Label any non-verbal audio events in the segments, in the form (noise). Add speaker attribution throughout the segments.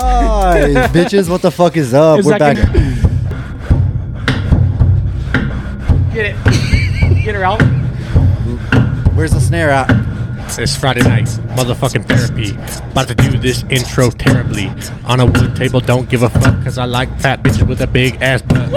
Speaker 1: Hey, (laughs) bitches, what the fuck is up?
Speaker 2: It's
Speaker 1: We're back.
Speaker 2: like Get it. Get her out.
Speaker 1: Where's the snare
Speaker 2: (laughs)
Speaker 1: at?
Speaker 3: It's Friday night, motherfucking therapy. About to do this intro terribly. On a wood table, don't give a fuck, cause I like fat bitches with a big ass butt.
Speaker 2: Oh.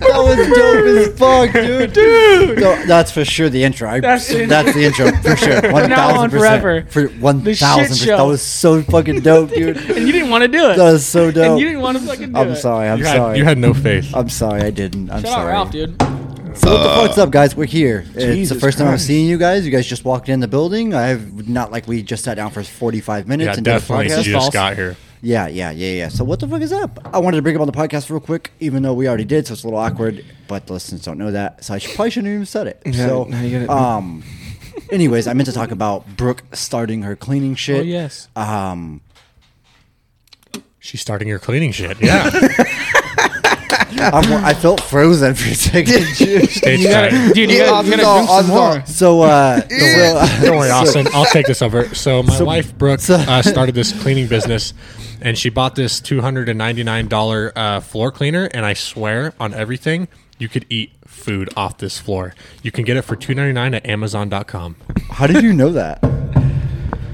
Speaker 1: That was dope as fuck, dude. Dude, that's for sure the intro. I,
Speaker 2: That's
Speaker 1: that's,
Speaker 2: the
Speaker 1: the intro for
Speaker 2: (laughs)
Speaker 1: sure. One
Speaker 2: now
Speaker 1: thousand
Speaker 2: on forever.
Speaker 1: percent. For one
Speaker 2: The shit
Speaker 1: thousand percent. That
Speaker 2: show.
Speaker 1: was so fucking dope, dude.
Speaker 2: (laughs) And you didn't want to do it.
Speaker 1: That was so dope.
Speaker 2: and you didn't want to fucking do it.
Speaker 1: I'm sorry. I'm
Speaker 3: You
Speaker 1: sorry.
Speaker 3: had, you had no faith.
Speaker 1: I'm sorry. I didn't. I'm
Speaker 2: Shout out
Speaker 1: sorry.
Speaker 2: Ralph, dude.
Speaker 1: So what the fuck's up, guys? We're here. it's the
Speaker 3: Uh, Jesus
Speaker 1: first time I'm
Speaker 3: Christ.
Speaker 1: seeing you guys. You guys just walked in the building. I've not like we just sat down for 45 minutes
Speaker 3: Yeah,
Speaker 1: and did a
Speaker 3: definitely. You
Speaker 1: podcast.
Speaker 3: just
Speaker 2: False.
Speaker 3: got here.
Speaker 1: Yeah, yeah, yeah, yeah. So what the fuck is up? I wanted to bring up on the podcast real quick, even though we already did, so it's a little awkward. But the listeners don't know that, so I should, probably shouldn't have even said it.
Speaker 4: Yeah,
Speaker 1: so,
Speaker 4: no, you get it.
Speaker 1: um, anyways, I meant to talk about Brooke starting her cleaning shit.
Speaker 2: Oh, yes.
Speaker 1: Um,
Speaker 3: She's starting your cleaning shit. Yeah.
Speaker 1: I'm, I felt frozen for a second. (laughs) dude.
Speaker 3: Stage fright.
Speaker 2: Dude, you
Speaker 4: Yeah,
Speaker 2: gotta,
Speaker 4: I'm
Speaker 2: you gotta
Speaker 4: sorry,
Speaker 2: drink some
Speaker 4: I'm
Speaker 2: more.
Speaker 4: sorry.
Speaker 1: so, uh, so-
Speaker 3: Don't worry,
Speaker 1: so-
Speaker 3: Austin. I'll take this over. So my
Speaker 1: So-
Speaker 3: wife Brooke
Speaker 1: so-
Speaker 3: uh, started this cleaning business, and she bought this two hundred and ninety nine dollar uh, floor cleaner. And I swear on everything, you could eat food off this floor. You can get it for two ninety nine at Amazon.com.
Speaker 1: How did you know that?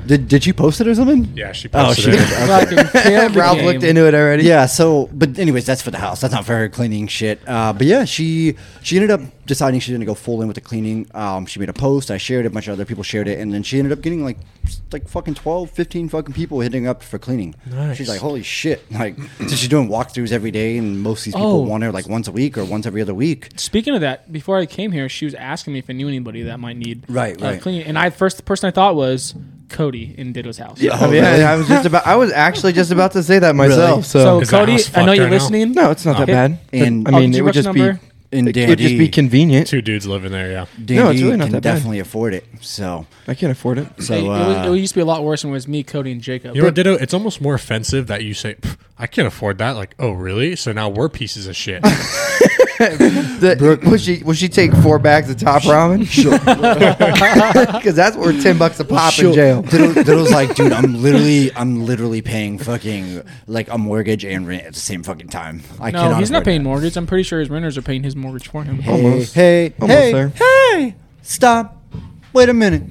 Speaker 1: Did Did you post it or something?
Speaker 3: Yeah, she
Speaker 1: Oh,
Speaker 3: posted
Speaker 1: she-
Speaker 3: it.
Speaker 2: Fucking kid the
Speaker 4: Ralph
Speaker 2: game.
Speaker 4: looked into it already.
Speaker 1: Yeah. So, but anyways, that's for the house. That's not for her cleaning shit. Uh, but yeah, she she ended up deciding she didn't go full in with the cleaning. Um, she made a post. I shared it. A bunch of other people shared it, and then she ended up getting like s- like fucking 12, 15 fucking people hitting up for cleaning.
Speaker 3: Nice.
Speaker 1: She's like, holy shit! Like, so she's doing walkthroughs every day, and most of these people
Speaker 2: Oh.
Speaker 1: want her like once a week or once every other week.
Speaker 2: Speaking of that, before I came here, she was asking me if I knew anybody that might need uh,
Speaker 1: Right, right.
Speaker 2: cleaning. And I first the person I thought was Cody in Ditto's house.
Speaker 1: Yeah.
Speaker 4: I mean, I- I was just about. I was actually just about to say that myself.
Speaker 2: So
Speaker 4: So,
Speaker 3: Is that
Speaker 2: Cody,
Speaker 3: house
Speaker 2: I know
Speaker 3: fucked
Speaker 2: you're
Speaker 3: right now?
Speaker 2: listening.
Speaker 4: no, it's not that
Speaker 2: Okay.
Speaker 4: bad.
Speaker 1: And-
Speaker 4: I
Speaker 2: Oh,
Speaker 4: mean,
Speaker 2: did
Speaker 4: it
Speaker 2: you
Speaker 4: would
Speaker 2: rush
Speaker 4: just be
Speaker 2: number?
Speaker 1: And
Speaker 4: it would just
Speaker 1: Dandy,
Speaker 4: be convenient.
Speaker 3: Two dudes live in there. Yeah.
Speaker 1: Dandy
Speaker 4: No, it's really not
Speaker 1: can
Speaker 4: that bad.
Speaker 1: definitely afford it. So,
Speaker 4: I can't afford it.
Speaker 1: so
Speaker 2: it, it
Speaker 1: uh,
Speaker 2: was, it used to be a lot worse when it was me, Cody, and Jacob.
Speaker 3: You know what, Ditto? It's almost more offensive that you say, "Pff, I can't afford that. Like, oh, really? So now we're pieces
Speaker 1: (laughs)
Speaker 3: of shit.
Speaker 4: The, would she would she take four bags of top ramen? (laughs) Sure, because that's worth ten bucks a pop in
Speaker 1: Sure. (laughs)
Speaker 4: jail.
Speaker 1: Diddle, Diddle's like, dude, I'm literally, I'm literally paying fucking like a mortgage and rent at the same fucking time. I
Speaker 2: no,
Speaker 1: cannot
Speaker 2: he's not
Speaker 1: afford
Speaker 2: paying
Speaker 1: that.
Speaker 2: mortgage. I'm pretty sure his renters are paying his mortgage for him. (laughs)
Speaker 4: Almost.
Speaker 1: Hey, hey,
Speaker 4: Almost
Speaker 1: hey,
Speaker 4: there.
Speaker 1: hey! Stop! Wait a minute.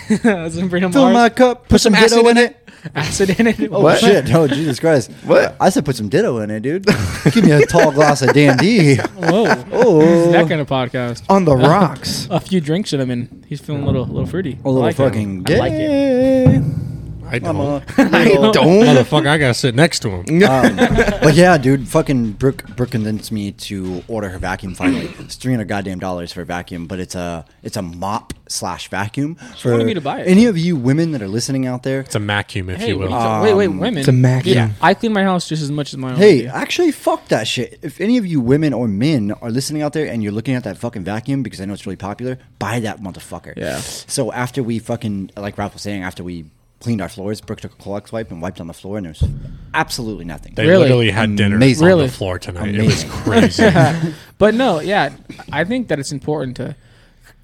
Speaker 1: Fill my cup. Put, some,
Speaker 2: acid
Speaker 1: ditto in
Speaker 2: in
Speaker 1: it.
Speaker 2: Acid in (laughs) it.
Speaker 1: Oh
Speaker 4: What?
Speaker 1: shit! Oh Jesus Christ!
Speaker 4: What?
Speaker 1: I said, put some ditto in it, dude. Give me a tall glass of
Speaker 2: (laughs)
Speaker 1: dandy.
Speaker 2: Whoa.
Speaker 1: Oh,
Speaker 2: That kind of podcast.
Speaker 4: On the rocks.
Speaker 2: A few drinks in him, and he's feeling a little, little fruity.
Speaker 1: a little
Speaker 2: I like it.
Speaker 1: fucking
Speaker 2: I
Speaker 1: gay.
Speaker 2: like it.
Speaker 3: (laughs) I
Speaker 1: I'm a
Speaker 3: don't.
Speaker 1: little-
Speaker 4: Don't.
Speaker 3: Motherfucker, I gotta sit next to him.
Speaker 1: Um, but yeah, dude, fucking Brooke, Brooke convinced me to order her vacuum finally. It's three hundred goddamn dollars for a vacuum, but it's a it's a mop slash vacuum. For
Speaker 2: wanted me to buy it.
Speaker 1: Any of you women that are listening out there,
Speaker 3: It's a vacuum, if
Speaker 2: Hey,
Speaker 3: you
Speaker 2: what
Speaker 3: will.
Speaker 1: uh,
Speaker 2: are you
Speaker 1: Ah,
Speaker 2: ta- wait, wait,
Speaker 1: um,
Speaker 2: women.
Speaker 4: It's a Mac,
Speaker 2: Dude,
Speaker 4: yeah.
Speaker 2: I clean my house just as much as my own.
Speaker 1: hey,
Speaker 2: do.
Speaker 1: actually, fuck that shit. If any of you women or men are listening out there and you're looking at that fucking vacuum because I know it's really popular, buy that motherfucker.
Speaker 2: Yeah.
Speaker 1: So after we fucking like Ralph was saying, after we cleaned our floors, Brooke took a Clorox wipe and wiped on the floor, and there was absolutely nothing.
Speaker 3: They
Speaker 2: Really?
Speaker 3: literally had dinner
Speaker 1: Amazing.
Speaker 3: on
Speaker 2: Really?
Speaker 3: the floor tonight. It
Speaker 1: Amazing.
Speaker 3: was
Speaker 1: (laughs)
Speaker 3: crazy.
Speaker 2: But no, yeah, I think that it's important to,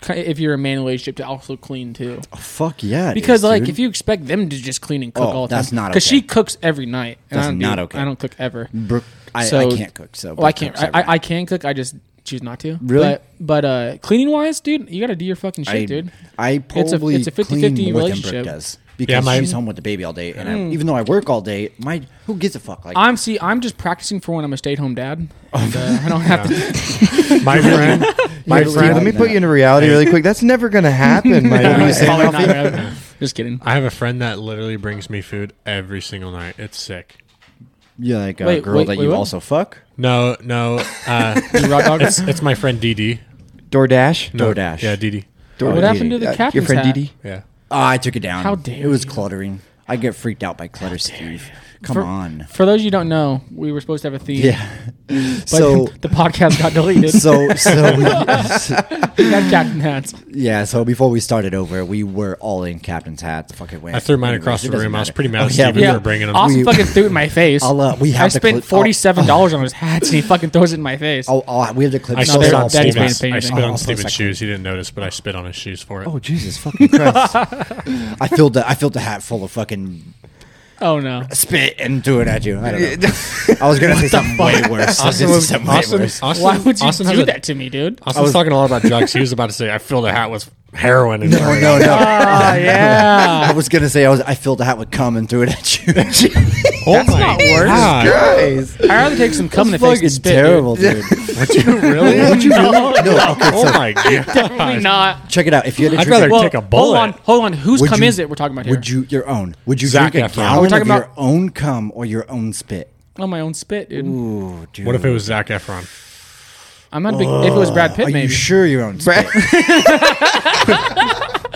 Speaker 2: if you're a man in a relationship, to also clean too.
Speaker 1: fuck yeah! it
Speaker 2: Because
Speaker 1: is,
Speaker 2: like,
Speaker 1: dude.
Speaker 2: if you expect them to just clean and cook
Speaker 1: Oh,
Speaker 2: all the
Speaker 1: that's
Speaker 2: time,
Speaker 1: not
Speaker 2: because she
Speaker 1: okay.
Speaker 2: cooks every night. and I
Speaker 1: That's
Speaker 2: don't do-
Speaker 1: not okay.
Speaker 2: I don't cook ever.
Speaker 1: Brooke, I, I can't cook, so
Speaker 2: well, I
Speaker 1: Brooke
Speaker 2: can't.
Speaker 1: cooks
Speaker 2: I,
Speaker 1: every
Speaker 2: I, I can cook. I just choose not to.
Speaker 1: Really?
Speaker 2: But, but uh, cleaning wise, dude, you got to do your fucking shit,
Speaker 1: I,
Speaker 2: dude.
Speaker 1: I probably
Speaker 2: it's a 50-50
Speaker 1: clean more than
Speaker 2: relationship. Hmm.
Speaker 1: Brooke does because
Speaker 3: my-
Speaker 1: she's home with the baby all day, and I, even though I work all day, my who gives a fuck? Like
Speaker 2: I'm see. I'm just practicing for when I'm a stay at home dad.
Speaker 1: Oh.
Speaker 2: And, uh, I
Speaker 1: (laughs)
Speaker 2: don't have to.
Speaker 3: my friend, my
Speaker 1: You're
Speaker 3: friend,
Speaker 1: leaving
Speaker 4: Let me
Speaker 1: that.
Speaker 4: put you into reality really quick. That's never gonna happen,
Speaker 2: (laughs)
Speaker 4: my
Speaker 1: Yeah.
Speaker 4: guy.
Speaker 1: It's
Speaker 2: Probably
Speaker 1: off
Speaker 2: not
Speaker 1: you.
Speaker 2: gonna- Just kidding.
Speaker 1: Oh,
Speaker 3: I have a friend that literally brings me food every single night. It's sick.
Speaker 1: you like a
Speaker 2: Wait,
Speaker 1: girl
Speaker 2: wait,
Speaker 1: that
Speaker 2: wait,
Speaker 1: you
Speaker 2: what?
Speaker 1: also fuck.
Speaker 3: No, no,
Speaker 1: (laughs)
Speaker 3: uh,
Speaker 2: Raw dog.
Speaker 3: it's, it's my friend DD.
Speaker 4: DoorDash.
Speaker 3: No,
Speaker 1: DoorDash.
Speaker 3: Yeah, DD.
Speaker 1: Door
Speaker 2: What happened to
Speaker 1: dating.
Speaker 2: the
Speaker 4: Uh, your
Speaker 2: captain's
Speaker 4: friend
Speaker 2: hat?
Speaker 4: Didi.
Speaker 3: Yeah.
Speaker 1: Oh, I took it down.
Speaker 2: How dare
Speaker 1: it was
Speaker 2: you.
Speaker 1: cluttering. I get freaked out by clutter, Steve. Come
Speaker 2: For- (laughs)
Speaker 1: on.
Speaker 2: For those you don't know, we were supposed to have a theme.
Speaker 1: Yeah.
Speaker 2: But
Speaker 1: So
Speaker 2: (laughs) the podcast got deleted.
Speaker 1: (laughs) so
Speaker 2: (laughs)
Speaker 1: so
Speaker 2: we got captain hats.
Speaker 1: yeah. So before we started over, we were all in captain's hats. Fuck it, went.
Speaker 3: I threw mine
Speaker 1: Anyways,
Speaker 3: across the
Speaker 1: it doesn't
Speaker 3: room. I was
Speaker 1: matter.
Speaker 3: pretty mad at
Speaker 1: Oh, yeah,
Speaker 3: Steven
Speaker 1: we
Speaker 3: for
Speaker 2: Yeah,
Speaker 1: were-
Speaker 3: bringing them.
Speaker 2: Austin
Speaker 1: We-
Speaker 2: fucking threw it in my
Speaker 1: (laughs)
Speaker 2: face.
Speaker 1: I'll, uh, we
Speaker 2: I
Speaker 1: have to
Speaker 2: spent
Speaker 1: clo- I'll-
Speaker 2: forty-seven
Speaker 1: (laughs)
Speaker 2: dollars on his hats, and he fucking throws it in my face.
Speaker 1: I'll, I'll, Oh, we have to clip.
Speaker 3: I
Speaker 1: this
Speaker 3: spit
Speaker 1: all
Speaker 3: on
Speaker 2: Daddy's paying
Speaker 1: forward.
Speaker 3: Steven's, I
Speaker 2: anything.
Speaker 3: spit
Speaker 1: I'll- I'll
Speaker 3: on Steven's
Speaker 1: second.
Speaker 3: shoes. He didn't notice, but I spit on his shoes for it.
Speaker 1: Oh Jesus fucking Christ! I filled the I filled the hat full of fucking
Speaker 2: Oh no.
Speaker 1: spit and do it at you. I don't know. I was gonna say something way worse.
Speaker 3: Austin,
Speaker 1: This is
Speaker 3: was,
Speaker 1: something way
Speaker 3: Austin,
Speaker 1: worse.
Speaker 3: Austin,
Speaker 2: Why would you
Speaker 3: Austin has
Speaker 2: do
Speaker 3: a-
Speaker 2: that to me, dude?
Speaker 3: Austin was talking a lot about drugs. He was about to say, "I filled a hat with heroin."
Speaker 1: (laughs)
Speaker 3: And
Speaker 1: No, no, no.
Speaker 2: Oh yeah.
Speaker 1: I was gonna say I was. I filled the hat with cum and threw it at
Speaker 2: (laughs)
Speaker 1: you.
Speaker 3: Oh my
Speaker 2: not worse.
Speaker 3: God.
Speaker 4: Guys. (laughs)
Speaker 2: I'd rather take some cum in the face than
Speaker 1: fucking
Speaker 2: spit.
Speaker 1: terrible, dude.
Speaker 2: (laughs)
Speaker 3: Would you really?
Speaker 1: Would you really?
Speaker 2: No,
Speaker 1: No. okay,
Speaker 3: oh
Speaker 1: so
Speaker 3: my god!
Speaker 2: Definitely not.
Speaker 1: Check it out. If you had a
Speaker 3: I'd
Speaker 1: drink,
Speaker 3: rather-
Speaker 1: a-
Speaker 2: Well,
Speaker 3: take a
Speaker 2: Hold
Speaker 3: bullet.
Speaker 2: on, hold on. Whose
Speaker 1: Would
Speaker 2: cum
Speaker 1: you-
Speaker 2: is it we're talking about here?
Speaker 1: would you your own? Would you
Speaker 3: Zac
Speaker 1: drink a
Speaker 3: Efron.
Speaker 1: gallon
Speaker 2: We're
Speaker 1: of
Speaker 2: talking
Speaker 1: your
Speaker 2: about-
Speaker 1: own cum or your own spit?
Speaker 2: On my own spit, dude.
Speaker 1: Ooh, dude.
Speaker 3: What if it was Zach Efron?
Speaker 2: I'm not a big. If it was Brad Pitt,
Speaker 1: Are you
Speaker 2: maybe.
Speaker 1: sure your own? Spit?
Speaker 2: (laughs)
Speaker 4: (laughs)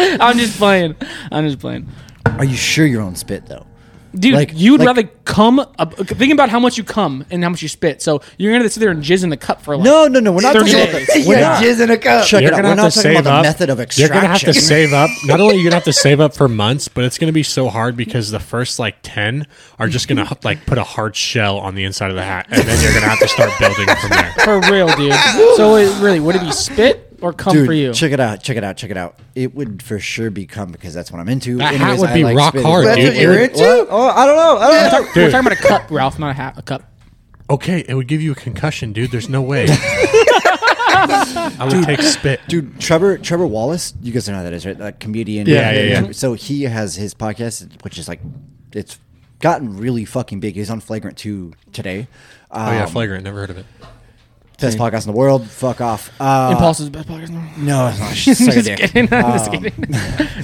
Speaker 2: I'm just playing. I'm just playing.
Speaker 1: Are you sure your own spit though?
Speaker 2: Dude,
Speaker 1: Like-
Speaker 2: you'd
Speaker 1: like-
Speaker 2: rather cum. Uh, think about how much you cum and how much you spit. So you're gonna sit there and jizz in the cup for like.
Speaker 1: No, no, no. We're not
Speaker 2: 30
Speaker 1: talking about
Speaker 2: days.
Speaker 1: the. We're
Speaker 4: yeah,
Speaker 1: not.
Speaker 4: jizz in a cup.
Speaker 1: Check
Speaker 3: You're
Speaker 1: it out.
Speaker 3: gonna
Speaker 1: We're
Speaker 3: have
Speaker 1: not
Speaker 3: to
Speaker 1: talking
Speaker 3: save
Speaker 1: about the
Speaker 3: up.
Speaker 1: method of
Speaker 3: You're
Speaker 1: extraction.
Speaker 3: gonna have to save up. Not only are you
Speaker 1: (laughs)
Speaker 3: gonna have to save up for months, but it's gonna be so hard because the first like ten are just gonna like put a hard shell on the inside of the hat, and then you're gonna have to start building from there.
Speaker 2: (laughs) for real,
Speaker 1: (laughs)
Speaker 2: dude. so it, really, would it be spit or cum
Speaker 1: Dude,
Speaker 2: for you?
Speaker 1: check it out, check it out, check it out. It would for sure be cum because that's what I'm into.
Speaker 3: That
Speaker 1: Anyways,
Speaker 3: hat would
Speaker 1: I
Speaker 3: be
Speaker 1: like
Speaker 3: rock
Speaker 1: spit.
Speaker 3: hard,
Speaker 4: That's
Speaker 3: dude.
Speaker 4: what you're
Speaker 3: It
Speaker 4: into? Oh, I don't know. I don't know.
Speaker 2: We're talking about a cup, Ralph, not a hat. A cup.
Speaker 3: Okay, it would give you a concussion, dude. There's no
Speaker 1: (laughs)
Speaker 3: way. I would take spit.
Speaker 1: Dude, Trevor Trevor Wallace, you guys know who that is, right? That comedian.
Speaker 3: Yeah, yeah, yeah.
Speaker 1: So he has his podcast, which is like, it's gotten really fucking big. He's on Flagrant 2 today. Um,
Speaker 3: Oh yeah, flagrant. Never heard of it.
Speaker 1: Best podcast in the world. Fuck off. Uh,
Speaker 2: Impulse's best podcast. in the world. (laughs)
Speaker 1: No, it's not. She's suck a
Speaker 2: Just
Speaker 1: dick.
Speaker 2: kidding. (laughs) I'm just
Speaker 1: Um,
Speaker 2: kidding.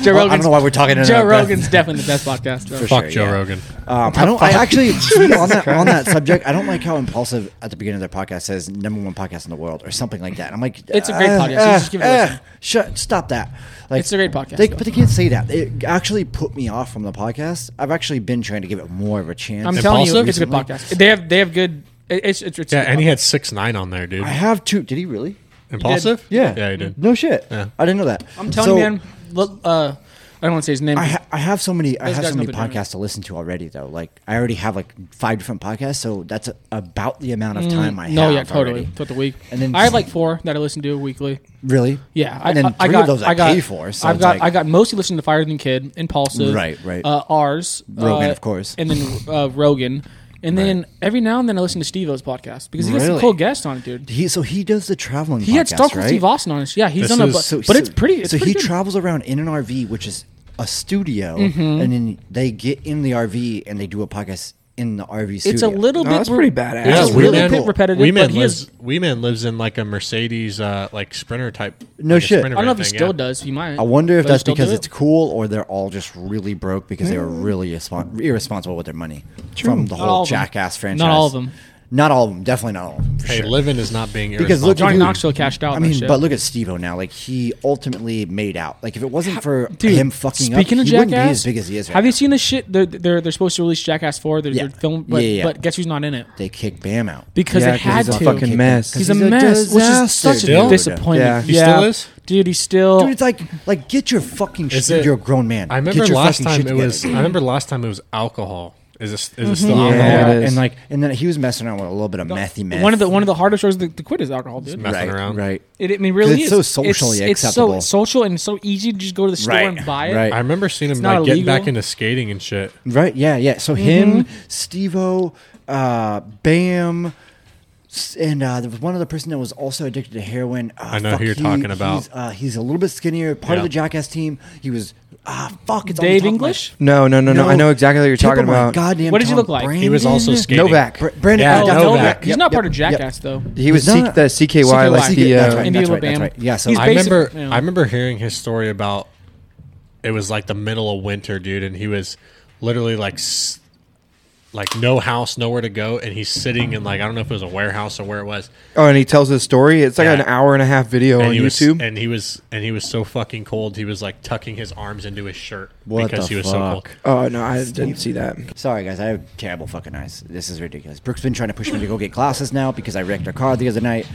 Speaker 2: Joe
Speaker 1: (laughs) well, I
Speaker 2: Rogan's,
Speaker 1: don't know why we're talking to
Speaker 2: Joe
Speaker 1: another breath.
Speaker 2: Rogan's definitely the best podcast. Bro.
Speaker 1: (laughs) For
Speaker 3: Fuck
Speaker 1: sure,
Speaker 3: Joe
Speaker 1: yeah.
Speaker 3: Rogan.
Speaker 1: Um, I don't. I (laughs) actually on that on that subject. I don't like how impulsive at the beginning of their podcast says number one podcast in the world or something like that. I'm like,
Speaker 2: It's a great
Speaker 1: uh,
Speaker 2: podcast. You
Speaker 1: uh,
Speaker 2: just give it a
Speaker 1: uh,
Speaker 2: listen.
Speaker 1: shut. Stop that. Like
Speaker 2: It's a great podcast,
Speaker 1: They,
Speaker 2: though.
Speaker 1: but they can't say that. It actually put me off from the podcast. I've actually been trying to give it more of a chance.
Speaker 2: I'm telling
Speaker 3: Impulsive?
Speaker 2: you, it's a good
Speaker 1: Recently.
Speaker 2: podcast. They have they have good. it- It's it's, it's a
Speaker 3: Yeah,
Speaker 2: good
Speaker 3: and he
Speaker 2: podcast.
Speaker 3: had six nine on there, dude.
Speaker 1: I have two. Did he really?
Speaker 3: Impulsive?
Speaker 1: Yeah.
Speaker 3: Yeah, he did.
Speaker 1: No shit. I didn't know that.
Speaker 2: I'm telling you, man. Look, uh, I don't want to say his name.
Speaker 1: I, ha- I have so many I
Speaker 2: Those
Speaker 1: have
Speaker 2: guys
Speaker 1: so many
Speaker 2: know what they're doing.
Speaker 1: podcasts to listen to already though. Like I already have like five different podcasts, so that's about the amount of time I
Speaker 2: Mm, no,
Speaker 1: have.
Speaker 2: yeah, totally.
Speaker 1: already.
Speaker 2: Throughout the week,
Speaker 1: And then-
Speaker 2: I had like four that I listened to weekly.
Speaker 1: Really?
Speaker 2: Yeah,
Speaker 1: And
Speaker 2: I,
Speaker 1: then
Speaker 2: I,
Speaker 1: three
Speaker 2: I got,
Speaker 1: of those I,
Speaker 2: got,
Speaker 1: pay for. So
Speaker 2: I've
Speaker 1: it's
Speaker 2: got
Speaker 1: like,
Speaker 2: I got mostly listened to Fire Than Kid, Impulsive,
Speaker 1: Right, right.
Speaker 2: uh, ours,
Speaker 1: Rogan,
Speaker 2: uh,
Speaker 1: of course.
Speaker 2: and then uh, Rogan, and then every now and then I listen to Steve O's podcast because he gets some
Speaker 1: Really?
Speaker 2: cool guests on it, dude.
Speaker 1: He so he does the traveling.
Speaker 2: He had
Speaker 1: podcast,
Speaker 2: stuff with
Speaker 1: right?
Speaker 2: Steve Austin on it. Yeah, he's
Speaker 3: This
Speaker 2: done a
Speaker 3: is-
Speaker 2: bu-
Speaker 1: So,
Speaker 2: but it's
Speaker 1: so-
Speaker 2: pretty. It's
Speaker 1: so
Speaker 2: pretty
Speaker 1: he
Speaker 2: good.
Speaker 1: travels around in an RV, which is a studio,
Speaker 2: Mm-hmm.
Speaker 1: and then they get in the RV and they do a podcast in the RV studio.
Speaker 2: It's a little
Speaker 4: No,
Speaker 2: bit.
Speaker 4: that's
Speaker 2: re-
Speaker 4: pretty badass.
Speaker 2: It's
Speaker 3: Yeah,
Speaker 2: just
Speaker 1: we
Speaker 2: really
Speaker 1: man-
Speaker 2: bit repetitive.
Speaker 3: Wee
Speaker 2: but
Speaker 3: Man
Speaker 2: he
Speaker 3: lives.
Speaker 2: is.
Speaker 3: Wee Man lives in like a Mercedes, uh, like sprinter type.
Speaker 1: No
Speaker 3: like a
Speaker 1: shit.
Speaker 2: I
Speaker 3: sprinter
Speaker 2: don't know if he
Speaker 3: thing,
Speaker 2: still
Speaker 3: yeah.
Speaker 2: does. He might.
Speaker 1: I wonder if
Speaker 2: Does he
Speaker 1: that's
Speaker 2: still
Speaker 1: because
Speaker 2: do it? Mm.
Speaker 1: it's cool or they're all just really broke because they were really irrespon- irresponsible with their money from the
Speaker 2: all
Speaker 1: whole
Speaker 2: of 'em.
Speaker 1: jackass franchise.
Speaker 2: Not all of 'em.
Speaker 1: Not all of them. Definitely not all of them. For
Speaker 3: Hey,
Speaker 1: sure.
Speaker 3: living is not being
Speaker 1: Because look at
Speaker 2: Johnny
Speaker 1: Dude,
Speaker 2: Knoxville cashed out.
Speaker 1: I
Speaker 2: on that
Speaker 1: mean,
Speaker 2: shit.
Speaker 1: but look at Steve-O now. Like, he ultimately made out. Like, if it wasn't for
Speaker 2: Dude,
Speaker 1: him fucking up,
Speaker 2: speaking
Speaker 1: he
Speaker 2: of
Speaker 1: wouldn't
Speaker 2: Jackass,
Speaker 1: be as big as he is right
Speaker 2: have you
Speaker 1: now.
Speaker 2: seen the shit? They're, they're they're supposed to release Jackass Four. They're,
Speaker 1: Yeah.
Speaker 2: they're film, but,
Speaker 1: Yeah, yeah, yeah.
Speaker 2: but guess who's not in it?
Speaker 1: They kicked Bam out.
Speaker 2: Because
Speaker 4: Yeah,
Speaker 2: they
Speaker 4: 'cause
Speaker 2: had
Speaker 4: he's a
Speaker 2: to.
Speaker 4: fucking mess.
Speaker 2: He's, a, mess, which is such
Speaker 1: disaster,
Speaker 2: a
Speaker 1: dude.
Speaker 2: disappointment.
Speaker 4: Yeah.
Speaker 2: Yeah.
Speaker 4: He
Speaker 3: still is?
Speaker 2: dude. He's still.
Speaker 1: Dude, it's like, like get your fucking shit.
Speaker 3: Is it-
Speaker 1: You're a grown man.
Speaker 3: I remember
Speaker 1: Get your
Speaker 3: last
Speaker 1: fucking
Speaker 3: time
Speaker 1: shit
Speaker 3: it was. I
Speaker 1: together. Mm-hmm.
Speaker 3: remember last time it was alcohol. Is it, is it still
Speaker 4: Yeah,
Speaker 1: Yeah,
Speaker 3: alcohol?
Speaker 4: it is.
Speaker 1: and like, and then he was messing around with a little bit of methy meth.
Speaker 2: one of the one of the hardest roads to, to quit is alcohol, dude.
Speaker 3: meth.
Speaker 1: right,
Speaker 3: messing around.
Speaker 1: right.
Speaker 2: It, I mean, really,
Speaker 1: it's
Speaker 2: is.
Speaker 1: so socially
Speaker 2: it's,
Speaker 1: acceptable.
Speaker 2: It's so social and so easy to just go to the store
Speaker 1: Right,
Speaker 2: and buy it.
Speaker 1: right.
Speaker 3: I remember seeing him
Speaker 2: not
Speaker 3: like getting back
Speaker 2: illegal.
Speaker 3: into skating and shit.
Speaker 1: Right. Yeah. Yeah. So
Speaker 2: Mm-hmm.
Speaker 1: him, Stevo, uh, Bam, s- and uh, there was one other person that was also addicted to heroin. Ah,
Speaker 3: I know who
Speaker 1: fuck,
Speaker 3: you're
Speaker 1: he-
Speaker 3: talking about.
Speaker 1: He's, uh, he's a little bit skinnier, part
Speaker 3: Yeah.
Speaker 1: of the Jackass team. He was ah fuck. It's on the
Speaker 2: Dave
Speaker 1: top of my-
Speaker 2: English.
Speaker 4: No, no, no, no. I know exactly what you're
Speaker 1: Tip
Speaker 4: talking
Speaker 1: of my
Speaker 4: about.
Speaker 1: Goddamn.
Speaker 2: What does he
Speaker 1: tongue,
Speaker 2: look like?
Speaker 1: Brandon.
Speaker 3: He was also skating.
Speaker 4: Novak.
Speaker 1: Br- Brandon.
Speaker 3: Yeah,
Speaker 1: oh,
Speaker 2: Oh,
Speaker 3: Novak.
Speaker 1: Novak.
Speaker 2: Novak. He's
Speaker 1: Yep,
Speaker 2: not part
Speaker 1: yep,
Speaker 2: of
Speaker 1: yep.
Speaker 2: Jackass though.
Speaker 4: He was
Speaker 1: He's
Speaker 4: C-
Speaker 1: not-
Speaker 4: the CKY, like
Speaker 1: CKY,
Speaker 4: the uh,
Speaker 1: that's right,
Speaker 2: India
Speaker 1: that's right, that's
Speaker 2: Labam.
Speaker 1: right. Yeah, so
Speaker 2: He's
Speaker 1: I
Speaker 3: I
Speaker 2: basic-
Speaker 3: remember
Speaker 2: yeah.
Speaker 3: I remember hearing his story about it was like the middle of winter, dude, and he was literally like s- like no house, nowhere to go, and he's sitting in like I don't know if it was a warehouse or where it was.
Speaker 4: Oh, and he tells his story. It's like
Speaker 3: Yeah.
Speaker 4: an hour and a half video
Speaker 3: And
Speaker 4: on
Speaker 3: he was
Speaker 4: YouTube.
Speaker 3: and he was and he was so fucking cold. He was like tucking his arms into his shirt
Speaker 1: What
Speaker 3: because
Speaker 1: the
Speaker 3: he was so
Speaker 1: fuck?
Speaker 3: cold.
Speaker 4: oh no, I didn't see that.
Speaker 1: Sorry, guys. I have terrible fucking eyes. This is ridiculous. Brooke's been trying to push me to go get glasses now because I wrecked her car the other night.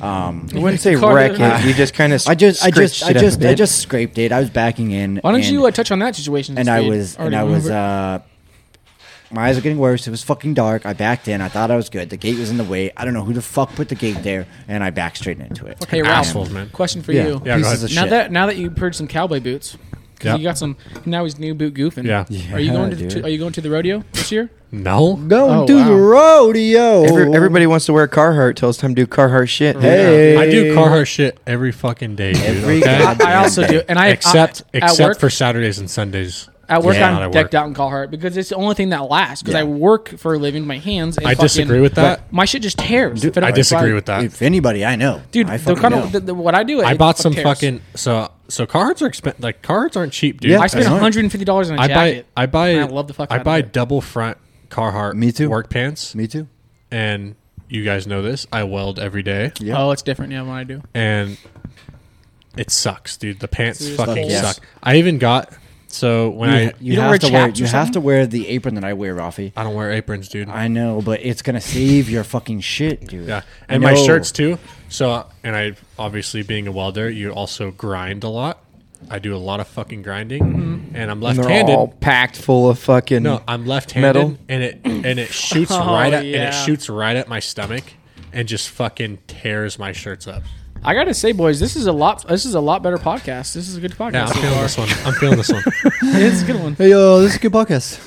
Speaker 1: Um,
Speaker 4: I wouldn't say
Speaker 2: Carter-
Speaker 4: wreck it. You just kind of.
Speaker 1: I just, I just, I just, I just scraped it. I was backing in.
Speaker 2: Why don't
Speaker 1: and-
Speaker 2: you uh, touch on that situation?
Speaker 1: and I
Speaker 2: Spade?
Speaker 1: was and
Speaker 2: Already
Speaker 1: I was
Speaker 2: over it.
Speaker 1: uh my eyes were getting worse. It was fucking dark. I backed in. I thought I was good. The gate was in the way. I don't know who the fuck put the gate there, and I backed straight into it.
Speaker 2: hey
Speaker 3: assholes,
Speaker 2: Ralph,
Speaker 3: man.
Speaker 2: question for
Speaker 1: Yeah,
Speaker 2: you.
Speaker 3: Yeah, go
Speaker 1: pieces
Speaker 3: ahead.
Speaker 1: of
Speaker 2: Now
Speaker 1: shit.
Speaker 2: that now that you purged some cowboy boots, Because
Speaker 3: Yeah.
Speaker 2: you got some now. He's new boot goofing.
Speaker 3: Yeah.
Speaker 2: Are you
Speaker 4: Yeah,
Speaker 2: going to, the,
Speaker 4: dude.
Speaker 2: to? Are you going to the rodeo
Speaker 1: (laughs)
Speaker 2: this year?
Speaker 3: No.
Speaker 1: Going
Speaker 2: Oh,
Speaker 1: to
Speaker 2: wow.
Speaker 1: the rodeo.
Speaker 4: Every, everybody wants to wear Carhartt till it's time to do Carhartt shit.
Speaker 1: Hey.
Speaker 3: I do Carhartt shit every fucking day, dude.
Speaker 1: Every
Speaker 3: okay?
Speaker 1: goddamn
Speaker 2: I also do, and I
Speaker 3: except
Speaker 2: I,
Speaker 3: except
Speaker 2: at work,
Speaker 3: for Saturdays and Sundays.
Speaker 2: at work
Speaker 3: Yeah.
Speaker 2: I'm
Speaker 3: Not at
Speaker 2: decked
Speaker 3: work.
Speaker 2: out in Carhartt because it's the only thing that lasts. Because
Speaker 1: Yeah.
Speaker 2: I work for a living, with my hands. And
Speaker 3: I
Speaker 2: fucking-
Speaker 3: disagree with that.
Speaker 2: My shit just tears. if it
Speaker 3: I
Speaker 2: don't-
Speaker 3: disagree
Speaker 2: if
Speaker 3: with that.
Speaker 1: If anybody I know,
Speaker 2: Dude,
Speaker 1: I
Speaker 2: the
Speaker 1: fucking
Speaker 2: kind
Speaker 1: know.
Speaker 2: of, the, the, what I do,
Speaker 3: I
Speaker 2: it
Speaker 3: bought some
Speaker 2: tears.
Speaker 3: fucking so so cards are expensive. Like cards aren't cheap, dude.
Speaker 1: Yeah.
Speaker 2: I
Speaker 1: I
Speaker 2: spent
Speaker 1: know.
Speaker 2: one hundred and fifty dollars on a
Speaker 3: I buy
Speaker 2: jacket.
Speaker 3: I buy
Speaker 2: and I love the fuck.
Speaker 3: I
Speaker 2: out of
Speaker 3: buy
Speaker 2: it.
Speaker 3: double front Carhartt
Speaker 1: Me too.
Speaker 3: work pants
Speaker 1: Me too.
Speaker 3: and you guys know this. I weld every day
Speaker 1: Yeah.
Speaker 2: Oh, it's different. Yeah, when I do.
Speaker 3: and it sucks, dude. The pants
Speaker 2: Seriously?
Speaker 3: fucking
Speaker 1: Yes.
Speaker 3: suck. I even got so when I
Speaker 1: you
Speaker 2: don't
Speaker 1: have
Speaker 2: wear
Speaker 1: to wear
Speaker 2: chaps or
Speaker 1: you have to
Speaker 2: something?
Speaker 1: wear the apron that I wear, Rafi.
Speaker 3: I don't wear aprons, dude.
Speaker 1: I know, but it's gonna save your fucking shit, dude.
Speaker 3: yeah,
Speaker 1: I
Speaker 3: and my
Speaker 1: know.
Speaker 3: shirts too. So and I obviously being a welder, you also grind a lot. I do a lot of fucking grinding,
Speaker 1: Mm-hmm.
Speaker 3: and I'm
Speaker 4: And they're
Speaker 3: left-handed.
Speaker 4: all packed full of fucking.
Speaker 3: No, I'm left-handed,
Speaker 4: Metal?
Speaker 3: and it and it shoots
Speaker 2: Oh,
Speaker 3: right at and
Speaker 2: yeah.
Speaker 3: it shoots right at my stomach, and just fucking tears my shirts up.
Speaker 2: I gotta say, boys, this is a lot. This is a lot better podcast. This is a good
Speaker 3: Yeah,
Speaker 2: podcast.
Speaker 3: I'm
Speaker 2: so
Speaker 3: feeling
Speaker 2: far.
Speaker 3: this one. I'm feeling this one.
Speaker 2: (laughs) it's a good one.
Speaker 1: Hey yo, this is a good podcast.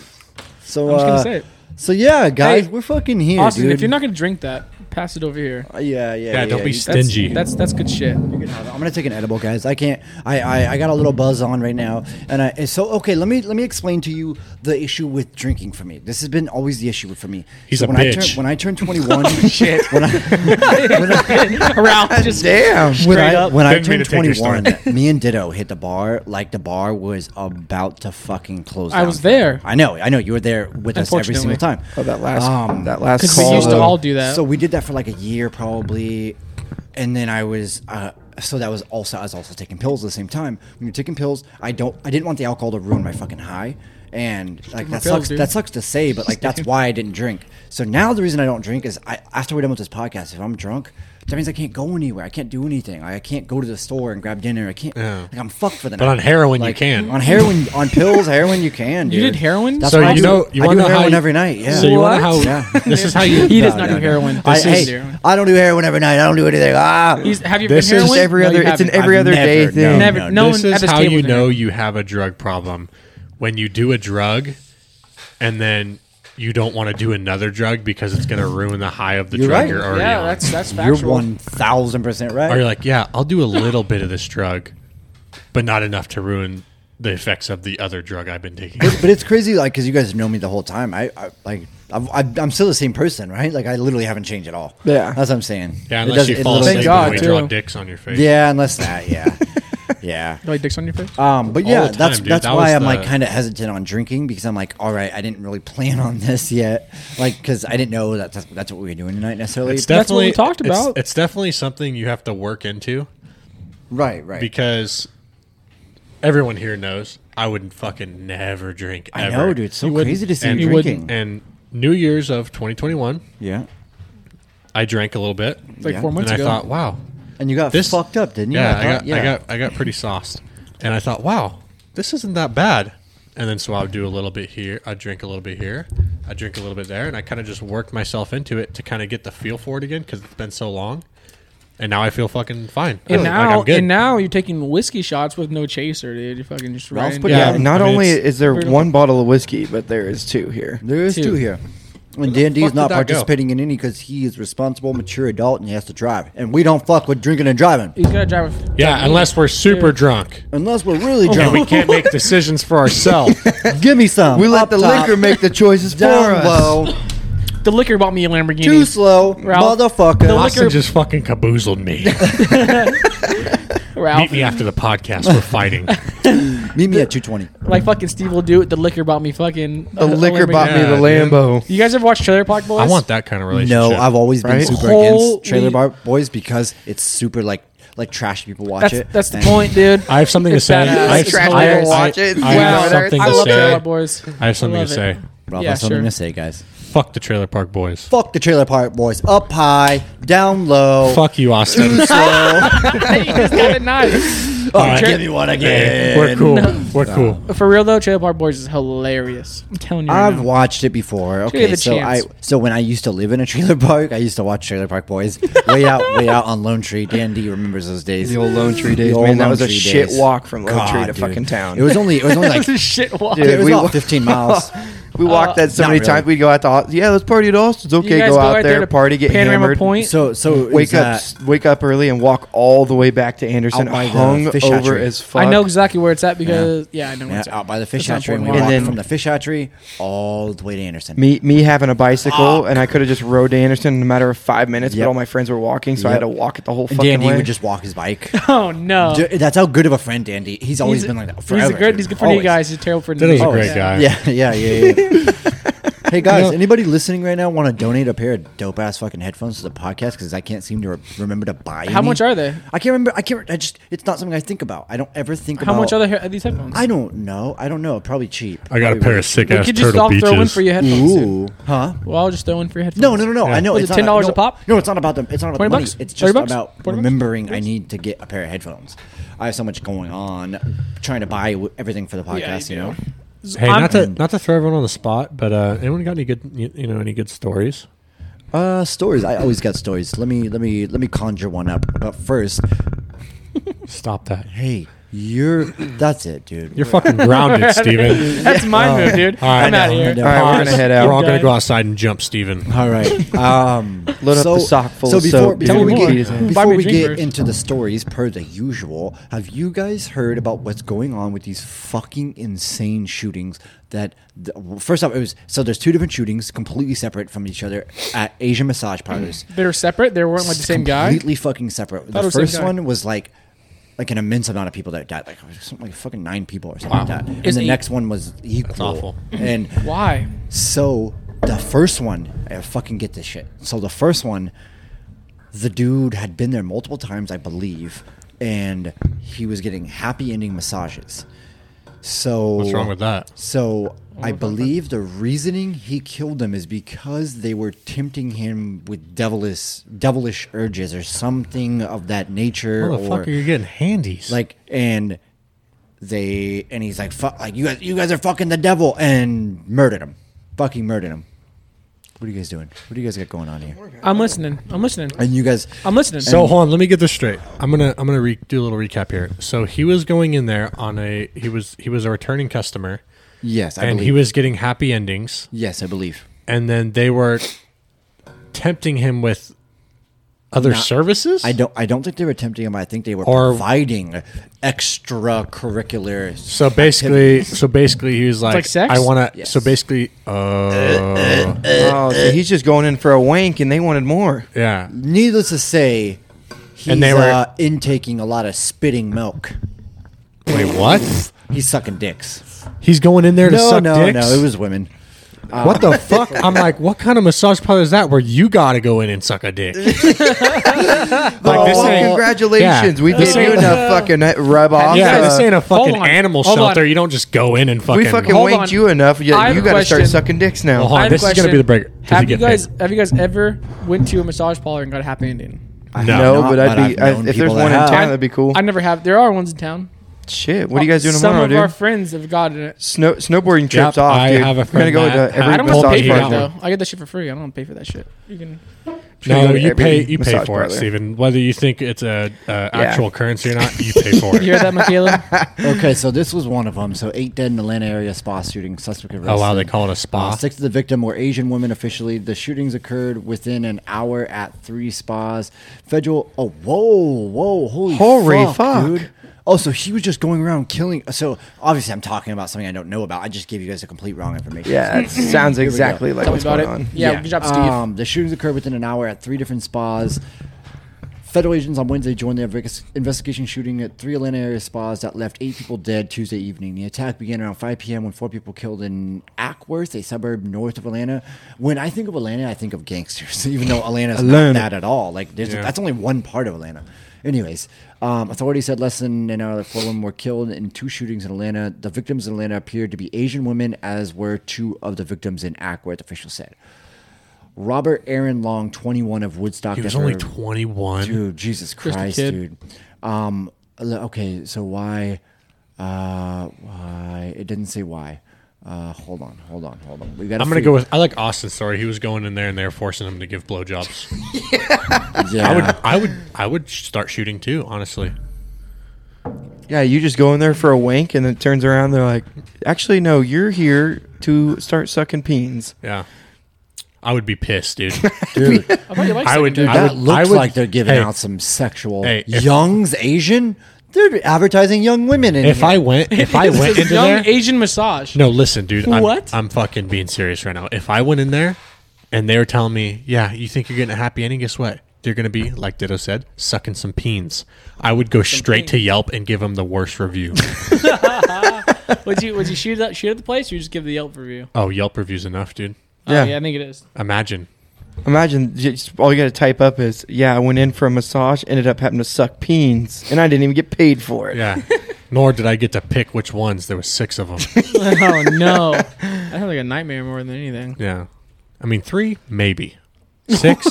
Speaker 1: So
Speaker 2: I was
Speaker 1: uh,
Speaker 2: gonna say it.
Speaker 1: So yeah, guys,
Speaker 2: Hey,
Speaker 1: we're fucking here,
Speaker 2: Austin,
Speaker 1: dude.
Speaker 2: if you're not gonna drink that, pass it over here.
Speaker 1: Uh, yeah, yeah,
Speaker 3: Yeah, don't be
Speaker 1: you-
Speaker 2: That's,
Speaker 3: stingy.
Speaker 2: That's that's
Speaker 1: (laughs)
Speaker 2: good shit. (laughs)
Speaker 1: you can have it. I'm gonna take an edible, guys. I can't. I, I I got a little buzz on right now, and I and so okay. Let me let me explain to you the issue with drinking for me. This has been always the issue with- for me.
Speaker 3: He's
Speaker 1: so
Speaker 3: a
Speaker 1: when I
Speaker 3: bitch.
Speaker 1: turn, when I
Speaker 3: (laughs)
Speaker 1: turned 21, shit. When I,
Speaker 2: Ralph just
Speaker 4: Damn.
Speaker 1: when
Speaker 2: Straight
Speaker 1: I,
Speaker 2: up.
Speaker 1: when I
Speaker 3: Didn't mean
Speaker 1: turned
Speaker 3: to take your
Speaker 1: 21, me and Ditto hit the bar like the bar was about to fucking close.
Speaker 2: I
Speaker 1: down.
Speaker 2: was there.
Speaker 1: I know. I know. You were there with us every
Speaker 2: Unfortunately.
Speaker 1: single time.
Speaker 4: Oh, that last.
Speaker 1: Um,
Speaker 4: that last.
Speaker 2: 'Cause we
Speaker 4: call,
Speaker 2: used to
Speaker 4: though.
Speaker 2: all do that.
Speaker 1: So we did that for like a year probably, and then I was uh, so that was also I was also taking pills at the same time. When you're taking pills, I don't I didn't want the alcohol to ruin my fucking high, and like
Speaker 2: my
Speaker 1: that
Speaker 2: pills,
Speaker 1: sucks
Speaker 2: dude.
Speaker 1: that sucks to say, but like
Speaker 3: (laughs)
Speaker 1: that's why I didn't drink. So now the reason I don't drink is I after we're done with this podcast, if I'm drunk. That means I can't go anywhere. I can't do anything. I can't go to the store and grab dinner. I can't.
Speaker 3: Yeah.
Speaker 1: Like I'm fucked for the
Speaker 3: But
Speaker 1: night.
Speaker 3: on heroin, you
Speaker 1: Like,
Speaker 3: can.
Speaker 1: On heroin, on pills, heroin, you can. Dude.
Speaker 2: You did heroin?
Speaker 1: That's
Speaker 3: so
Speaker 1: why I do-
Speaker 3: you know you
Speaker 1: I
Speaker 3: want
Speaker 1: do
Speaker 3: to know how
Speaker 1: heroin
Speaker 3: you-
Speaker 1: every night. Yeah.
Speaker 3: So you want to
Speaker 2: What?
Speaker 3: know how
Speaker 1: Yeah.
Speaker 3: (laughs) this is how you.
Speaker 2: He does not do heroin.
Speaker 1: I,
Speaker 2: This
Speaker 1: hey,
Speaker 2: is heroin.
Speaker 1: I don't do heroin every night. I don't do anything. Ah,
Speaker 2: He's, have you been
Speaker 3: This is
Speaker 2: heroin?
Speaker 4: It's every
Speaker 2: No, you
Speaker 4: other. It's an
Speaker 2: haven't.
Speaker 4: every
Speaker 1: I've
Speaker 4: other day
Speaker 1: never,
Speaker 4: thing.
Speaker 1: no.
Speaker 2: Never. No,
Speaker 3: this
Speaker 2: one at
Speaker 3: is
Speaker 2: this
Speaker 3: how
Speaker 2: table
Speaker 3: you
Speaker 2: did.
Speaker 3: know you have a drug problem when you do a drug and then you don't want to do another drug because it's going to ruin the high of the
Speaker 1: You're
Speaker 3: drug
Speaker 1: right.
Speaker 3: you're already
Speaker 2: Yeah,
Speaker 3: on.
Speaker 2: that's that's
Speaker 1: you're
Speaker 2: factual.
Speaker 1: one thousand percent
Speaker 3: or
Speaker 1: right.
Speaker 3: you're like, yeah, I'll do a little bit of this drug, but not enough to ruin the effects of the other drug I've been taking.
Speaker 1: But it's crazy, like because you guys know me the whole time. I, I like I've, I've, I'm still the same person, right? Like I literally haven't changed at all.
Speaker 4: Yeah.
Speaker 1: that's what I'm saying.
Speaker 3: Yeah,
Speaker 1: It
Speaker 3: unless
Speaker 1: doesn't-
Speaker 3: you
Speaker 1: it
Speaker 3: fall
Speaker 1: literally
Speaker 3: asleep
Speaker 2: God,
Speaker 3: and we draw
Speaker 2: too.
Speaker 3: dicks on your face.
Speaker 1: Yeah, unless that.
Speaker 3: (laughs)
Speaker 1: Yeah, yeah.
Speaker 2: You like dicks on your face?
Speaker 1: Um, but
Speaker 3: All
Speaker 1: yeah,
Speaker 3: the time,
Speaker 1: that's
Speaker 3: dude.
Speaker 1: that's
Speaker 3: That
Speaker 1: why
Speaker 3: was
Speaker 1: I'm like
Speaker 3: the-
Speaker 1: kind of hesitant on drinking because I'm like, all right, I didn't really plan on this yet, like because I didn't know that that's, that's what we were doing tonight necessarily.
Speaker 3: It's
Speaker 2: That's what we
Speaker 3: definitely
Speaker 2: talked
Speaker 3: it's-
Speaker 2: about.
Speaker 3: it's definitely something you have to work into.
Speaker 1: right, right.
Speaker 3: because everyone here knows I would fucking never drink.
Speaker 1: I
Speaker 3: ever.
Speaker 1: know, dude. It's so
Speaker 3: You wouldn't.
Speaker 1: crazy to see
Speaker 3: And-
Speaker 1: you
Speaker 2: you wouldn't.
Speaker 1: drinking.
Speaker 3: And New Year's of 2021,
Speaker 1: Yeah,
Speaker 3: I drank a little bit,
Speaker 2: It's like
Speaker 1: yeah.
Speaker 2: four
Speaker 3: and
Speaker 2: months
Speaker 3: I
Speaker 2: ago.
Speaker 3: thought, wow,
Speaker 1: and you got
Speaker 3: This-
Speaker 1: fucked up, didn't you?
Speaker 3: yeah, I
Speaker 1: thought-
Speaker 3: got, I got, I got pretty sauced, and I thought, wow, this isn't that bad. And then so I would do a little bit here, I would drink a little bit here, I would drink a little bit there, and I kind of just worked myself into it to kind of get the feel for it again because it's been so long. And now I feel fucking fine.
Speaker 2: and
Speaker 3: I feel like
Speaker 2: now,
Speaker 3: I'm good.
Speaker 2: and now you're taking whiskey shots with no chaser, dude. You're fucking just
Speaker 1: Ralph's
Speaker 2: right.
Speaker 1: put
Speaker 4: Yeah.
Speaker 1: Yeah.
Speaker 4: Not
Speaker 3: I mean,
Speaker 4: only
Speaker 3: it's-
Speaker 4: is there
Speaker 2: Brutal.
Speaker 4: one bottle of whiskey, but there is two here.
Speaker 1: There is
Speaker 2: Two.
Speaker 1: two, here. And D&D
Speaker 3: fuck
Speaker 1: is
Speaker 3: did
Speaker 1: not
Speaker 3: that go?
Speaker 1: participating in any because he is responsible, mature adult, and he has to drive. And we don't fuck with drinking and driving
Speaker 2: He's gotta drive. A,
Speaker 3: yeah, unless we're super
Speaker 2: Dude.
Speaker 3: drunk.
Speaker 1: unless we're really
Speaker 3: and we
Speaker 1: drunk.
Speaker 3: can't make decisions for ourselves.
Speaker 2: (laughs)
Speaker 1: Give me some.
Speaker 4: We let
Speaker 1: Up
Speaker 4: the
Speaker 1: top,
Speaker 4: liquor make the choices for
Speaker 1: down
Speaker 4: us.
Speaker 1: low,
Speaker 2: the liquor bought me a Lamborghini.
Speaker 1: too slow,
Speaker 2: Ralph, the
Speaker 1: motherfucker.
Speaker 2: liquor-
Speaker 3: Austin just fucking caboozled
Speaker 2: (laughs)
Speaker 3: me.
Speaker 2: Ralph,
Speaker 3: Meet me after the podcast. We're fighting.
Speaker 2: (laughs)
Speaker 1: Meet me at two twenty.
Speaker 2: like fucking Steve will do it. The liquor bought me fucking.
Speaker 4: The liquor bought me
Speaker 3: Yeah,
Speaker 4: the
Speaker 3: dude.
Speaker 4: Lambo.
Speaker 2: You guys ever watch Trailer Park Boys?
Speaker 3: I want that kind of relationship.
Speaker 1: No, I've always been
Speaker 4: Right?
Speaker 1: super
Speaker 2: Holy-
Speaker 1: against Trailer Bar Boys because it's super like like trash people watch
Speaker 2: That's
Speaker 1: it.
Speaker 2: that's the
Speaker 1: and-
Speaker 2: point, dude.
Speaker 3: I have something to
Speaker 2: It's
Speaker 3: say.
Speaker 2: badass.
Speaker 3: I have,
Speaker 2: It's trash
Speaker 3: I have-
Speaker 2: people
Speaker 4: watch it.
Speaker 3: I have
Speaker 4: Wow.
Speaker 3: something
Speaker 2: I
Speaker 3: to
Speaker 2: love Trailer
Speaker 3: say.
Speaker 2: Park Boys.
Speaker 3: I have something
Speaker 2: love
Speaker 3: to
Speaker 2: it.
Speaker 3: say.
Speaker 1: Ralph
Speaker 2: yeah,
Speaker 1: has something
Speaker 2: sure.
Speaker 1: to say, guys.
Speaker 3: Fuck the trailer park boys. Fuck,
Speaker 1: Fuck the trailer park boys. Up high, down low.
Speaker 3: you, Austin.
Speaker 2: you just got it nice.
Speaker 1: Oh,
Speaker 3: right.
Speaker 1: give me one again.
Speaker 3: Hey, We're cool. We're cool.
Speaker 2: For real though, Trailer Park Boys is hilarious. I'm telling you. Right
Speaker 1: I've
Speaker 2: now.
Speaker 1: watched it before.
Speaker 2: Give it
Speaker 1: Okay,
Speaker 2: a
Speaker 1: so I
Speaker 2: chance.
Speaker 1: so when I used to live in a trailer park, I used to watch Trailer Park
Speaker 4: (laughs)
Speaker 1: Boys way out way out on Lone Tree. Dan D remembers those days.
Speaker 4: The old Lone Tree days,
Speaker 1: old
Speaker 4: man. That
Speaker 1: Lone
Speaker 4: was a
Speaker 1: Tree
Speaker 4: shit
Speaker 1: days.
Speaker 4: walk from Lone Tree
Speaker 1: God,
Speaker 4: to
Speaker 1: dude.
Speaker 4: fucking town.
Speaker 1: It
Speaker 4: (laughs)
Speaker 1: was only it was only like
Speaker 2: This is shit walk.
Speaker 1: it was
Speaker 4: we
Speaker 1: about
Speaker 4: wa-
Speaker 1: 15
Speaker 4: (laughs)
Speaker 1: miles.
Speaker 4: we walked that so
Speaker 1: Not
Speaker 4: many
Speaker 1: really.
Speaker 4: times. We'd go out to Aust- yeah, let's party at Austin's.
Speaker 2: You
Speaker 4: Okay,
Speaker 2: guys
Speaker 4: go, out there, party, get
Speaker 2: Panorama
Speaker 4: hammered.
Speaker 2: Point.
Speaker 1: So so it
Speaker 4: Wake
Speaker 1: was, uh,
Speaker 4: up, wake up early, and walk all the way back to Anderson,
Speaker 1: Out by the
Speaker 4: hung
Speaker 1: fish
Speaker 4: over
Speaker 1: hatchery.
Speaker 4: as fuck.
Speaker 2: I know exactly where it's at because yeah, I know where
Speaker 1: yeah,
Speaker 2: it's at.
Speaker 1: out by the fish
Speaker 2: It's on
Speaker 1: hatchery, and we
Speaker 2: Boardwalk.
Speaker 1: walked
Speaker 4: then-
Speaker 1: from the fish hatchery all the way to Anderson.
Speaker 4: me me having a bicycle, and I could have just rode to Anderson in a matter of five minutes,
Speaker 1: Yep.
Speaker 4: but all my friends were walking, so I
Speaker 1: Yep.
Speaker 4: had to walk it the whole
Speaker 1: and
Speaker 4: fucking
Speaker 1: Dandy
Speaker 4: way.
Speaker 1: would just walk his
Speaker 4: (laughs)
Speaker 1: bike.
Speaker 2: Oh no.
Speaker 1: Dude, That's how good of a friend Dandy. He's always been like that forever.
Speaker 2: He's a good.
Speaker 1: dude.
Speaker 2: He's good for you
Speaker 1: Always.
Speaker 2: guys. He's terrible for
Speaker 3: That is a
Speaker 2: me.
Speaker 3: great
Speaker 2: Yeah.
Speaker 3: guy.
Speaker 1: Yeah, (laughs) yeah, yeah.
Speaker 2: (laughs)
Speaker 1: yeah. hey guys,
Speaker 3: You know-
Speaker 1: anybody listening right now want to donate a pair of dope ass fucking headphones to the podcast? Because I can't seem to re- remember to buy.
Speaker 2: How
Speaker 1: any.
Speaker 2: much are they?
Speaker 1: I can't remember. I can't. I just. It's not something I think about. I don't ever think
Speaker 2: How
Speaker 1: about
Speaker 2: much are, the, are these headphones?
Speaker 1: I don't know. I don't know. Probably cheap.
Speaker 3: I got a
Speaker 1: Probably
Speaker 3: pair
Speaker 1: worth-
Speaker 3: of sick
Speaker 2: we
Speaker 3: ass
Speaker 2: could just
Speaker 3: turtle
Speaker 2: all throw in
Speaker 3: beaches.
Speaker 2: for your headphones. dude.
Speaker 1: Ooh, huh?
Speaker 2: Well, I'll just throw in for your headphones.
Speaker 1: No, no, no, no. I know
Speaker 2: Was
Speaker 1: it's
Speaker 2: it
Speaker 1: not-
Speaker 2: $10
Speaker 1: no-
Speaker 2: a pop?
Speaker 1: No, it's not about the. It's not about the
Speaker 2: 20
Speaker 1: money.
Speaker 2: bucks?
Speaker 1: It's
Speaker 2: 30
Speaker 1: just
Speaker 2: bucks?
Speaker 1: about
Speaker 2: 40 bucks?
Speaker 1: remembering I need to get a pair of headphones. I have so much going on, trying to buy w- everything for the
Speaker 2: Yeah,
Speaker 1: podcast.
Speaker 2: you
Speaker 1: you know,
Speaker 2: do.
Speaker 3: Hey,
Speaker 2: I'm-
Speaker 3: not to not to throw everyone on the spot, but uh, anyone got any good you, you know any good stories?
Speaker 1: Uh, stories. I always got stories. Let me let me let me conjure one up. But first,
Speaker 3: Stop that.
Speaker 1: hey, you're that's it, dude.
Speaker 3: You're
Speaker 2: (laughs)
Speaker 3: fucking grounded, Steven.
Speaker 2: That's my move, dude.
Speaker 3: Oh. All right,
Speaker 2: I'm out
Speaker 1: no,
Speaker 2: here.
Speaker 1: no.
Speaker 4: all right, we're gonna head
Speaker 3: We're
Speaker 4: out.
Speaker 3: all gonna
Speaker 2: Okay.
Speaker 3: go outside and jump, Steven.
Speaker 1: all (laughs) right. Um,
Speaker 4: Load up the sock full
Speaker 1: so
Speaker 4: of
Speaker 1: before,
Speaker 4: soap, dude.
Speaker 1: Before we
Speaker 2: Tell me
Speaker 1: get,
Speaker 2: more. Buy
Speaker 1: before
Speaker 2: me a
Speaker 1: we
Speaker 2: drink
Speaker 1: get
Speaker 2: first.
Speaker 1: into the stories, per the usual, have you guys heard about what's going on with these fucking insane shootings? That the, first off, it was so there's two different shootings, completely separate from each other at Asian massage parlors.
Speaker 2: They're separate. They weren't like the same guy.
Speaker 1: Completely fucking separate.
Speaker 2: it
Speaker 1: The
Speaker 2: was the same
Speaker 1: first
Speaker 2: guy.
Speaker 1: one was like like an immense amount of people that died, like something like fucking nine people or something like that. And
Speaker 2: Is
Speaker 1: the
Speaker 2: it-
Speaker 1: next one was equal.
Speaker 3: awful.
Speaker 1: And
Speaker 2: (laughs) Why?
Speaker 1: so the first one, I fucking get this shit. So the first one, the dude had been there multiple times, I believe, and he was getting happy ending massages. So
Speaker 3: What's wrong with that?
Speaker 1: so
Speaker 3: Oh,
Speaker 1: I believe the reasoning he killed them is because they were tempting him with devilish, devilish urges or something of that nature, or
Speaker 3: Motherfucker, you're getting handies.
Speaker 1: like, and they and he's like, "Fuck, like you guys, you guys are fucking the devil," and murdered him, fucking murdered him. What are you guys doing? What do you guys got going on here?
Speaker 2: I'm listening. I'm listening.
Speaker 1: And you guys,
Speaker 3: Um,
Speaker 2: I'm listening.
Speaker 3: So hold on, let me get this straight. I'm gonna I'm gonna re- do a little recap here. So he was going in there on a he was he was a returning customer,
Speaker 1: yes, I
Speaker 3: and
Speaker 1: believe.
Speaker 3: he was getting happy endings,
Speaker 1: yes, I believe.
Speaker 3: and then they were tempting him with other services.
Speaker 1: I don't. I don't think they were tempting him. I think they were
Speaker 3: Or-
Speaker 1: providing extracurricular
Speaker 3: So basically, so basically, he was like,
Speaker 2: like sex?
Speaker 3: I want to.
Speaker 1: Yes.
Speaker 3: So basically, uh,
Speaker 4: Oh, so he's just going in for a wank, and they wanted more.
Speaker 3: yeah.
Speaker 1: Needless to say, he's
Speaker 3: And they were-
Speaker 1: uh, intaking a lot of spitting milk. Mm.
Speaker 3: Wait, what?
Speaker 1: He's sucking dicks.
Speaker 3: He's going in there to
Speaker 1: No,
Speaker 3: suck
Speaker 1: no,
Speaker 3: dicks.
Speaker 1: no. It was uh, women. (laughs)
Speaker 3: what the fuck? I'm like, what kind of massage parlor is that where you got to go in and suck
Speaker 1: (laughs)
Speaker 3: a dick?
Speaker 4: oh,
Speaker 3: this ain't-
Speaker 4: congratulations,
Speaker 3: yeah.
Speaker 4: we
Speaker 3: This
Speaker 4: did you
Speaker 3: ain't-
Speaker 4: enough fucking uh, rub off.
Speaker 3: yeah,
Speaker 4: uh,
Speaker 3: this ain't a
Speaker 2: hold
Speaker 3: fucking
Speaker 2: on,
Speaker 3: animal
Speaker 2: hold on.
Speaker 3: shelter. You don't just go in and fucking.
Speaker 4: we fucking
Speaker 2: Hold
Speaker 4: wanked
Speaker 2: on.
Speaker 4: you enough.
Speaker 2: I
Speaker 4: Yeah,
Speaker 2: have
Speaker 4: you
Speaker 2: a
Speaker 4: got to start
Speaker 2: question.
Speaker 4: sucking dicks now.
Speaker 3: Hold on.
Speaker 2: I have a
Speaker 3: this is gonna
Speaker 2: question.
Speaker 3: be the breaker. Does he
Speaker 2: Have you
Speaker 3: get
Speaker 2: guys
Speaker 3: paid?
Speaker 2: have you guys ever went to a massage parlor and got a happy ending?
Speaker 1: I
Speaker 3: No.
Speaker 1: have
Speaker 4: No,
Speaker 1: not,
Speaker 4: but I'd
Speaker 1: I've
Speaker 4: be
Speaker 1: known
Speaker 4: I, if there's
Speaker 1: people that
Speaker 4: one in
Speaker 1: have.
Speaker 4: town, that'd be cool.
Speaker 2: I never have. There are ones in town.
Speaker 4: Shit, what are you guys doing
Speaker 2: Some
Speaker 4: tomorrow,
Speaker 2: of our
Speaker 4: dude?
Speaker 2: friends have gotten it.
Speaker 4: Snow, snowboarding
Speaker 3: Yep,
Speaker 4: trips off,
Speaker 3: I
Speaker 4: dude.
Speaker 3: have a
Speaker 4: We're gonna
Speaker 3: friend
Speaker 4: go
Speaker 3: that
Speaker 4: to every
Speaker 2: I don't want to
Speaker 3: Paul
Speaker 2: pay
Speaker 4: massage
Speaker 2: for
Speaker 3: Payton.
Speaker 2: it
Speaker 4: parlor.
Speaker 2: though. I get that shit for free. I don't want to pay for that shit. You can.
Speaker 3: No,
Speaker 4: Go to
Speaker 3: you
Speaker 4: every
Speaker 3: pay. You pay
Speaker 4: massage
Speaker 3: for it,
Speaker 4: parlor.
Speaker 3: Steven. Whether you think it's a uh, actual currency or not, you pay for
Speaker 2: You hear
Speaker 3: it.
Speaker 2: that,
Speaker 3: (laughs)
Speaker 2: Michaela?
Speaker 1: Okay, so this was one of them. So eight dead in Atlanta area spa shooting. Suspect arrested.
Speaker 3: oh wow, they call it a
Speaker 1: Uh,
Speaker 3: spa.
Speaker 1: six of the victim were Asian women. Officially, the shootings occurred within an hour at three spas. Federal. Oh, whoa, whoa, holy,
Speaker 4: Holy
Speaker 1: fuck,
Speaker 4: fuck.
Speaker 1: dude. Oh, so he was just going around killing. So obviously, I'm talking about something I don't know about. I just gave you guys a complete wrong information.
Speaker 4: Yeah, that sounds exactly like
Speaker 2: Tell me
Speaker 4: what's
Speaker 2: about
Speaker 4: going
Speaker 2: it.
Speaker 4: on.
Speaker 2: Yeah, good job, Steve.
Speaker 3: Oh.
Speaker 1: Um, the shootings occurred within an hour at three different spas. Federal agents on Wednesday joined their inves- investigation shooting at three Atlanta area spas that left eight people dead Tuesday evening. The attack began around 5 p.m. when four people killed in Ackworth, a suburb north of Atlanta. When I think of Atlanta, I think of gangsters, (laughs) even though Atlanta's
Speaker 4: Atlanta.
Speaker 1: not that at all. Like there's,
Speaker 3: Yeah.
Speaker 1: that's only one part of Atlanta. Anyways, um, authorities said less than an hour that four women were killed in two shootings in Atlanta. The victims in Atlanta appeared to be Asian women, as were two of the victims in Ackworth, officials said. Robert Aaron Long, 21 of Woodstock.
Speaker 3: He was only
Speaker 1: Denver.
Speaker 3: 21.
Speaker 1: Dude, Jesus
Speaker 2: a
Speaker 1: Christ,
Speaker 2: kid.
Speaker 1: dude. Um, l- okay, so why? Uh, why? It didn't say why. Uh, hold on, hold on, hold on. We got.
Speaker 3: I'm gonna go with I like Austin's story. He was going in there and they were forcing him to give blowjobs.
Speaker 1: Yeah,
Speaker 3: I would, I would, I would start shooting too. Honestly,
Speaker 4: Yeah, you just go in there for a wink, and it turns around. They're like, "Actually, no, you're here to start sucking peens."
Speaker 3: yeah, I would be pissed, dude.
Speaker 1: dude.
Speaker 2: I thought you liked
Speaker 3: I
Speaker 2: second
Speaker 3: would-
Speaker 2: dude.
Speaker 3: I
Speaker 1: That
Speaker 3: would-
Speaker 1: looks
Speaker 3: would-
Speaker 1: like they're giving
Speaker 3: hey.
Speaker 1: out some sexual.
Speaker 3: Hey, if-
Speaker 1: Young's Asian. They're advertising young women in
Speaker 3: if
Speaker 1: here.
Speaker 3: I went, if I
Speaker 2: It's
Speaker 3: went
Speaker 2: a
Speaker 3: into
Speaker 2: young
Speaker 3: there,
Speaker 2: Asian massage.
Speaker 3: no, listen, dude. I'm,
Speaker 2: What?
Speaker 3: I'm fucking being serious right now. If I went in there and they were telling me, yeah, you think you're getting a happy ending? Guess what? You're gonna be like Ditto said, sucking some peens. I would go straight to Yelp and give them the worst review.
Speaker 2: Would you would you shoot at, shoot at the place or you just give the Yelp review?
Speaker 3: oh, Yelp reviews enough, dude.
Speaker 2: Yeah,
Speaker 4: Yeah.
Speaker 2: oh, yeah I think it is.
Speaker 3: Imagine.
Speaker 4: Imagine just, all you got to type up is, "Yeah, I went in for a massage, ended up having to suck peens, and I didn't even get paid for it."
Speaker 3: Yeah. Nor did I get to pick which ones. There was six of them.
Speaker 2: oh no, I had like a nightmare more than anything.
Speaker 3: Yeah. I mean, three, maybe. Six,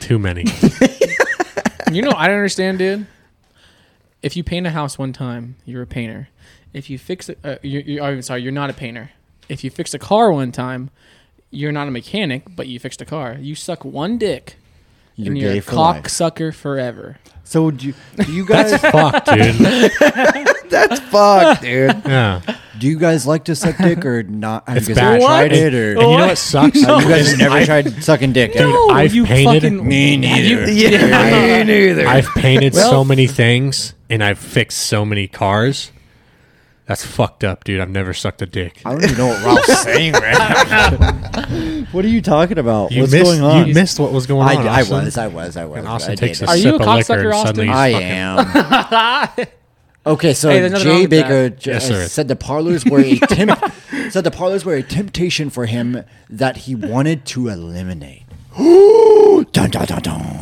Speaker 3: too many.
Speaker 2: You know, what I don't understand, dude. If you paint a house one time, you're a painter. If you fix it, uh, you you I'm sorry, you're not a painter. If you fix a car one time, you're not a mechanic, but you fixed a car. You suck one dick,
Speaker 1: You're
Speaker 2: and you're
Speaker 1: gay
Speaker 2: a
Speaker 1: for life.
Speaker 2: cocksucker forever.
Speaker 1: So do you, do
Speaker 3: (laughs)
Speaker 1: you guys (laughs)
Speaker 3: Fuck, dude.
Speaker 4: That's fuck, dude.
Speaker 3: Yeah. And
Speaker 1: do you guys like to suck dick or not? Have
Speaker 3: It's
Speaker 1: you guys ever
Speaker 3: bad.
Speaker 1: tried
Speaker 2: What?
Speaker 1: it or
Speaker 3: you know
Speaker 2: What?
Speaker 1: (laughs)
Speaker 3: what sucks?
Speaker 1: you guys have never tried sucking dick?
Speaker 3: Dude,
Speaker 1: ever?
Speaker 3: I've painted- Me
Speaker 1: neither.
Speaker 4: (laughs) Yeah, me neither.
Speaker 3: I've painted
Speaker 4: Well-
Speaker 3: so many things and I've fixed so many cars. That's fucked up, dude. I've never sucked a dick.
Speaker 1: I don't even know what Ralph's (laughs) saying right now. What are you talking about?
Speaker 3: (laughs) You
Speaker 1: What's
Speaker 3: missed,
Speaker 1: going on?
Speaker 3: You missed what was going
Speaker 1: I,
Speaker 3: on.
Speaker 1: I
Speaker 3: Austin.
Speaker 1: was, I was, I was.
Speaker 3: And Austin
Speaker 1: I
Speaker 3: takes a
Speaker 1: did.
Speaker 2: Are you
Speaker 3: sip
Speaker 2: a
Speaker 3: of liquor
Speaker 2: cocksucker,
Speaker 3: and suddenly
Speaker 2: Austin?
Speaker 3: he's
Speaker 1: I am.
Speaker 3: fucking- (laughs)
Speaker 1: okay, so
Speaker 2: Hey, there's nothing wrong
Speaker 1: Jay
Speaker 2: with that.
Speaker 1: Baker j-
Speaker 3: Yes,
Speaker 1: uh,
Speaker 3: sir.
Speaker 1: said the parlors were
Speaker 3: (laughs)
Speaker 1: a temp- said the parlors were a temptation for him that he wanted to
Speaker 3: (gasps)
Speaker 1: eliminate. dun, dun, dun, dun.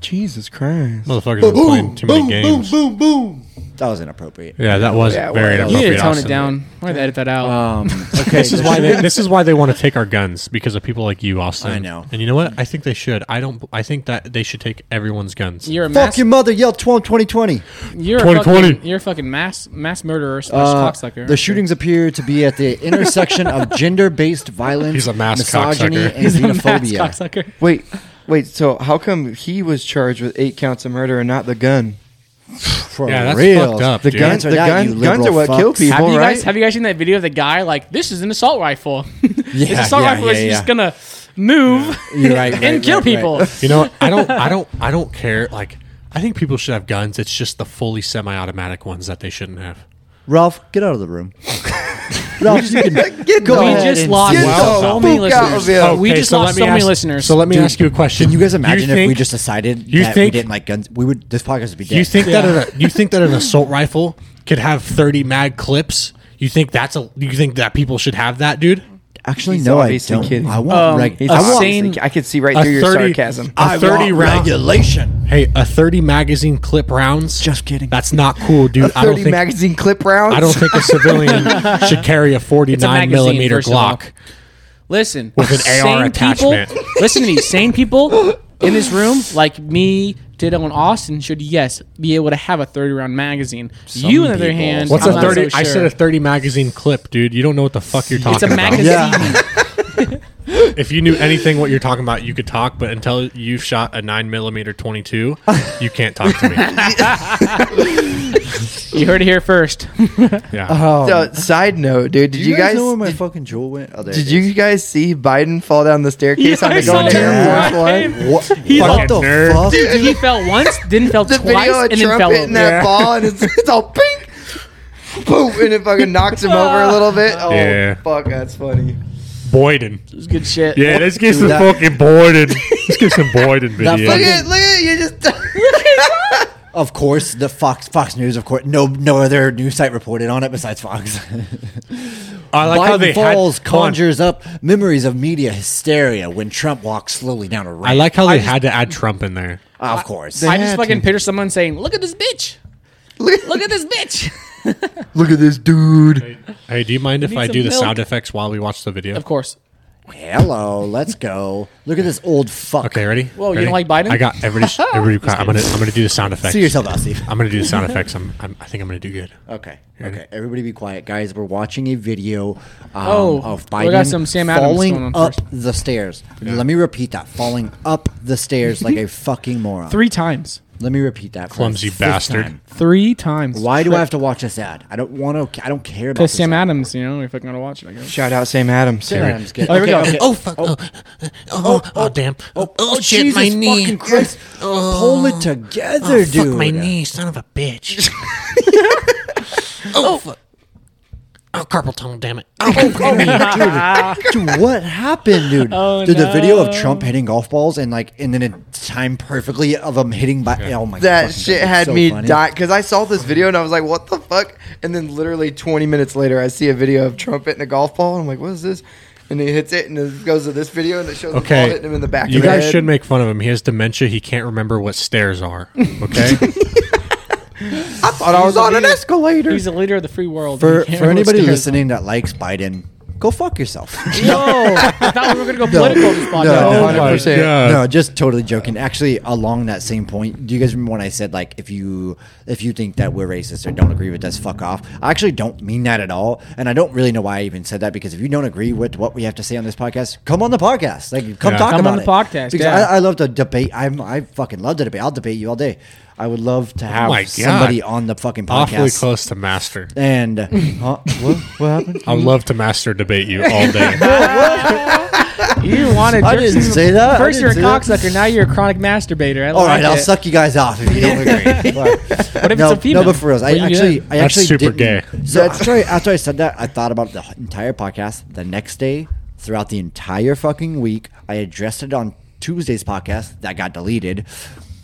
Speaker 4: Jesus Christ.
Speaker 3: Motherfuckers are playing too many games.
Speaker 1: boom, boom. That was inappropriate.
Speaker 3: Yeah, that was (laughs)
Speaker 4: Yeah,
Speaker 3: very
Speaker 4: well,
Speaker 2: You need
Speaker 3: inappropriate.
Speaker 2: to tone it
Speaker 3: Austin.
Speaker 2: down. I had to edit that out.
Speaker 1: Um, okay,
Speaker 3: This is why they, this is why they want to take our guns because of people like you, Austin.
Speaker 1: I know.
Speaker 3: And you know what? I think they should. I don't. I think that they should take everyone's guns.
Speaker 2: you're a
Speaker 1: Fuck
Speaker 2: mass,
Speaker 1: your mother, yelled 12 2020.
Speaker 2: you're a
Speaker 3: 2020.
Speaker 2: fucking, you're a fucking mass mass murderer slash
Speaker 1: Uh,
Speaker 2: cocksucker.
Speaker 1: the shootings appear to be at the intersection
Speaker 3: (laughs)
Speaker 1: of gender based violence,
Speaker 3: He's a mass
Speaker 1: misogyny,
Speaker 3: cocksucker.
Speaker 1: and
Speaker 2: A mass
Speaker 1: xenophobia.
Speaker 2: cocksucker.
Speaker 4: Wait, wait. So how come he was charged with eight counts of murder and not the gun?
Speaker 1: For
Speaker 3: Yeah, that's fucked up,
Speaker 4: The
Speaker 3: dude.
Speaker 4: guns,
Speaker 1: Answer
Speaker 4: the
Speaker 1: that, you
Speaker 4: gun, guns are
Speaker 1: liberal
Speaker 4: what
Speaker 1: fucks.
Speaker 4: kill people,
Speaker 2: Have you
Speaker 4: right?
Speaker 2: guys have you guys seen that video of the guy like this is an assault rifle? (laughs) it's an
Speaker 1: Yeah,
Speaker 2: assault
Speaker 1: yeah,
Speaker 2: rifle
Speaker 1: yeah,
Speaker 2: is
Speaker 1: yeah.
Speaker 2: just gonna move
Speaker 1: You're
Speaker 2: (laughs)
Speaker 1: right, right,
Speaker 2: and
Speaker 1: right,
Speaker 2: kill
Speaker 1: right.
Speaker 2: people.
Speaker 3: You know, what? I don't. I don't. I don't care. Like, I think people should have guns. It's just the fully semi-automatic ones that they shouldn't have.
Speaker 1: Ralph, get out of the (laughs) room. Ralph, you can go
Speaker 2: We
Speaker 1: ahead
Speaker 2: just
Speaker 1: Oh, and-
Speaker 2: lost
Speaker 4: Get the
Speaker 2: so many
Speaker 4: fuck out of
Speaker 2: listeners.
Speaker 4: here.
Speaker 2: We
Speaker 3: Okay,
Speaker 2: just
Speaker 3: so
Speaker 2: lost
Speaker 3: let me
Speaker 2: so many
Speaker 3: ask-
Speaker 2: listeners.
Speaker 3: So let me
Speaker 1: Dude,
Speaker 3: ask you a question.
Speaker 1: Can you guys imagine if we
Speaker 3: think-
Speaker 1: just decided
Speaker 3: you
Speaker 1: that
Speaker 3: think-
Speaker 1: we didn't like guns? We would. This podcast would be dead.
Speaker 3: You think that an, you think that an assault rifle could have thirty mag clips? You think that's a? You think that people should have that, dude?
Speaker 1: Actually,
Speaker 4: He's
Speaker 1: no, I
Speaker 4: obviously
Speaker 1: don't.
Speaker 4: kidding.
Speaker 1: I want.
Speaker 2: Um,
Speaker 1: reg-
Speaker 4: He's
Speaker 2: A
Speaker 1: I want.
Speaker 2: sane-
Speaker 4: obviously- I could see right
Speaker 3: a
Speaker 4: through your
Speaker 3: 30
Speaker 4: sarcasm.
Speaker 3: a
Speaker 1: I want
Speaker 3: 30 round-
Speaker 1: regulation.
Speaker 3: Hey, a thirty magazine clip rounds.
Speaker 1: Just kidding.
Speaker 3: That's not cool, dude. I don't
Speaker 4: Thirty
Speaker 3: think
Speaker 4: magazine clip rounds.
Speaker 3: I
Speaker 4: (laughs)
Speaker 3: don't think a civilian should carry a 49
Speaker 2: magazine,
Speaker 3: millimeter
Speaker 2: first of all.
Speaker 3: Glock.
Speaker 2: Listen,
Speaker 3: With an
Speaker 2: sane
Speaker 3: AR attachment.
Speaker 2: People, (laughs) listen to me, sane people in this room, like me, Ditto, and Austin, should yes be able to have a thirty-round magazine. you, on the other
Speaker 1: people.
Speaker 2: hand,
Speaker 3: What's
Speaker 2: I'm
Speaker 3: a
Speaker 2: not so
Speaker 3: 30? I said
Speaker 2: sure.
Speaker 3: a 30 magazine clip, dude. You don't know what the fuck you're talking
Speaker 2: It's a
Speaker 3: about.
Speaker 2: magazine.
Speaker 1: Yeah.
Speaker 3: If you knew anything what you're talking about, you could talk. But until you've shot a 9
Speaker 2: (laughs)
Speaker 3: millimeter 22, you can't talk to me.
Speaker 2: You heard it
Speaker 1: (laughs)
Speaker 2: here first. (laughs)
Speaker 3: Yeah.
Speaker 2: Oh.
Speaker 4: (laughs) So, side note, dude. Did
Speaker 1: Do
Speaker 4: Oh. you, guys?
Speaker 1: know where my
Speaker 4: did,
Speaker 1: fucking jewel went? Oh, there
Speaker 4: did
Speaker 1: it
Speaker 4: you guys see Biden fall down the staircase
Speaker 2: Yeah,
Speaker 4: on
Speaker 2: I
Speaker 4: the
Speaker 2: saw
Speaker 4: going to
Speaker 1: that.
Speaker 4: Air Force One?
Speaker 1: is.
Speaker 3: (laughs)
Speaker 1: What,
Speaker 2: like-
Speaker 1: what the
Speaker 3: Nerd.
Speaker 1: fuck?
Speaker 2: Dude, he fell once,
Speaker 4: (laughs)
Speaker 2: didn't fell
Speaker 4: The
Speaker 2: twice,
Speaker 4: video of
Speaker 2: and then
Speaker 4: Trump
Speaker 2: fell
Speaker 4: hitting
Speaker 2: over.
Speaker 4: that ball, and it's, it's all pink. Boom, and it fucking knocks him over a little bit. Oh,
Speaker 3: Yeah.
Speaker 4: fuck, that's funny.
Speaker 3: Boyden.
Speaker 2: It was good shit.
Speaker 3: let's get
Speaker 1: Dude, that-
Speaker 3: fucking Boyden. Let's
Speaker 2: (laughs)
Speaker 3: get some Boyden
Speaker 1: video.
Speaker 4: Look
Speaker 1: fucking-
Speaker 4: at, look at, you just. (laughs)
Speaker 1: Of course, the Fox Fox News. Of course, no no other news site reported on it besides Fox.
Speaker 3: I
Speaker 1: (laughs)
Speaker 3: like how they
Speaker 1: Biden falls
Speaker 3: had, hold on.
Speaker 1: conjures up memories of media hysteria when Trump walks slowly down a ramp.
Speaker 3: I like how they had to add Trump in there.
Speaker 1: Of course.
Speaker 2: I just fucking picture someone saying, "Look at this bitch!
Speaker 4: Look,
Speaker 2: Look at this
Speaker 4: (laughs)
Speaker 2: bitch!"
Speaker 4: look at this dude.
Speaker 3: Hey, do you mind if
Speaker 2: need
Speaker 3: I
Speaker 2: some
Speaker 3: do the
Speaker 2: milk.
Speaker 3: sound effects while we watch the video?
Speaker 2: Of course.
Speaker 1: hello, let's go. Look at this old fuck.
Speaker 3: Okay, ready?
Speaker 2: Whoa, you
Speaker 3: Ready?
Speaker 2: don't like Biden?
Speaker 3: I got everybody.
Speaker 2: (laughs)
Speaker 3: everybody quiet. I'm gonna I'm gonna do the sound effects.
Speaker 1: See yourself out, Steve.
Speaker 3: I'm gonna do the sound
Speaker 2: (laughs)
Speaker 3: effects. I'm, I'm I think I'm gonna do good.
Speaker 1: Okay. Okay. Everybody be quiet, guys. We're watching a video um,
Speaker 2: Oh,
Speaker 1: of
Speaker 2: we
Speaker 1: Biden
Speaker 2: got some Sam Adams
Speaker 1: falling
Speaker 2: going on
Speaker 1: up
Speaker 2: first.
Speaker 1: the stairs. Let me repeat that. Falling up the stairs
Speaker 2: (laughs)
Speaker 1: like a fucking moron.
Speaker 2: Three times.
Speaker 1: Let me repeat that. for the
Speaker 3: Clumsy
Speaker 1: fifth
Speaker 3: bastard.
Speaker 1: time.
Speaker 2: Three times.
Speaker 1: Why do I have to watch this ad? I don't want to. I don't care about
Speaker 2: Because
Speaker 1: this
Speaker 2: Sam
Speaker 1: ad.
Speaker 2: Adams, you know, we fucking gotta watch it. I guess.
Speaker 4: Shout out Sam Adams.
Speaker 1: Sam Adams. Good.
Speaker 2: Oh, here we go.
Speaker 3: Oh fuck! Oh, oh, oh, damn! Oh, shit!
Speaker 1: Jesus
Speaker 3: my knee!
Speaker 1: fucking Christ. Pull it together,
Speaker 3: Oh,
Speaker 1: dude.
Speaker 3: fuck my knee! Son of a bitch! oh, fuck! Oh, carpal tunnel! Damn it! Oh,
Speaker 1: Oh, (laughs) dude, dude, what happened,
Speaker 2: (laughs)
Speaker 1: dude?
Speaker 2: Oh,
Speaker 1: dude, the video of Trump hitting golf balls and like, and then it timed perfectly of him hitting by. Oh my
Speaker 4: That
Speaker 1: fucking
Speaker 4: shit
Speaker 1: God,
Speaker 4: had
Speaker 1: it's so
Speaker 4: me
Speaker 1: funny.
Speaker 4: die because I saw this video and I was like, "What the fuck?" And then literally 20 minutes later, I see a video of Trump hitting a golf ball. And I'm like, "What is this?" And he hits it, and it goes to this video, and it shows the ball hitting him in the back.
Speaker 3: You
Speaker 4: of the
Speaker 3: guys
Speaker 4: head.
Speaker 3: should make fun of him. He has dementia. He can't remember what stairs are. Okay. Oh
Speaker 4: I thought I was on an escalator.
Speaker 2: (laughs) He's the leader of the free world.
Speaker 1: For,
Speaker 2: He can't
Speaker 1: for
Speaker 2: go
Speaker 1: anybody
Speaker 2: upstairs.
Speaker 1: listening that likes Biden, go fuck yourself.
Speaker 2: (laughs) Yo, I thought we were
Speaker 1: (laughs)
Speaker 2: gonna go political this podcast.
Speaker 1: no,
Speaker 4: Oh
Speaker 1: no,
Speaker 4: my 100%.
Speaker 3: God.
Speaker 1: no, just totally joking. Actually, along that same point, do you guys remember when I said like if you if you think that we're racist or don't agree with us, fuck off? I actually don't mean that at all, and I don't really know why I even said that because if you don't agree with what we have to say on this podcast, come on the podcast. Like, come
Speaker 3: Yeah.
Speaker 1: talk
Speaker 2: Come
Speaker 1: about
Speaker 2: on the
Speaker 1: it.
Speaker 2: podcast,
Speaker 1: because
Speaker 2: yeah.
Speaker 1: I, I love to debate. I'm I fucking love to debate. I'll debate you all day. I would love to have
Speaker 3: Oh my God.
Speaker 1: somebody on the fucking
Speaker 3: Awfully
Speaker 1: podcast.
Speaker 3: close to master.
Speaker 1: And (laughs) uh, what, what happened?
Speaker 3: I would love to master debate you all day.
Speaker 2: You wanted.
Speaker 1: I didn't say that. I
Speaker 2: First, you're a
Speaker 1: didn't say that.
Speaker 2: cocksucker. Now you're a chronic masturbator. I
Speaker 1: All
Speaker 2: like
Speaker 1: right, I'll
Speaker 2: it.
Speaker 1: suck you guys off if you
Speaker 2: (laughs)
Speaker 1: don't agree. But-
Speaker 2: What if
Speaker 1: no,
Speaker 2: it's a female?
Speaker 1: No, but for reals, I
Speaker 2: What do you
Speaker 1: actually,
Speaker 2: do?
Speaker 1: I
Speaker 3: That's
Speaker 1: actually
Speaker 3: super
Speaker 1: didn't-
Speaker 3: gay.
Speaker 1: So after I, after I said that, I thought about the entire podcast. The next day, throughout the entire fucking week, I addressed it on Tuesday's podcast that got deleted.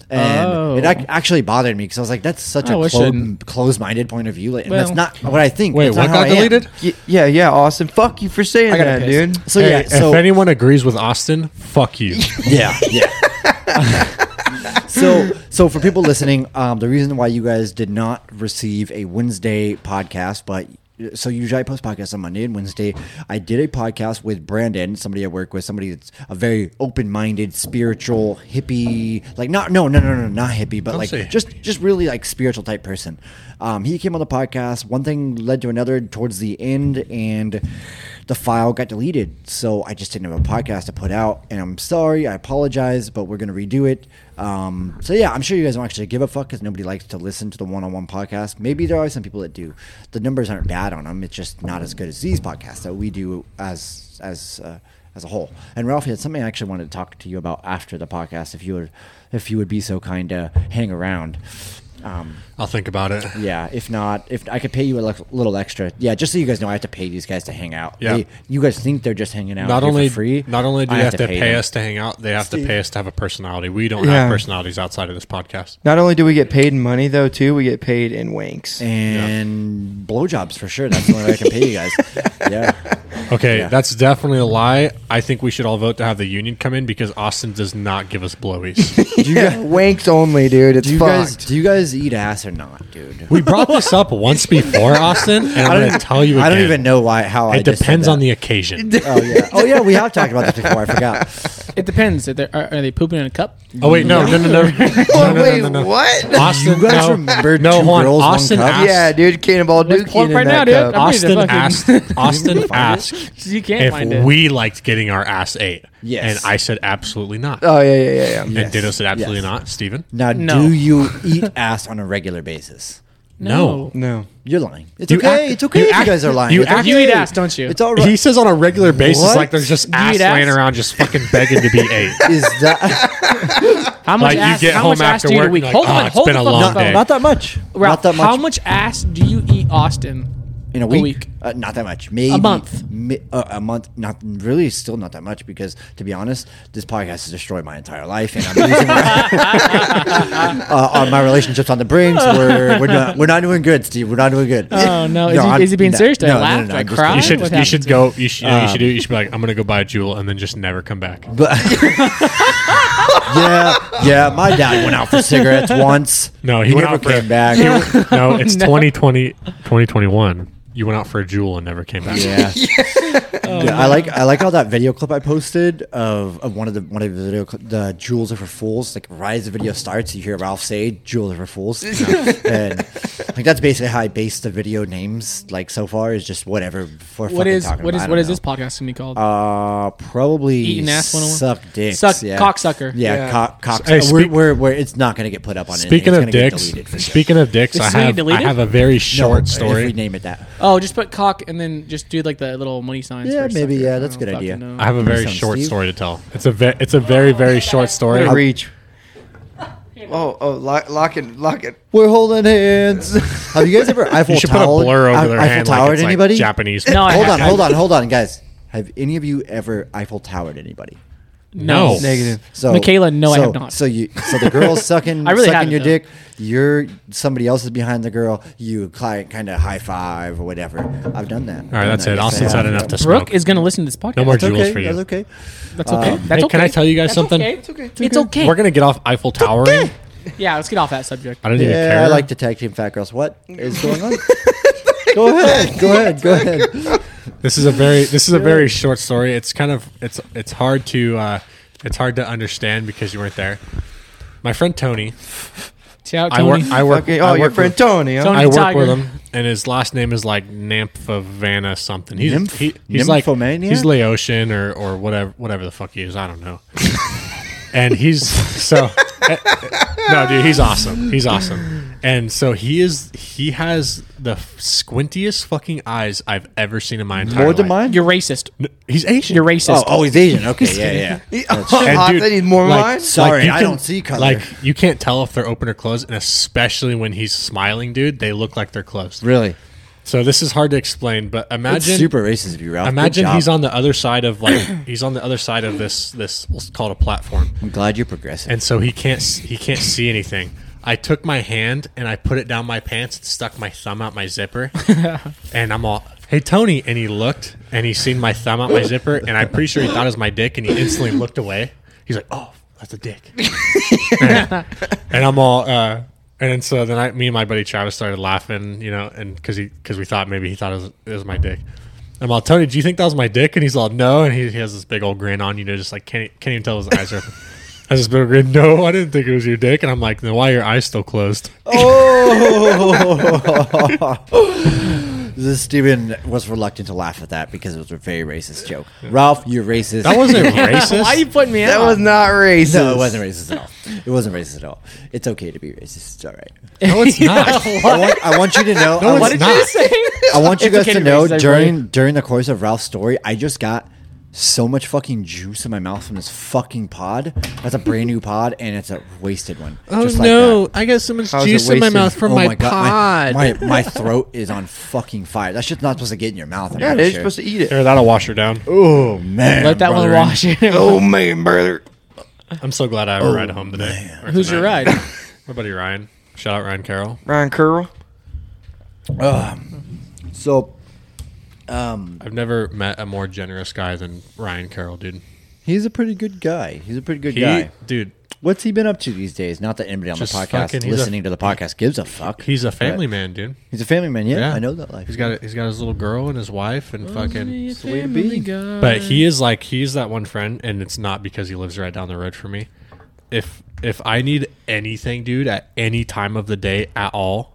Speaker 1: And
Speaker 2: Oh.
Speaker 1: it ac- actually bothered me because I was like, "That's such
Speaker 2: Oh,
Speaker 1: a
Speaker 2: it
Speaker 1: clo-
Speaker 2: shouldn't.
Speaker 1: closed-minded point of view, like, and that's
Speaker 2: Well-
Speaker 1: not what I think."
Speaker 3: Wait,
Speaker 1: That's not
Speaker 3: what
Speaker 1: how
Speaker 3: got
Speaker 1: I am.
Speaker 3: deleted?
Speaker 4: Y- yeah, yeah, Austin. Fuck you for saying
Speaker 2: I gotta
Speaker 4: that,
Speaker 2: piss.
Speaker 4: dude.
Speaker 1: So
Speaker 3: Hey,
Speaker 1: yeah, so
Speaker 3: if anyone agrees with Austin, fuck you.
Speaker 1: Yeah, yeah. (laughs) so, so for people listening, um, the reason why you guys did not receive a Wednesday podcast, but so usually I post podcasts on Monday and Wednesday. I did a podcast with Brandon, somebody I work with, somebody that's a very open-minded, spiritual, hippie, like not no no no no not hippie, but like
Speaker 3: say
Speaker 1: just just really like spiritual type person. Um, he came on the podcast. One thing led to another towards the end, and the file got deleted. So I just didn't have a podcast to put out. And I'm sorry. I apologize, but we're gonna redo it. Um, so yeah, I'm sure you guys don't actually give a fuck because nobody likes to listen to the one-on-one podcast. Maybe there are some people that do. The numbers aren't bad on them. It's just not as good as these podcasts that we do as as. Uh, as a whole. And Ralphie, that's something I actually wanted to talk to you about after the podcast, if you would, if you would be so kind to hang around. Um,
Speaker 3: I'll think about it.
Speaker 1: yeah, if not, if I could pay you a le- little extra, yeah, just so you guys know, I have to pay these guys to hang out.
Speaker 3: Yeah.
Speaker 1: They- you guys think they're just hanging out
Speaker 3: Not
Speaker 1: here for
Speaker 3: only
Speaker 1: free.
Speaker 3: not only do
Speaker 1: I
Speaker 3: you have, to pay,
Speaker 1: them.
Speaker 3: us to hang out, they have
Speaker 1: Steve.
Speaker 3: to pay us to have a personality. We don't
Speaker 4: Yeah.
Speaker 3: have personalities outside of this podcast.
Speaker 4: Not only do we get paid in money though, too, we get paid in wanks.
Speaker 1: and blowjobs for sure. That's the only way I can pay you
Speaker 3: (laughs)
Speaker 1: guys. Yeah,
Speaker 3: Okay,
Speaker 1: Yeah.
Speaker 3: that's definitely a lie. I think we should all vote to have the union come in because Austin does not give us blowies.
Speaker 1: do you
Speaker 4: Yeah,
Speaker 1: guys?
Speaker 4: wanks only, dude. It's
Speaker 1: Do you
Speaker 4: fucked.
Speaker 1: guys, do you guys eat ass or not, dude?
Speaker 3: (laughs) we brought this up once before, Austin, and I'm going to tell you again.
Speaker 1: I don't even know why. How I
Speaker 3: It
Speaker 1: just said
Speaker 3: depends
Speaker 1: that.
Speaker 3: on
Speaker 1: (laughs)
Speaker 3: the occasion.
Speaker 1: Oh yeah. Oh yeah. We have talked about this before. I
Speaker 3: (laughs)
Speaker 1: forgot.
Speaker 2: It depends. Are they, are, are they pooping in a cup?
Speaker 3: Oh wait, no, no, no,
Speaker 1: (laughs)
Speaker 3: no, no,
Speaker 4: Oh,
Speaker 3: no, no,
Speaker 4: wait,
Speaker 3: no, no.
Speaker 4: what?
Speaker 3: Austin,
Speaker 1: You guys
Speaker 3: no,
Speaker 1: remember
Speaker 3: no,
Speaker 1: two
Speaker 3: hold on.
Speaker 1: girls, one
Speaker 3: Austin
Speaker 1: cup?
Speaker 3: asked,
Speaker 4: Yeah, dude, Cannonball
Speaker 2: Let's
Speaker 4: Dookie
Speaker 2: plug
Speaker 4: in
Speaker 2: right now,
Speaker 4: that
Speaker 2: dude.
Speaker 4: cup.
Speaker 2: I'm- ready to
Speaker 3: Austin
Speaker 2: fucking-
Speaker 3: asked,
Speaker 1: (laughs)
Speaker 3: Austin asked
Speaker 2: You can't find
Speaker 3: if
Speaker 2: it.
Speaker 3: we liked getting our ass ate.
Speaker 1: Yes.
Speaker 3: and I said absolutely not.
Speaker 4: Oh yeah, yeah, yeah, yeah.
Speaker 3: And Ditto said absolutely
Speaker 1: Yes.
Speaker 3: not. Steven?
Speaker 1: Now,
Speaker 2: No.
Speaker 1: do you eat ass on a regular basis?
Speaker 3: No.
Speaker 4: No.
Speaker 1: You're lying. It's
Speaker 3: You
Speaker 1: okay.
Speaker 3: act-
Speaker 1: it's okay.
Speaker 3: you
Speaker 1: if
Speaker 3: act-
Speaker 1: you guys are lying.
Speaker 3: you
Speaker 1: It's
Speaker 3: act-
Speaker 1: okay.
Speaker 2: You eat ass, don't you?
Speaker 1: It's all right.
Speaker 3: He says on a regular basis,
Speaker 1: What?
Speaker 3: like there's just ass,
Speaker 2: eat
Speaker 3: laying
Speaker 2: ass?
Speaker 3: around, just fucking
Speaker 1: (laughs)
Speaker 3: begging to be ate.
Speaker 1: Is
Speaker 3: (laughs)
Speaker 1: that (laughs)
Speaker 2: How much
Speaker 3: Like, you
Speaker 2: ass?
Speaker 3: get
Speaker 2: how
Speaker 3: home
Speaker 2: much ass
Speaker 3: after
Speaker 2: do you eat
Speaker 3: work
Speaker 2: a week?
Speaker 3: and you're
Speaker 2: hold
Speaker 3: like, "Oh,
Speaker 2: on,
Speaker 3: it's
Speaker 2: hold
Speaker 3: been
Speaker 2: the
Speaker 3: a
Speaker 2: phone,
Speaker 3: long
Speaker 2: hold the
Speaker 3: day."
Speaker 2: phone.
Speaker 1: not that much?
Speaker 2: Ralph,
Speaker 1: not that much.
Speaker 2: How much ass do you eat, Austin?
Speaker 1: in a week?
Speaker 2: week.
Speaker 1: Uh, not that much. Maybe
Speaker 2: month.
Speaker 1: mi- uh, a month. Not really. Still not that much because, to be honest, this podcast has destroyed my entire life, and I'm losing my, (laughs) uh, on my relationships on the brink. So we're we're not we're not doing good, Steve. We're not doing good. (laughs)
Speaker 2: Oh, no. Is he-
Speaker 1: I'm-
Speaker 2: is he being serious? Did I laugh? Did I
Speaker 1: I'm just
Speaker 2: cry?
Speaker 3: You
Speaker 1: kidding.
Speaker 3: should,
Speaker 2: What
Speaker 3: you should
Speaker 2: happened?
Speaker 3: go. You should, you know what you should do. You should be like, I'm gonna go buy a jewel and then just never come back.
Speaker 1: But (laughs) yeah, yeah. My dad went out for cigarettes once.
Speaker 3: No, he went
Speaker 1: (laughs) never Oh,
Speaker 3: out for-
Speaker 1: came back.
Speaker 3: No, it's 2020, 2021. you went out for a jewel and never came back. (laughs)
Speaker 1: Yeah. Yeah, I like I like how that video clip I posted of, of one of the one of the video cl- the jewels are for fools. Like right as the video starts, you hear Ralph say "jewels are for fools," and like that's basically how I base the video names. Like so far is just whatever for
Speaker 2: What
Speaker 1: fucking
Speaker 2: is
Speaker 1: talking
Speaker 2: what
Speaker 1: about.
Speaker 2: is
Speaker 1: I
Speaker 2: what
Speaker 1: don't
Speaker 2: is
Speaker 1: know.
Speaker 2: this podcast gonna be called?
Speaker 1: Uh, probably
Speaker 2: Eating ass 101?
Speaker 1: suck dicks,
Speaker 2: Suck-
Speaker 1: yeah.
Speaker 2: cocksucker.
Speaker 1: yeah,
Speaker 4: Yeah.
Speaker 1: cock, cock.
Speaker 3: Hey,
Speaker 1: we're,
Speaker 3: speak-
Speaker 1: we're, we're, it's not gonna get put up on.
Speaker 3: Speaking
Speaker 1: anything.
Speaker 3: of
Speaker 1: it's gonna
Speaker 3: dicks,
Speaker 1: get deleted for sure.
Speaker 3: speaking of dicks,
Speaker 2: Is
Speaker 3: I
Speaker 2: this gonna
Speaker 3: have
Speaker 2: be
Speaker 3: I
Speaker 2: deleted?
Speaker 3: have a very
Speaker 1: No,
Speaker 3: short
Speaker 1: If we
Speaker 3: story.
Speaker 1: name it that,
Speaker 2: oh, just put cock and then just do like the little money signs.
Speaker 1: Yeah,
Speaker 2: for
Speaker 1: maybe,
Speaker 2: sucker.
Speaker 1: yeah,
Speaker 2: I
Speaker 1: that's a
Speaker 2: don't
Speaker 1: good
Speaker 2: fucking
Speaker 1: idea.
Speaker 2: know.
Speaker 3: I have a very
Speaker 1: Some
Speaker 3: short
Speaker 1: Steve. Oh,
Speaker 3: story to tell. It's a ve- it's a very very short story.
Speaker 4: What a reach. Oh, oh, lock, lock it, lock it.
Speaker 1: we're holding hands. (laughs) have you guys ever Eiffel
Speaker 3: you should put a
Speaker 1: Towered-
Speaker 3: blur over
Speaker 1: Eiffel
Speaker 3: their hand like
Speaker 1: Towered
Speaker 3: it's
Speaker 1: anybody?
Speaker 3: like Japanese.
Speaker 2: No, I
Speaker 1: hold on,
Speaker 2: haven't.
Speaker 1: hold on, hold on, guys. Have any of you ever Eiffel Towered anybody?
Speaker 3: No.
Speaker 4: Negative.
Speaker 1: So
Speaker 2: Michaela, no, I
Speaker 1: so-
Speaker 2: have not.
Speaker 1: So you, so the girl's
Speaker 2: (laughs)
Speaker 1: sucking,
Speaker 2: I really
Speaker 1: sucking
Speaker 2: haven't,
Speaker 1: your
Speaker 2: though.
Speaker 1: dick. You're somebody else is behind the girl. You client kind of high five or whatever. I've done that.
Speaker 3: All right, that's it. Austin's had enough to smoke.
Speaker 2: Brooke is gonna listen to this podcast.
Speaker 3: No more
Speaker 2: that's,
Speaker 3: jewels
Speaker 1: Okay,
Speaker 3: for you.
Speaker 1: that's okay.
Speaker 2: that's okay. (coughs) that's
Speaker 3: hey,
Speaker 2: okay.
Speaker 3: can I tell you
Speaker 2: That's
Speaker 3: guys something?
Speaker 2: okay.
Speaker 4: It's okay.
Speaker 2: It's okay.
Speaker 3: We're gonna get off Eiffel Towering.
Speaker 2: yeah, let's get off that subject.
Speaker 3: I don't even
Speaker 1: Yeah,
Speaker 3: care.
Speaker 1: I like to tag team fat girls. What is going on? go ahead, go ahead, go ahead.
Speaker 3: This is a very this is a very short story. It's kind of it's it's hard to uh, it's hard to understand because you weren't there. My friend Tony,
Speaker 2: Shout out
Speaker 3: I work
Speaker 2: Tony.
Speaker 3: I work
Speaker 4: Okay.
Speaker 3: I
Speaker 4: Oh,
Speaker 3: work
Speaker 4: your friend
Speaker 3: with,
Speaker 4: Tony. huh?
Speaker 2: Tony.
Speaker 3: I work
Speaker 2: Tiger.
Speaker 3: with him, and his last name is like Namphavana something. He's
Speaker 1: Nymph-
Speaker 3: he, he's like
Speaker 1: nymphomania?
Speaker 3: he's Laotian or or whatever whatever the fuck he is. I don't know. (laughs) and he's so (laughs) eh, no dude he's awesome he's awesome and so he is he has the squintiest fucking eyes i've ever seen in my entire
Speaker 1: More than
Speaker 3: life.
Speaker 1: mine.
Speaker 2: You're racist.
Speaker 3: N- he's asian
Speaker 2: You're racist.
Speaker 1: Oh, oh, he's Asian. Okay, yeah, yeah.
Speaker 4: (laughs)
Speaker 3: And
Speaker 4: Hot
Speaker 3: dude,
Speaker 4: that he's more
Speaker 3: like,
Speaker 4: mine.
Speaker 1: Sorry,
Speaker 3: you
Speaker 1: I
Speaker 3: can-
Speaker 1: don't see color.
Speaker 3: Like you can't tell if they're open or closed, and especially when he's smiling, dude, they look like they're closed.
Speaker 1: really,
Speaker 3: So this is hard to explain, but
Speaker 1: That's
Speaker 3: imagine
Speaker 1: super racist of you, Ralph. Good
Speaker 3: imagine
Speaker 1: job.
Speaker 3: he's on the other side of like (coughs) he's on the other side of this this let's call it a platform,
Speaker 1: I'm glad you're progressive.
Speaker 3: and so he can't s- he can't see anything. I took my hand and I put it down my pants and stuck my thumb out my zipper, and I'm all. Hey Tony, and he looked and he seen my thumb out my zipper, and I'm pretty sure he thought it was my dick, and he instantly looked away. He's like, "Oh, that's a dick." and I'm all, uh, and then so then I, me and my buddy Travis started laughing, you know, and because he, because we thought maybe he thought it was, it was my dick. I'm all, Tony, do you think that was my dick? And he's all, no. And he, he has this big old grin on, you know, just like can't can't even tell his eyes are. open. Has this big old grin? No, I didn't think it was your dick. And I'm like, then why are your eyes still closed?
Speaker 1: Oh, (laughs) this Steven was reluctant to laugh at that because it was a very racist joke. Ralph, you're racist. (laughs)
Speaker 3: That
Speaker 2: (laughs)
Speaker 3: wasn't racist.
Speaker 2: Why are you putting me
Speaker 4: That
Speaker 2: out?
Speaker 4: was not racist.
Speaker 1: No, it wasn't racist at all. It wasn't racist at all. It's okay to be racist. It's all right.
Speaker 3: no, it's not.
Speaker 1: I want, I want you to know. I,
Speaker 2: what
Speaker 1: want,
Speaker 2: did
Speaker 3: not.
Speaker 2: you say?
Speaker 1: I want you
Speaker 2: It's
Speaker 1: guys
Speaker 2: okay
Speaker 1: to
Speaker 2: be
Speaker 1: know
Speaker 2: racist, I
Speaker 1: during
Speaker 2: believe.
Speaker 1: during the course of Ralph's story, I just got so much fucking juice in my mouth from this fucking pod. That's a brand new pod, and it's a wasted one.
Speaker 2: Oh,
Speaker 1: just like that.
Speaker 3: I got so much
Speaker 4: How's it juice in my wasted? mouth
Speaker 3: from
Speaker 1: God, Oh my, my, my throat is on fucking fire. That shit's not supposed to get in your mouth. I'm
Speaker 4: Yeah,
Speaker 1: pretty
Speaker 4: they're
Speaker 1: sure.
Speaker 4: supposed to eat it.
Speaker 3: Here, that'll wash her down.
Speaker 1: Oh man,
Speaker 2: Let that one
Speaker 1: brother.
Speaker 2: wash it.
Speaker 4: (laughs) Oh man, brother.
Speaker 3: I'm so glad I have a ride
Speaker 1: Oh,
Speaker 3: home today. Or
Speaker 2: Who's your
Speaker 3: tonight.
Speaker 2: ride?
Speaker 3: My buddy Ryan. Shout out Ryan Carroll.
Speaker 4: Ryan Curl.
Speaker 1: So, um,
Speaker 3: I've never met a more generous guy than Ryan Carroll, dude.
Speaker 1: he's a pretty good guy. He's a pretty good
Speaker 3: He,
Speaker 1: guy.
Speaker 3: dude,
Speaker 1: What's he been up to these days? Not that anybody on
Speaker 3: Just
Speaker 1: the podcast
Speaker 3: fucking- he's a-
Speaker 1: listening to the podcast gives a fuck.
Speaker 3: he's a family
Speaker 1: But
Speaker 3: man, dude.
Speaker 1: He's a family man. Yeah, I know that life.
Speaker 3: He's got a, he's got his little girl and his wife
Speaker 2: Oh,
Speaker 3: and fucking.
Speaker 1: the way to be.
Speaker 3: But he is like he's that one friend, and it's not because he lives right down the road from me. If if I need anything, dude, at any time of the day at all,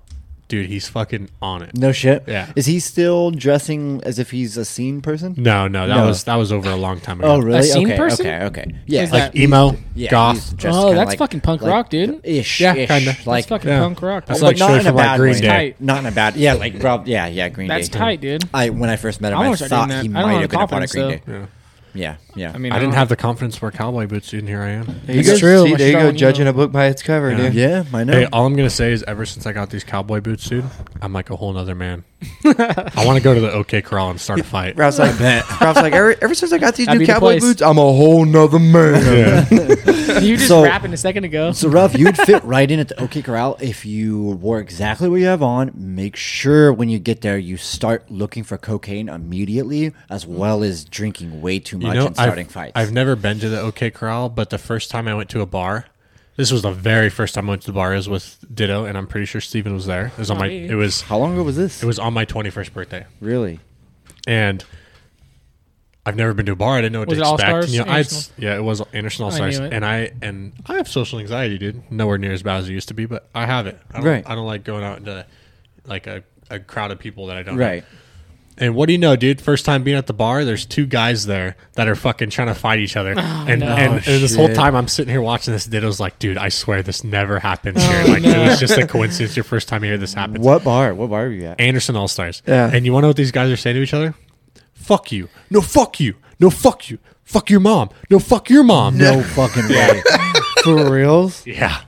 Speaker 3: dude, he's fucking on it.
Speaker 1: No shit.
Speaker 3: Yeah.
Speaker 1: Is he still dressing as if he's a scene person?
Speaker 3: No, no, that
Speaker 1: No.
Speaker 3: was that was over a long time ago.
Speaker 1: Oh, really?
Speaker 2: scene
Speaker 1: okay,
Speaker 2: person?
Speaker 1: okay. Okay. Yeah.
Speaker 2: Is
Speaker 3: Like
Speaker 2: that-
Speaker 3: emo,
Speaker 1: yeah, he's
Speaker 3: goth.
Speaker 1: dressed
Speaker 2: Oh,
Speaker 1: kinda
Speaker 2: that's
Speaker 1: like-
Speaker 2: fucking punk
Speaker 1: like
Speaker 2: rock, dude.
Speaker 1: Ish.
Speaker 3: Yeah,
Speaker 1: ish,
Speaker 3: kinda. That's
Speaker 1: Like
Speaker 2: That's fucking
Speaker 3: yeah.
Speaker 2: punk rock.
Speaker 3: That's
Speaker 2: bro.
Speaker 3: like
Speaker 1: but not
Speaker 3: straight
Speaker 1: in a
Speaker 3: from like
Speaker 1: bad
Speaker 3: Green
Speaker 1: way.
Speaker 3: Day.
Speaker 2: Tight.
Speaker 1: Not in a bad. Yeah, like bro. Yeah, yeah. Green
Speaker 2: That's
Speaker 1: Day.
Speaker 2: tight, dude.
Speaker 1: I when I first met him, I,
Speaker 2: I wanna start doing
Speaker 1: thought
Speaker 2: that.
Speaker 1: he
Speaker 2: I don't
Speaker 1: might
Speaker 2: have
Speaker 1: have been a part of
Speaker 2: confidence,
Speaker 1: Green Day.
Speaker 2: though.
Speaker 3: Yeah.
Speaker 1: Yeah, yeah.
Speaker 2: I mean,
Speaker 3: I didn't
Speaker 2: don't-
Speaker 3: have the confidence to wear cowboy boots, and here I am.
Speaker 4: There you
Speaker 2: It's
Speaker 4: go.
Speaker 2: true.
Speaker 4: See,
Speaker 2: I
Speaker 4: there you
Speaker 2: saw
Speaker 4: go,
Speaker 2: an
Speaker 4: judging
Speaker 2: email.
Speaker 4: a book by its cover,
Speaker 3: Yeah.
Speaker 4: dude.
Speaker 1: yeah, I know.
Speaker 3: Hey, all I'm gonna say is, ever since I got these cowboy boots, dude, I'm like a whole nother man. (laughs) I want to go to the OK Corral and start a fight. (laughs)
Speaker 4: Ralph's like, Ralph's like, ever, ever since I got these
Speaker 2: That'd
Speaker 4: new
Speaker 2: be the
Speaker 4: cowboy
Speaker 2: place.
Speaker 4: boots, I'm a whole
Speaker 3: (laughs)
Speaker 4: nother man.
Speaker 3: Yeah.
Speaker 2: You just
Speaker 1: So-
Speaker 2: rapping a second
Speaker 1: (laughs)
Speaker 2: ago.
Speaker 1: so Ralph, you'd fit right in at the OK Corral if you wore exactly what you have on. Make sure when you get there, you start looking for cocaine immediately, as well as drinking way too much and starting
Speaker 3: I've,
Speaker 1: fights.
Speaker 3: I've never been to the OK Corral, but the first time I went to a bar, This was the very first time I went to the bar. It was with Ditto, and I'm pretty sure Steven was there. It was on my.
Speaker 2: Nice.
Speaker 3: It was.
Speaker 1: How long ago was this?
Speaker 3: It was on my 21st birthday,
Speaker 1: really.
Speaker 3: and I've never been to a bar. I didn't know what
Speaker 2: Was
Speaker 3: to
Speaker 2: it
Speaker 3: expect.
Speaker 2: All-Stars?
Speaker 3: You know, I'd-
Speaker 2: Anderson?
Speaker 3: yeah, it was Anderson All
Speaker 2: knew
Speaker 3: Stars,
Speaker 2: it.
Speaker 3: and I and I have social anxiety, dude. Nowhere near as bad as it used to be, but I have it. I don't,
Speaker 1: Right.
Speaker 3: I don't like going out into like a, a crowd of people that I don't know.
Speaker 1: Right.
Speaker 3: And what do you know, dude? First time being at the bar, there's two guys there that are fucking trying to fight each other. and
Speaker 2: no.
Speaker 3: and,
Speaker 1: Oh,
Speaker 3: and this whole
Speaker 1: shit.
Speaker 3: time I'm sitting here watching this, Ditto's like, dude, I swear this never happens here. Like it was just a coincidence. Your first time here, this happens.
Speaker 1: What bar? What bar were
Speaker 3: (laughs)
Speaker 1: you at?
Speaker 3: Anderson All Stars.
Speaker 4: Yeah.
Speaker 3: And you want to know what these guys are saying to each other? Fuck you. No, fuck you. No, fuck you. Fuck your mom. No, fuck your mom.
Speaker 1: No fucking way. For reals?
Speaker 3: Yeah.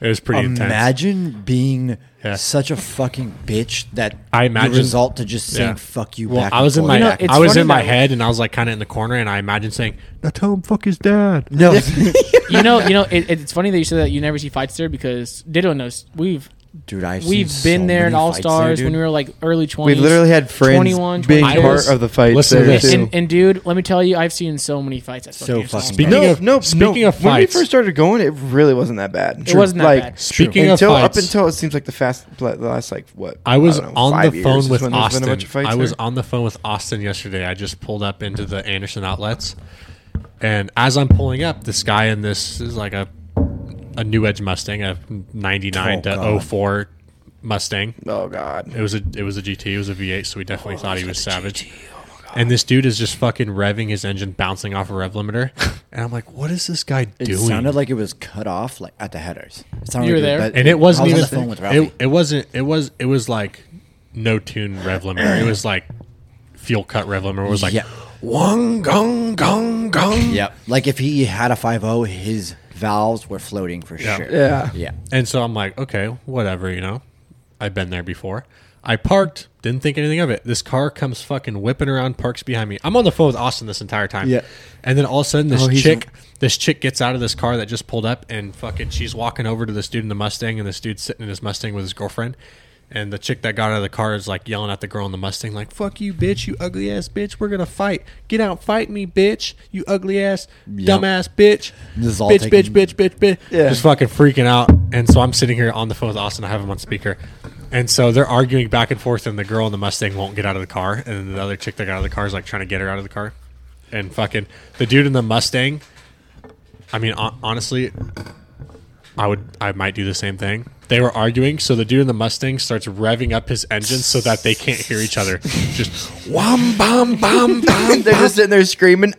Speaker 3: It was pretty intense.
Speaker 1: Imagine being
Speaker 3: Yeah.
Speaker 1: such a fucking bitch that
Speaker 3: I
Speaker 1: you
Speaker 3: imagine-
Speaker 1: result to just saying
Speaker 3: Yeah.
Speaker 1: fuck you.
Speaker 3: Well,
Speaker 1: back
Speaker 3: I
Speaker 1: and
Speaker 3: was in
Speaker 1: forth.
Speaker 3: my
Speaker 1: You know,
Speaker 2: it's
Speaker 3: I was
Speaker 2: funny
Speaker 3: in my
Speaker 2: that-
Speaker 3: head and I was like kind of in the corner and I imagined saying, "Now tell him fuck his dad."
Speaker 1: no.
Speaker 2: you know, you know, it, it's funny that you said that you never see fights there because Ditto knows we've
Speaker 1: dude, I've
Speaker 2: we've
Speaker 1: seen
Speaker 2: been
Speaker 1: so
Speaker 2: there
Speaker 1: many
Speaker 2: in All
Speaker 1: fights
Speaker 2: Stars
Speaker 1: there,
Speaker 2: when we
Speaker 1: dude.
Speaker 2: were like early
Speaker 4: (laughs) We
Speaker 2: twenties.
Speaker 4: literally had friends. big part of the fight.
Speaker 3: Listen to
Speaker 4: there,
Speaker 3: this.
Speaker 4: too.
Speaker 2: And, and dude, let me tell you, I've seen so many fights. At
Speaker 1: So
Speaker 2: fucking
Speaker 1: fucking
Speaker 2: Arsenal.
Speaker 1: bad.
Speaker 3: Speaking
Speaker 4: no,
Speaker 3: of
Speaker 4: no,
Speaker 3: speaking
Speaker 4: no.
Speaker 3: of
Speaker 4: when we
Speaker 3: fights,
Speaker 4: first started going, it really wasn't that bad.
Speaker 2: It wasn't that
Speaker 4: like,
Speaker 2: bad.
Speaker 3: Speaking of
Speaker 4: until
Speaker 3: fights,
Speaker 4: up until it seems like the fast the last like what
Speaker 3: I was
Speaker 4: don't know,
Speaker 3: on
Speaker 4: five
Speaker 3: the
Speaker 4: years
Speaker 3: phone
Speaker 4: is
Speaker 3: with
Speaker 4: when there's been
Speaker 3: Austin.
Speaker 4: a bunch of fights
Speaker 3: I was
Speaker 4: there.
Speaker 3: on the phone with Austin yesterday. I just pulled up into the Anderson outlets, and as I'm pulling up, this guy in this is like a a new edge Mustang, a '99
Speaker 1: Oh,
Speaker 3: to
Speaker 1: God.
Speaker 3: 04 Mustang.
Speaker 4: Oh God.
Speaker 3: It was a it was a GT. It was a V8, so we
Speaker 4: Oh,
Speaker 3: definitely thought he was savage. and this dude is just fucking revving his engine, bouncing off a rev limiter, (laughs) and I'm like, what is this guy
Speaker 1: It
Speaker 3: doing?
Speaker 1: sounded like it was cut off, like at the headers. It sounded like
Speaker 2: You were
Speaker 1: was-
Speaker 2: there?
Speaker 1: but
Speaker 3: and it wasn't
Speaker 1: I was
Speaker 3: even
Speaker 1: on the phone with Ralphie.
Speaker 3: it, it wasn't it was it was like no tune rev limiter it was like fuel cut rev limiter it was like
Speaker 1: Yep.
Speaker 3: one gong gong gong
Speaker 1: Yep. Like if he had a 5.0, his valves were floating for sure.
Speaker 4: Yeah.
Speaker 1: Yeah.
Speaker 3: and so i'm like okay whatever you know i've been there before i parked didn't think anything of it this car comes fucking whipping around parks behind me i'm on the phone with austin this entire time
Speaker 1: Yeah.
Speaker 3: and then all of a sudden this
Speaker 1: Oh, he's-
Speaker 3: chick this chick gets out of this car that just pulled up and fucking she's walking over to this dude in the Mustang and this dude's sitting in his Mustang with his girlfriend. And the chick that got out of the car is like yelling at the girl in the Mustang, like, fuck you, bitch, you ugly ass bitch, we're gonna fight. Get out, fight me, bitch, you ugly ass,
Speaker 1: Yep.
Speaker 3: dumbass bitch.
Speaker 1: This is all
Speaker 3: bitch,
Speaker 1: taken-
Speaker 3: bitch, bitch, bitch, bitch.
Speaker 4: Yeah.
Speaker 3: Just fucking freaking out. And so I'm sitting here on the phone with Austin, I have him on speaker. And so they're arguing back and forth, and the girl in the Mustang won't get out of the car. And then the other chick that got out of the car is like trying to get her out of the car. And fucking the dude in the Mustang I mean, hon- honestly, I would, I might do the same thing. They were arguing, so the dude in the Mustang starts revving up his engine so that they can't hear each other. Just wham, bam, bam, bam.
Speaker 4: (laughs) (laughs) They're just sitting there screaming.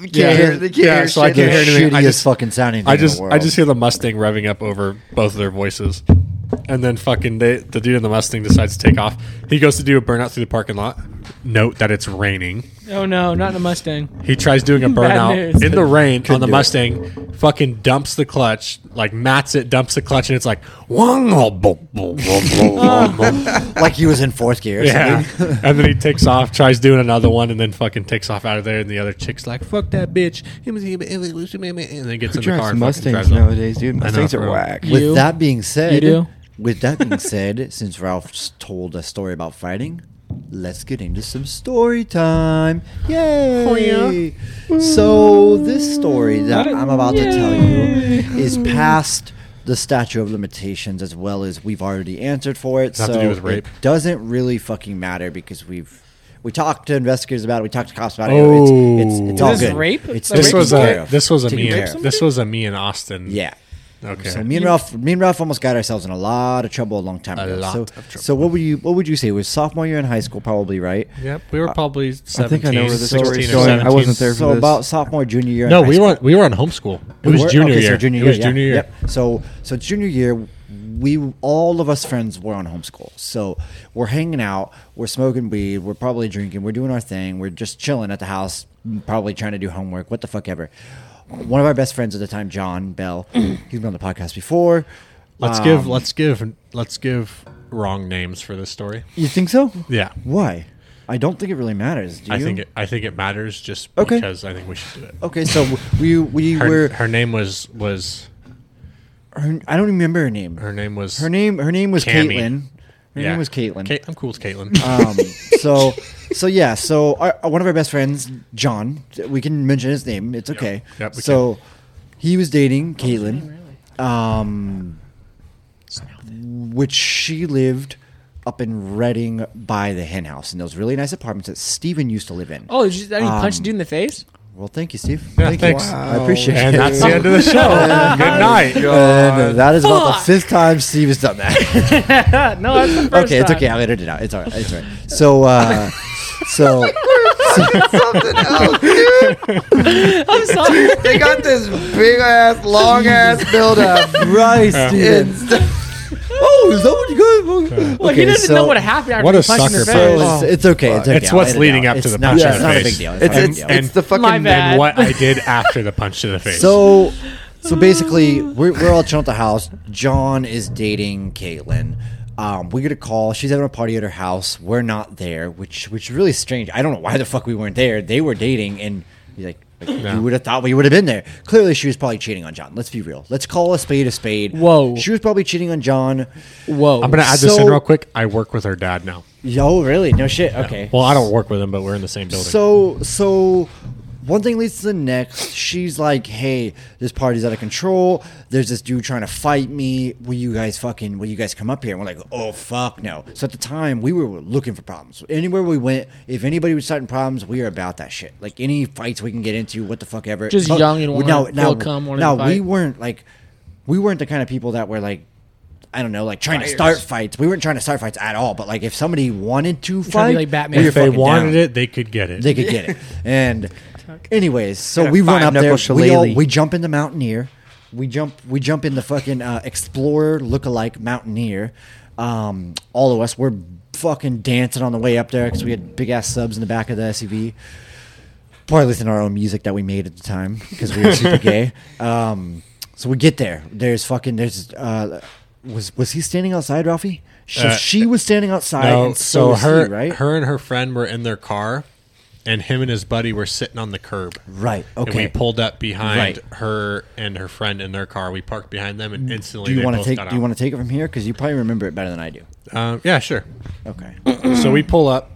Speaker 4: You can't hear. They can't
Speaker 3: Yeah,
Speaker 4: hear
Speaker 3: so I
Speaker 4: shit.
Speaker 3: can't
Speaker 1: The
Speaker 3: hear anything.
Speaker 1: shittiest
Speaker 3: I just-
Speaker 1: fucking sounding thing
Speaker 3: I just,
Speaker 1: in the world.
Speaker 3: I just hear the Mustang revving up over both of their voices, and then fucking they, the dude in the Mustang decides to take off. He goes to do a burnout through the parking lot. Note that it's raining.
Speaker 2: Oh no, not in a Mustang.
Speaker 3: He tries doing a
Speaker 2: Bad news.
Speaker 3: burnout in the rain on the
Speaker 1: do it.
Speaker 3: Mustang, fucking dumps the clutch, like mats it, dumps the clutch, and it's like, "Wong, oh, bo- bo- bo- bo- bo- bo."
Speaker 1: like he was in fourth gear. or
Speaker 3: yeah. (laughs)
Speaker 1: something.
Speaker 3: And then he takes off, tries doing another one, and then fucking takes off out of there. And the other chick's like, fuck that bitch. And then gets in the car and fucking drives off.
Speaker 4: dude?
Speaker 3: know,
Speaker 4: Mustangs are
Speaker 3: bro.
Speaker 4: whack.
Speaker 2: You-
Speaker 1: With that being said,
Speaker 2: You do?
Speaker 1: with that being said, (laughs) since Ralph's told a story about fighting, let's get into some story time. Yay!
Speaker 2: Oh,
Speaker 1: So this story that I'm about to tell you is past the statute of limitations as well as we've already answered for it.
Speaker 3: Does
Speaker 1: so
Speaker 3: it have to do with rape?
Speaker 1: it doesn't really fucking matter because we've we talked to investigators about it, we talked to cops about it.
Speaker 3: Oh.
Speaker 1: It's, it's, it's all
Speaker 2: Is this
Speaker 1: good.
Speaker 2: rape?
Speaker 1: It's
Speaker 2: Like
Speaker 3: This
Speaker 2: Rape
Speaker 3: was
Speaker 2: is
Speaker 1: taken
Speaker 3: a
Speaker 1: care
Speaker 3: this was a
Speaker 1: Taken
Speaker 3: me
Speaker 1: care
Speaker 3: and
Speaker 1: of.
Speaker 3: this was a me and Austin.
Speaker 1: Yeah.
Speaker 3: Okay.
Speaker 1: So me and Ralph, me and Ralph almost got ourselves in a lot of trouble a long time
Speaker 3: A
Speaker 1: ago.
Speaker 3: lot
Speaker 1: so,
Speaker 3: of trouble.
Speaker 1: so what would you what would you say it was sophomore year in high school probably right?
Speaker 3: Yep. We were probably
Speaker 4: I
Speaker 3: seventeen.
Speaker 4: think I know where this
Speaker 3: 16
Speaker 4: story's
Speaker 3: or
Speaker 4: going. I
Speaker 3: 17.
Speaker 4: wasn't there.
Speaker 1: So
Speaker 4: this.
Speaker 1: about sophomore junior year. in
Speaker 3: No,
Speaker 1: high
Speaker 3: we
Speaker 1: school.
Speaker 3: were on, we were on homeschool. It was
Speaker 1: were-
Speaker 3: junior
Speaker 1: okay, so
Speaker 3: year.
Speaker 1: junior
Speaker 3: It was
Speaker 1: yeah.
Speaker 3: junior year.
Speaker 1: Yep. So so junior year, we all of us friends were on homeschool. So we're hanging out, we're smoking weed, we're probably drinking, we're doing our thing, we're just chilling at the house, probably trying to do homework, what the fuck ever. One of our best friends at the time, John Bell, (clears throat) he's been on the podcast before.
Speaker 3: Let's
Speaker 1: Um,
Speaker 3: give let's give let's give wrong names for this story.
Speaker 1: You think so?
Speaker 3: Yeah.
Speaker 1: Why? I don't think it really matters. Do
Speaker 3: I
Speaker 1: you?
Speaker 3: think it, I think it matters just
Speaker 1: Okay.
Speaker 3: because I think we should do it.
Speaker 1: Okay, so we we
Speaker 3: (laughs) Her,
Speaker 1: were.
Speaker 3: her name was was
Speaker 1: her- I don't even remember her name.
Speaker 3: her name was
Speaker 1: Her name. Her name was
Speaker 3: Cammy.
Speaker 1: Caitlin. Her
Speaker 3: yeah.
Speaker 1: name was Caitlin.
Speaker 3: Kate, I'm cool with Caitlin.
Speaker 1: (laughs) um, so so yeah. So our, one of our best friends, John. We can mention his name. It's okay.
Speaker 3: yep, we
Speaker 1: so He was dating Caitlyn,
Speaker 2: Really?
Speaker 1: um, which she lived up in Reading by the hen house in those really nice apartments that Steven used to live in.
Speaker 2: Oh, did you, did you punch
Speaker 1: Um,
Speaker 2: the dude in the face?
Speaker 1: Well, thank you, Steve.
Speaker 3: Yeah,
Speaker 1: thank
Speaker 3: thanks.
Speaker 1: You. I appreciate
Speaker 3: (laughs) And
Speaker 1: it.
Speaker 3: that's
Speaker 2: (laughs)
Speaker 3: the end of
Speaker 1: (laughs)
Speaker 3: the show. Good night.
Speaker 1: And uh, that is about the
Speaker 2: Fuck.
Speaker 1: fifth time Steve has done
Speaker 2: (laughs)
Speaker 1: that.
Speaker 2: Ah, (laughs) no, that's the first
Speaker 1: okay, it's
Speaker 2: time.
Speaker 1: okay. I edited it out. It's all right. It's all right. So,
Speaker 2: (laughs)
Speaker 1: uh, so
Speaker 4: Something else, dude.
Speaker 2: I'm sorry.
Speaker 4: They got this big ass, long ass buildup.
Speaker 1: Christ, Steven.
Speaker 4: It's the-
Speaker 1: Oh, is that what you got?
Speaker 2: Well, he doesn't know what happened after
Speaker 3: What
Speaker 2: he
Speaker 3: a
Speaker 2: punched in the
Speaker 3: sucker
Speaker 2: face.
Speaker 3: punch.
Speaker 1: So it's, it's okay. It's okay.
Speaker 3: It's
Speaker 1: I'll
Speaker 3: what's
Speaker 1: edit it
Speaker 3: leading
Speaker 1: out.
Speaker 3: up to
Speaker 1: It's
Speaker 3: the
Speaker 1: not-
Speaker 3: punch in
Speaker 1: It's
Speaker 3: the
Speaker 1: not a
Speaker 3: face.
Speaker 1: big deal. It's
Speaker 4: It's,
Speaker 1: not a
Speaker 4: it's,
Speaker 1: big deal.
Speaker 4: it's the fucking
Speaker 2: My bad.
Speaker 3: and what I did after the punch to the face.
Speaker 1: So, so basically, we're, we're all chilling at the house. John is dating Caitlin. Um, we get a call. She's having a party at her house. We're not there, which which is really strange. I don't know why the fuck we weren't there. They were dating, and you're like, like,
Speaker 3: Yeah.
Speaker 1: you would have thought we would have been there. Clearly, she was probably cheating on John. Let's be real. Let's call a spade a spade.
Speaker 2: Whoa.
Speaker 1: she was probably cheating on John.
Speaker 2: Whoa.
Speaker 3: I'm going to add this in
Speaker 1: So-
Speaker 3: real quick. I work with her dad now.
Speaker 1: Yo, really? No shit. Okay.
Speaker 3: Well, I don't work with him, but we're in the same building.
Speaker 1: So so one thing leads to the next. She's like, "Hey, this party's out of control. There's this dude trying to fight me. Will you guys fucking will you guys come up here?" And we're like, "Oh fuck no." So at the time, we were looking for problems. Anywhere we went, if anybody was starting problems, we were about that shit. Like any fights we can get into, what the fuck ever.
Speaker 2: Just
Speaker 1: But-
Speaker 2: young and wanna-
Speaker 1: no, no,
Speaker 2: feel come, wanna
Speaker 1: no, we
Speaker 2: fight.
Speaker 1: weren't like we weren't the kind of people that were like I don't know, like trying to start fights. We weren't trying to start fights at all. But like, if somebody wanted to
Speaker 2: trying
Speaker 1: fight,
Speaker 2: to be like Batman.
Speaker 1: we were
Speaker 3: if they
Speaker 1: fucking
Speaker 3: wanted
Speaker 1: down
Speaker 3: it, they could get it.
Speaker 1: they could get it. And anyways, so
Speaker 4: a
Speaker 1: we run up there.
Speaker 4: five-knuckle
Speaker 1: We, all,
Speaker 4: shillelagh.
Speaker 1: we jump in the Mountaineer. We jump. We jump in the fucking uh, explorer lookalike Mountaineer. Um, all of us. We're fucking dancing on the way up there because we had big ass subs in the back of the SUV. Probably listening to our own music that we made at the time because we were
Speaker 3: (laughs)
Speaker 1: super gay. Um, so we get there. There's fucking. There's. Uh, was was he standing outside, Ralphie? So
Speaker 3: Uh,
Speaker 1: she was standing outside.
Speaker 3: no,
Speaker 1: and so,
Speaker 3: so
Speaker 1: was he,
Speaker 3: her,
Speaker 1: right?
Speaker 3: her and her friend were in their car, and him and his buddy were sitting on the curb.
Speaker 1: right. Okay.
Speaker 3: And we pulled up behind
Speaker 1: Right.
Speaker 3: her and her friend in their car. We parked behind them, and instantly
Speaker 1: Do you
Speaker 3: they
Speaker 1: want to
Speaker 3: both
Speaker 1: take?
Speaker 3: got
Speaker 1: Do you
Speaker 3: out.
Speaker 1: want to take it from here? Because you probably remember it better than I do.
Speaker 3: Um, yeah, sure.
Speaker 1: Okay.
Speaker 3: so we pull up,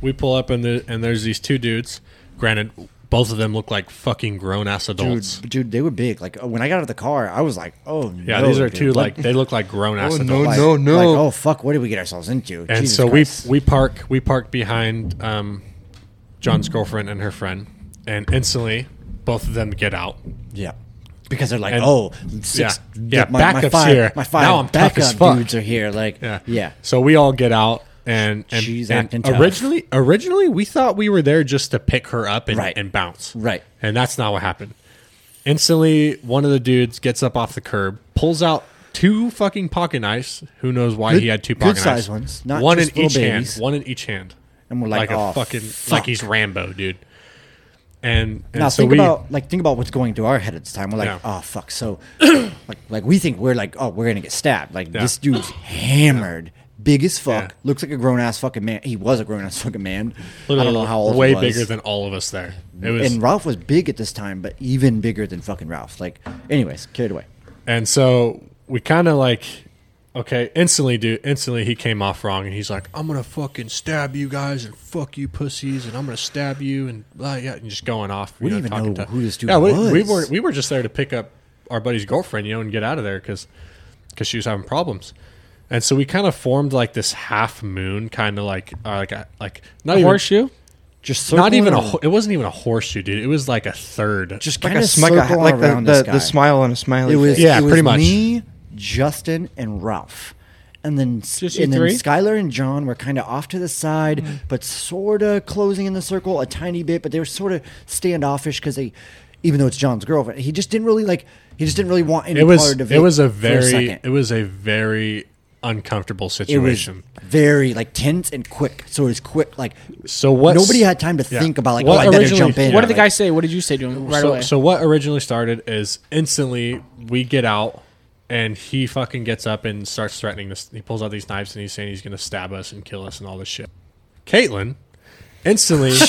Speaker 3: we pull up, and the, and there's these two dudes. Granted, both of them look like fucking grown ass
Speaker 1: Dude,
Speaker 3: adults.
Speaker 1: dude, they were big. Like uh, when I got out of the car, I was like, "Oh
Speaker 3: yeah,
Speaker 1: no,
Speaker 3: these are
Speaker 1: dude.
Speaker 3: two
Speaker 1: What-
Speaker 3: like they look like grown ass
Speaker 4: Oh, no,
Speaker 3: adults.
Speaker 1: like-
Speaker 4: no,
Speaker 1: like,
Speaker 4: no.
Speaker 1: oh fuck! What did we get ourselves into?"
Speaker 3: And
Speaker 1: Jesus
Speaker 3: so
Speaker 1: Christ.
Speaker 3: we we park we park behind um, John's girlfriend and her friend, and instantly both of them get out.
Speaker 1: yeah, because they're like,
Speaker 3: And-
Speaker 1: "Oh, six,
Speaker 3: yeah, yeah,
Speaker 1: my, my
Speaker 3: backup's
Speaker 1: five,
Speaker 3: here.
Speaker 1: My five
Speaker 3: Now I'm tough as
Speaker 1: backup
Speaker 3: fuck.
Speaker 1: dudes are here." Like, yeah,
Speaker 3: So we all get out. And, and,
Speaker 1: She's
Speaker 3: and
Speaker 1: acting tough.
Speaker 3: originally, originally we thought we were there just to pick her up and,
Speaker 1: Right.
Speaker 3: and bounce.
Speaker 1: Right.
Speaker 3: And that's not what happened. Instantly, one of the dudes gets up off the curb, pulls out two fucking pocket knives. Who knows why
Speaker 1: Good-
Speaker 3: he had two
Speaker 1: good
Speaker 3: pocket knives?
Speaker 1: size ones, not
Speaker 3: one
Speaker 1: just
Speaker 3: in
Speaker 1: little
Speaker 3: each
Speaker 1: babies.
Speaker 3: hand. One in each hand.
Speaker 1: And we're like, "Oh,
Speaker 3: a fucking
Speaker 1: fuck."
Speaker 3: like he's Rambo, dude. And, and
Speaker 1: Now
Speaker 3: so
Speaker 1: think
Speaker 3: we
Speaker 1: about like think about what's going through our head at this time. We're like,
Speaker 3: Yeah.
Speaker 1: oh fuck. So (clears throat) like like we think we're like, oh, we're gonna get stabbed. Like
Speaker 3: Yeah.
Speaker 1: this dude's hammered, big as fuck.
Speaker 3: Yeah.
Speaker 1: Looks like a grown ass fucking man. He was a grown ass fucking man. I
Speaker 3: literally
Speaker 1: don't know how old.
Speaker 3: way
Speaker 1: he was.
Speaker 3: bigger than all of us there. It was
Speaker 1: and Ralph was big at this time, but even bigger than fucking Ralph. Like, anyways, carried away.
Speaker 3: And so we kind of like, okay, instantly, dude, instantly he came off wrong and he's like, I'm going to fucking stab you guys and fuck you pussies and I'm going to stab you and blah, yeah, and just going off. We
Speaker 1: didn't even know who this dude
Speaker 3: yeah, we, We
Speaker 1: was.
Speaker 3: were, we were just there to pick up our buddy's girlfriend, you know, and get out of there because she was having problems. And so we kind of formed like this half moon, kind of like, uh, like, a- like not even,
Speaker 2: horseshoe?
Speaker 1: Just
Speaker 3: not even a,
Speaker 1: circling
Speaker 3: ho- it wasn't even a horseshoe, dude. It was like a third.
Speaker 1: just
Speaker 4: like
Speaker 1: kind
Speaker 4: a
Speaker 1: of
Speaker 4: smile, like,
Speaker 1: circle
Speaker 4: the,
Speaker 1: around
Speaker 4: the,
Speaker 1: this
Speaker 4: the
Speaker 1: guy.
Speaker 4: smile on a smiley.
Speaker 1: It was
Speaker 4: face.
Speaker 3: Yeah,
Speaker 1: it was
Speaker 3: pretty much.
Speaker 1: Me, Justin, and Ralph, and then
Speaker 2: Just you
Speaker 1: and then
Speaker 2: three? Mm.
Speaker 1: Skylar and John were kind of off to the side, but sort of closing in the circle a tiny bit. But they were sort of standoffish because they, even though it's John's girlfriend, he just didn't really like. He just didn't really want any
Speaker 3: it was,
Speaker 1: part of
Speaker 3: it
Speaker 1: it.
Speaker 3: was a
Speaker 1: for second.
Speaker 3: very, it was a very uncomfortable
Speaker 1: it was
Speaker 3: situation.
Speaker 1: very like tense and quick. So it was quick. Like
Speaker 3: So what?
Speaker 1: nobody had time to
Speaker 3: Yeah.
Speaker 1: think about like,
Speaker 3: What
Speaker 1: oh, I better
Speaker 3: originally-
Speaker 1: jump in.
Speaker 2: What did the
Speaker 1: Like,
Speaker 2: guy say? What did you say to him right
Speaker 3: so,
Speaker 2: away?
Speaker 3: so what originally started is instantly we get out and he fucking gets up and starts threatening this. He pulls out these knives and he's saying he's gonna stab us and kill us and all this shit. Caitlin
Speaker 1: (laughs)
Speaker 3: instantly. you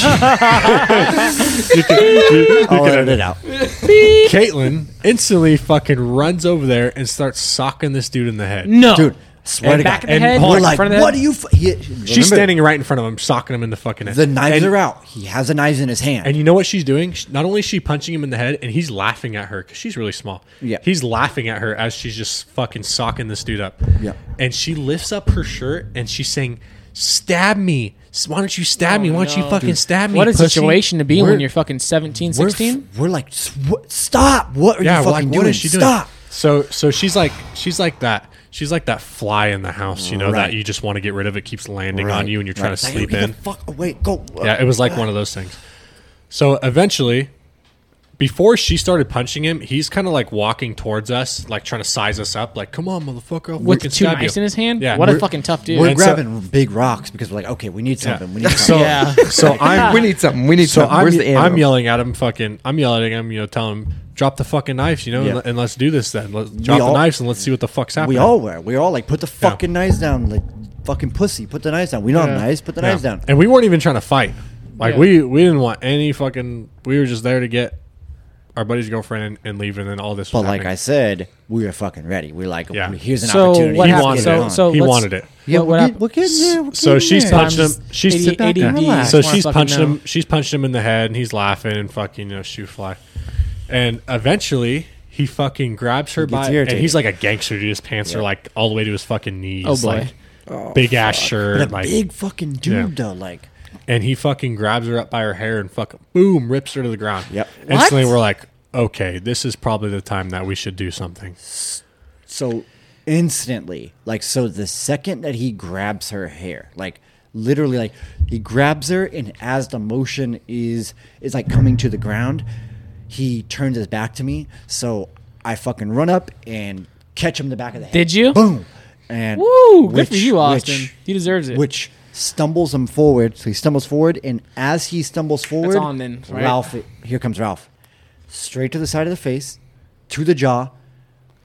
Speaker 3: can, you, you
Speaker 1: I'll
Speaker 3: can-
Speaker 1: oh, edit it out.
Speaker 3: Caitlin instantly fucking runs over there and starts socking this dude in the head.
Speaker 2: no.
Speaker 1: Dude, Swear
Speaker 2: And
Speaker 1: to
Speaker 2: back
Speaker 1: God.
Speaker 2: of the
Speaker 1: And
Speaker 2: head,
Speaker 1: we're
Speaker 2: in
Speaker 1: like,
Speaker 2: front of the
Speaker 1: what do
Speaker 2: head.
Speaker 1: you? F-? He,
Speaker 3: She's
Speaker 1: remember,
Speaker 3: standing right in front of him, socking him in the fucking head.
Speaker 1: The knives
Speaker 3: and,
Speaker 1: are out. He has the knives in his hand.
Speaker 3: And you know what she's doing? She- Not only is she punching him in the head, and he's laughing at her because she's really small.
Speaker 1: Yeah.
Speaker 3: He's laughing at her as she's just fucking socking this dude up.
Speaker 1: Yeah.
Speaker 3: And she lifts up her shirt and she's saying, "Stab me! S- Why don't you stab me? Why don't you
Speaker 2: Oh, no.
Speaker 3: fucking stab me?"
Speaker 2: What a
Speaker 3: pussy?"
Speaker 2: situation to be in
Speaker 1: We're-
Speaker 2: when you're fucking 17,
Speaker 1: we're,
Speaker 2: 16.
Speaker 1: f- we're like, "S- what- stop! What are
Speaker 3: Yeah.
Speaker 1: you
Speaker 3: we're
Speaker 1: fucking
Speaker 3: like,
Speaker 1: doing?
Speaker 3: what is she doing?
Speaker 1: Stop!
Speaker 3: So, so she's like, she's like that. She's like that fly in the house, you know,
Speaker 1: Right.
Speaker 3: that you just want to get rid of. It keeps landing on
Speaker 1: Right,
Speaker 3: you, and you're trying
Speaker 1: right.
Speaker 3: to
Speaker 1: Like,
Speaker 3: sleep
Speaker 1: get
Speaker 3: in.
Speaker 1: The fuck away! Go!
Speaker 3: Yeah, it was like one of those things. So eventually, before she started punching him, he's kind of like walking towards us, like trying to size us up, like, "Come on, motherfucker, I'll
Speaker 2: With
Speaker 3: freaking
Speaker 2: two
Speaker 3: stab
Speaker 2: knives
Speaker 3: you."
Speaker 2: in his hand?
Speaker 3: Yeah,
Speaker 2: What a
Speaker 3: we're-
Speaker 2: fucking tough dude.
Speaker 1: We're
Speaker 3: And so-
Speaker 1: grabbing big rocks because we're like, okay, we need something. We need
Speaker 3: (laughs) So,
Speaker 1: something.
Speaker 2: Yeah.
Speaker 3: so
Speaker 2: (laughs)
Speaker 3: I'm
Speaker 4: We need something. We need
Speaker 3: so
Speaker 4: something.
Speaker 3: I'm,
Speaker 4: Where's the ammo?
Speaker 3: I'm yelling at him, fucking, I'm yelling at him, you know, tell him drop the fucking knives, you know,
Speaker 1: Yeah.
Speaker 3: and, and let's do this then. Let's drop the
Speaker 1: all-
Speaker 3: knives and let's see what the fuck's happening.
Speaker 1: we all were. We all like put the fucking knives down, like fucking pussy. Put the knives down. We don't
Speaker 2: Yeah.
Speaker 1: have knives. Put the
Speaker 3: Yeah.
Speaker 1: knives down.
Speaker 3: and we weren't even trying to fight. Like
Speaker 2: Yeah.
Speaker 3: we we didn't want any fucking. We were just there to get our buddy's girlfriend and, and leave, and then all this.
Speaker 1: But
Speaker 3: was
Speaker 1: like I
Speaker 3: happening.
Speaker 1: said, we were fucking ready. We're like,
Speaker 3: Yeah.
Speaker 1: here's an
Speaker 2: So
Speaker 1: opportunity.
Speaker 2: what
Speaker 1: Let's
Speaker 3: he
Speaker 2: happened?
Speaker 3: wanted
Speaker 1: get it
Speaker 2: So-
Speaker 1: on.
Speaker 3: it.
Speaker 2: so
Speaker 3: he
Speaker 2: let's-
Speaker 3: wanted it.
Speaker 1: yeah,
Speaker 2: what
Speaker 1: we're,
Speaker 2: happened-
Speaker 1: get, we're getting there. We're
Speaker 3: So
Speaker 1: getting
Speaker 3: she's
Speaker 1: there.
Speaker 3: punched
Speaker 2: Sometimes
Speaker 3: him. She's
Speaker 2: AD-
Speaker 1: back down.
Speaker 2: ADD,
Speaker 1: Relax.
Speaker 3: so
Speaker 2: just wanna
Speaker 3: she's
Speaker 2: fucking
Speaker 3: punched
Speaker 2: know.
Speaker 3: him. She's punched him in the head, and he's laughing and fucking you know shoe fly. And eventually, he fucking grabs her
Speaker 1: gets
Speaker 3: by, and
Speaker 1: irritated.
Speaker 3: he's like a gangster. Dude, his pants are like all the way to his fucking knees.
Speaker 2: Oh, boy.
Speaker 3: Like, big ass
Speaker 1: But
Speaker 3: shirt,
Speaker 1: a
Speaker 3: like,
Speaker 1: big fucking dude
Speaker 3: Yeah.
Speaker 1: though. Like,
Speaker 3: and he fucking grabs her up by her hair and fucking boom rips her to the ground.
Speaker 1: Yep.
Speaker 3: Instantly,
Speaker 2: What?
Speaker 3: we're like, okay, this is probably the time that we should do something.
Speaker 1: so instantly like so the second that he grabs her hair like literally like he grabs her and as the motion is is like coming to the ground he turns his back to me so i fucking run up and catch him in the back of the head
Speaker 2: Did you?
Speaker 1: boom and
Speaker 2: Woo, good for you, Austin. He deserves it.
Speaker 1: which stumbles him forward so he stumbles forward and as he stumbles forward
Speaker 2: on then, right?
Speaker 1: ralph here comes ralph straight to the side of the face to the jaw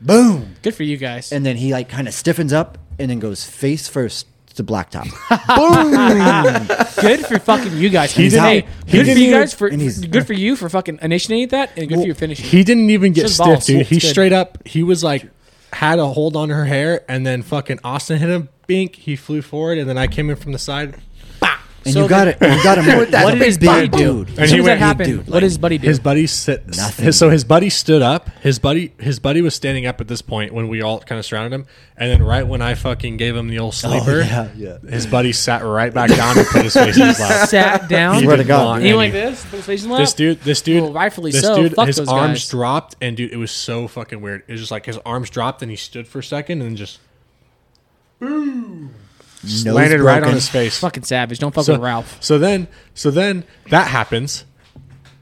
Speaker 1: boom
Speaker 2: Good for you guys.
Speaker 1: and then he like kind of stiffens up and then goes face first to blacktop. Boom!
Speaker 2: good for fucking you guys.
Speaker 3: He
Speaker 1: didn't-
Speaker 2: Hey,
Speaker 1: he
Speaker 2: good
Speaker 3: didn't
Speaker 2: for you
Speaker 3: even-
Speaker 2: guys for
Speaker 1: and he's-
Speaker 2: good for you for fucking initiating that, and good
Speaker 1: Well,
Speaker 2: for you finishing.
Speaker 3: He didn't even get
Speaker 2: Just
Speaker 3: stiff,
Speaker 2: balls.
Speaker 3: dude.
Speaker 2: It's
Speaker 3: He
Speaker 2: good.
Speaker 3: straight up, he was like, had a hold on her hair, and then fucking Austin hit him. Bink, he flew forward, and then I came in from the side.
Speaker 1: and
Speaker 2: So
Speaker 1: you got
Speaker 2: the-
Speaker 1: it. You got him. with that
Speaker 2: what did his
Speaker 1: big
Speaker 2: buddy do?
Speaker 1: dude.
Speaker 2: As
Speaker 3: he
Speaker 2: soon as that
Speaker 3: went-
Speaker 2: happened,
Speaker 1: dude,
Speaker 2: what
Speaker 1: like,
Speaker 2: does his buddy do?
Speaker 3: His buddy sit.
Speaker 1: Nothing.
Speaker 3: So his buddy stood up. His buddy, his buddy was standing up at this point when we all kind of surrounded him, and then right when I fucking gave him the old
Speaker 1: Oh,
Speaker 3: sleeper,
Speaker 1: yeah, yeah.
Speaker 3: his buddy sat right back down and put his face
Speaker 1: (laughs)
Speaker 3: in his lap.
Speaker 2: sat down.
Speaker 3: He
Speaker 1: Swear
Speaker 3: did
Speaker 1: to God,
Speaker 3: not,
Speaker 1: dude.
Speaker 2: He
Speaker 3: and
Speaker 2: like
Speaker 3: he-
Speaker 2: this. Put his face in the
Speaker 3: This
Speaker 2: lap.
Speaker 3: dude, this dude,
Speaker 2: Well, rightfully
Speaker 3: this
Speaker 2: so.
Speaker 3: dude,
Speaker 2: Fuck
Speaker 3: his
Speaker 2: those
Speaker 3: arms
Speaker 2: guys.
Speaker 3: dropped, and dude, it was so fucking weird. It was just like his arms dropped, and he stood for a second, and then just
Speaker 1: Nose
Speaker 3: landed right on
Speaker 1: broken.
Speaker 3: his face.
Speaker 2: fucking savage. Don't fuck
Speaker 3: so,
Speaker 2: with Ralph.
Speaker 3: So then, so then that happens.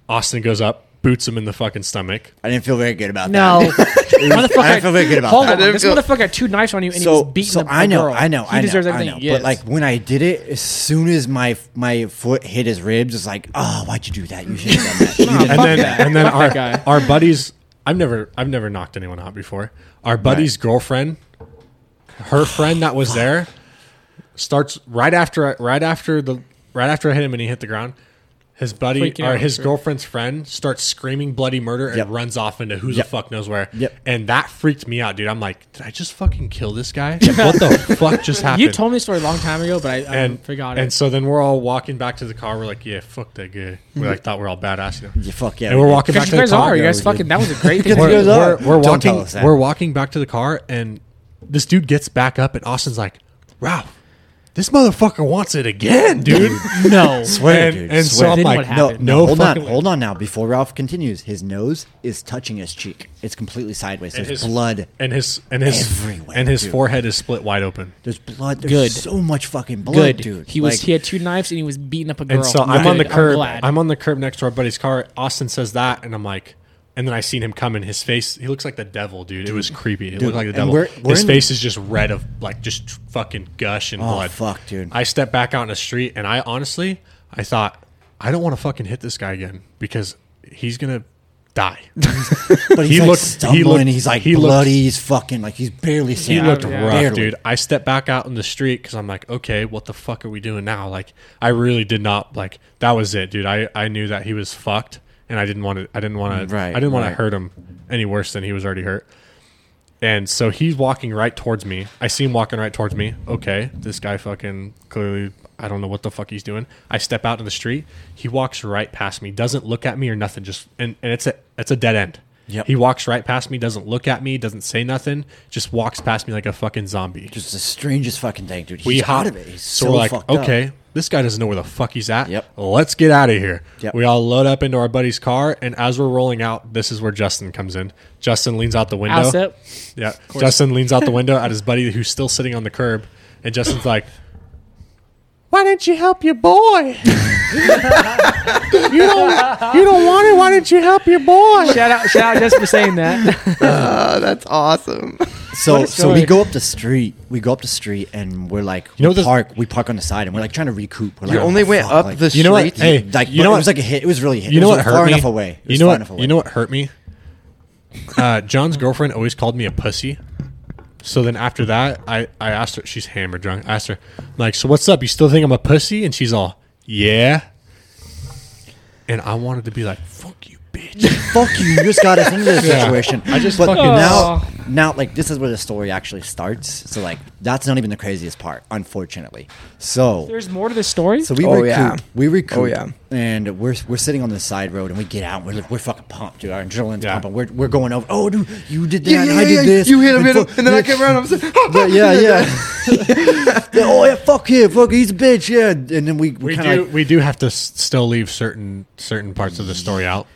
Speaker 3: Austin goes up, boots him in the fucking stomach.
Speaker 1: I didn't feel very good about
Speaker 2: No, (laughs)
Speaker 1: that.
Speaker 2: motherfucker.
Speaker 1: I feel very good about
Speaker 2: Hold
Speaker 1: that.
Speaker 2: on,
Speaker 4: I didn't
Speaker 2: this
Speaker 4: feel-
Speaker 2: motherfucker had two knives on you, and he
Speaker 1: So,
Speaker 2: was beating
Speaker 1: so
Speaker 2: the- the
Speaker 1: I know,
Speaker 2: girl.
Speaker 1: I know,
Speaker 2: He
Speaker 1: I know,
Speaker 2: deserves everything.
Speaker 1: I know.
Speaker 2: he
Speaker 1: But
Speaker 2: gets.
Speaker 1: like when I did it, as soon as my my foot hit his ribs, it's like, oh, why'd you do that? You should have done that. You didn't
Speaker 3: and then
Speaker 2: that.
Speaker 3: and then
Speaker 2: Oh, Fuck
Speaker 3: our
Speaker 2: that guy.
Speaker 3: our buddies. I've never I've never knocked anyone out before. Our buddy's girlfriend, her friend that was there, starts right after right after the right after I hit him and he hit the ground. His buddy
Speaker 2: Freaking
Speaker 3: or
Speaker 2: out,
Speaker 3: his
Speaker 2: sure.
Speaker 3: girlfriend's friend starts screaming bloody murder and
Speaker 1: Yep.
Speaker 3: runs off into who
Speaker 1: Yep.
Speaker 3: the fuck knows where.
Speaker 1: Yep.
Speaker 3: And that freaked me out, dude. I'm like, did I just fucking kill this
Speaker 2: (laughs)
Speaker 3: guy? what the fuck just happened?
Speaker 2: you told me this story a long time ago, but I, I
Speaker 3: and
Speaker 2: forgot
Speaker 3: And
Speaker 2: it.
Speaker 3: so then we're all walking back to the car. We're like, yeah, fuck that guy. We like thought we're all badass. You know?
Speaker 1: Yeah, fuck yeah.
Speaker 3: And we're walking back
Speaker 2: Because
Speaker 3: to
Speaker 2: you
Speaker 3: the
Speaker 2: guys
Speaker 3: car.
Speaker 2: are, you
Speaker 1: Yeah,
Speaker 2: guys
Speaker 1: we
Speaker 2: fucking.
Speaker 1: did.
Speaker 2: That was a great
Speaker 1: Because
Speaker 2: thing.
Speaker 1: you guys are.
Speaker 3: we're, we're
Speaker 1: Don't
Speaker 3: walking.
Speaker 1: tell us that.
Speaker 3: We're walking back to the car, and this dude gets back up, and Austin's like, "Ralph, this motherfucker wants it again, dude." (laughs)
Speaker 2: No,
Speaker 1: (laughs) Swear,
Speaker 3: and
Speaker 1: dude,
Speaker 3: and
Speaker 1: swear.
Speaker 3: so I'm
Speaker 2: Then
Speaker 3: like,
Speaker 2: what
Speaker 1: No,
Speaker 2: happened?
Speaker 1: no,
Speaker 3: No
Speaker 1: hold on,
Speaker 3: fucking way.
Speaker 1: hold on now. Before Ralph continues, his nose is touching his cheek. It's completely sideways. There's
Speaker 3: his
Speaker 1: blood.
Speaker 3: and his and his
Speaker 1: everywhere,
Speaker 3: and his
Speaker 1: dude.
Speaker 3: forehead is split wide open.
Speaker 1: There's blood. There's
Speaker 2: Good.
Speaker 1: so much fucking blood,
Speaker 2: good,
Speaker 1: dude.
Speaker 2: He was.
Speaker 1: Like,
Speaker 2: he had two knives, and he was beating up a girl.
Speaker 3: And so I'm on the
Speaker 2: Good,
Speaker 3: curb. I'm,
Speaker 2: glad.
Speaker 3: on the curb next to our buddy's car. Austin says that, and I'm like. And then I seen him coming. His face, he looks like the devil, dude. It was creepy. It looked like the
Speaker 1: and
Speaker 3: devil.
Speaker 1: we're- we're
Speaker 3: his
Speaker 1: in- Oh,
Speaker 3: face is just red of like just tr- fucking gush and blood.
Speaker 1: fuck, dude.
Speaker 3: I stepped back out in the street, and I honestly, I thought, I don't want to fucking hit this guy again because he's gonna die.
Speaker 1: But he's
Speaker 3: He
Speaker 1: like
Speaker 3: looked- he
Speaker 1: stumbling.
Speaker 3: looked-
Speaker 1: he's like
Speaker 3: he looked-
Speaker 1: bloody. he's fucking like he's barely.
Speaker 3: He
Speaker 1: standing.
Speaker 3: looked
Speaker 2: yeah.
Speaker 3: rough,
Speaker 1: Barely.
Speaker 3: dude. I stepped back out in the street because I'm like, okay, what the fuck are we doing now? Like, I really did not like. That was it, dude. I, I knew that he was fucked, and I didn't want to. I didn't want to.
Speaker 1: Right,
Speaker 3: I didn't want
Speaker 1: right.
Speaker 3: to hurt him any worse than he was already hurt. And so he's walking right towards me. I see him walking right towards me. Okay, this guy fucking clearly, I don't know what the fuck he's doing. I step out in the street. He walks right past me, doesn't look at me or nothing. Just and, and it's a it's a dead end.
Speaker 1: Yep.
Speaker 3: He walks right past me, doesn't look at me, doesn't say nothing. Just walks past me like a fucking zombie.
Speaker 1: Just the strangest fucking thing, dude. He's
Speaker 3: we hop-
Speaker 1: out of it. He's
Speaker 3: so
Speaker 1: so,
Speaker 3: we're like,
Speaker 1: fucked up.
Speaker 3: okay, this guy doesn't know where the fuck he's at.
Speaker 1: Yep.
Speaker 3: Let's get out of here.
Speaker 1: Yep.
Speaker 3: We all load up into our buddy's car, and as we're rolling out, this is where Justin comes in. Justin leans out the window.
Speaker 2: House up.
Speaker 3: Yeah. Justin leans out the window at his buddy who's still sitting on the curb, and Justin's like, "Why didn't you help your boy? (laughs) you don't, you don't want it. Why didn't you help your boy?"
Speaker 2: Shout out, shout out just for saying that.
Speaker 4: Oh, that's awesome.
Speaker 1: So
Speaker 2: a
Speaker 1: so we
Speaker 2: story.
Speaker 1: go up the street. We go up the street and we're like,
Speaker 3: You know
Speaker 1: we
Speaker 3: this-
Speaker 1: park. We park on the side and we're like trying to recoup. We're
Speaker 4: You
Speaker 1: like,
Speaker 4: only
Speaker 1: "Oh,
Speaker 4: went
Speaker 1: fuck,"
Speaker 4: up
Speaker 1: like,
Speaker 4: the
Speaker 3: You know what?
Speaker 4: street.
Speaker 3: Hey,
Speaker 1: like
Speaker 3: you
Speaker 1: but
Speaker 3: know
Speaker 1: it
Speaker 3: what?
Speaker 1: was like a hit. It was really a hit.
Speaker 3: You know
Speaker 1: it was
Speaker 3: what hurt
Speaker 1: far
Speaker 3: me?
Speaker 1: enough away. It
Speaker 3: You
Speaker 1: was
Speaker 3: know
Speaker 1: far
Speaker 3: what?
Speaker 1: enough away.
Speaker 3: You know what hurt me? Uh, John's girlfriend always called me a pussy. So then after that, I, I asked her. She's hammered drunk. I asked her, like, so what's up? You still think I'm a pussy? And she's all, yeah. And I wanted to be like, fuck you, bitch.
Speaker 1: (laughs) fuck you. You just got us into this
Speaker 3: (laughs) Yeah.
Speaker 1: situation.
Speaker 3: I just
Speaker 1: but
Speaker 3: fucking-
Speaker 1: now,
Speaker 2: Aw.
Speaker 1: now, like this is where the story actually starts. So like that's not even the craziest part, unfortunately. So
Speaker 2: (laughs) There's more to this story.
Speaker 1: So we
Speaker 4: Oh,
Speaker 1: recoup.
Speaker 4: yeah.
Speaker 1: We recoup.
Speaker 4: Oh, yeah.
Speaker 1: And we're we're sitting on the side road, and we get out. And we're like, we're fucking pumped, dude. Our adrenaline's
Speaker 3: Yeah.
Speaker 1: pumping. We're, we're going over. Oh, dude, you did that.
Speaker 4: Yeah,
Speaker 1: and
Speaker 4: yeah,
Speaker 1: I
Speaker 4: yeah,
Speaker 1: did
Speaker 4: yeah.
Speaker 1: this.
Speaker 4: You hit him, and,
Speaker 1: fuck-
Speaker 4: and then I came around. I was like,
Speaker 1: Yeah, (laughs) yeah, yeah.
Speaker 4: (laughs)
Speaker 1: Yeah, Oh yeah, fuck him, fuck he's a bitch, yeah. And then we we
Speaker 3: We
Speaker 1: kind
Speaker 3: do
Speaker 1: of like,
Speaker 3: we do have to s- still leave certain certain parts of the story out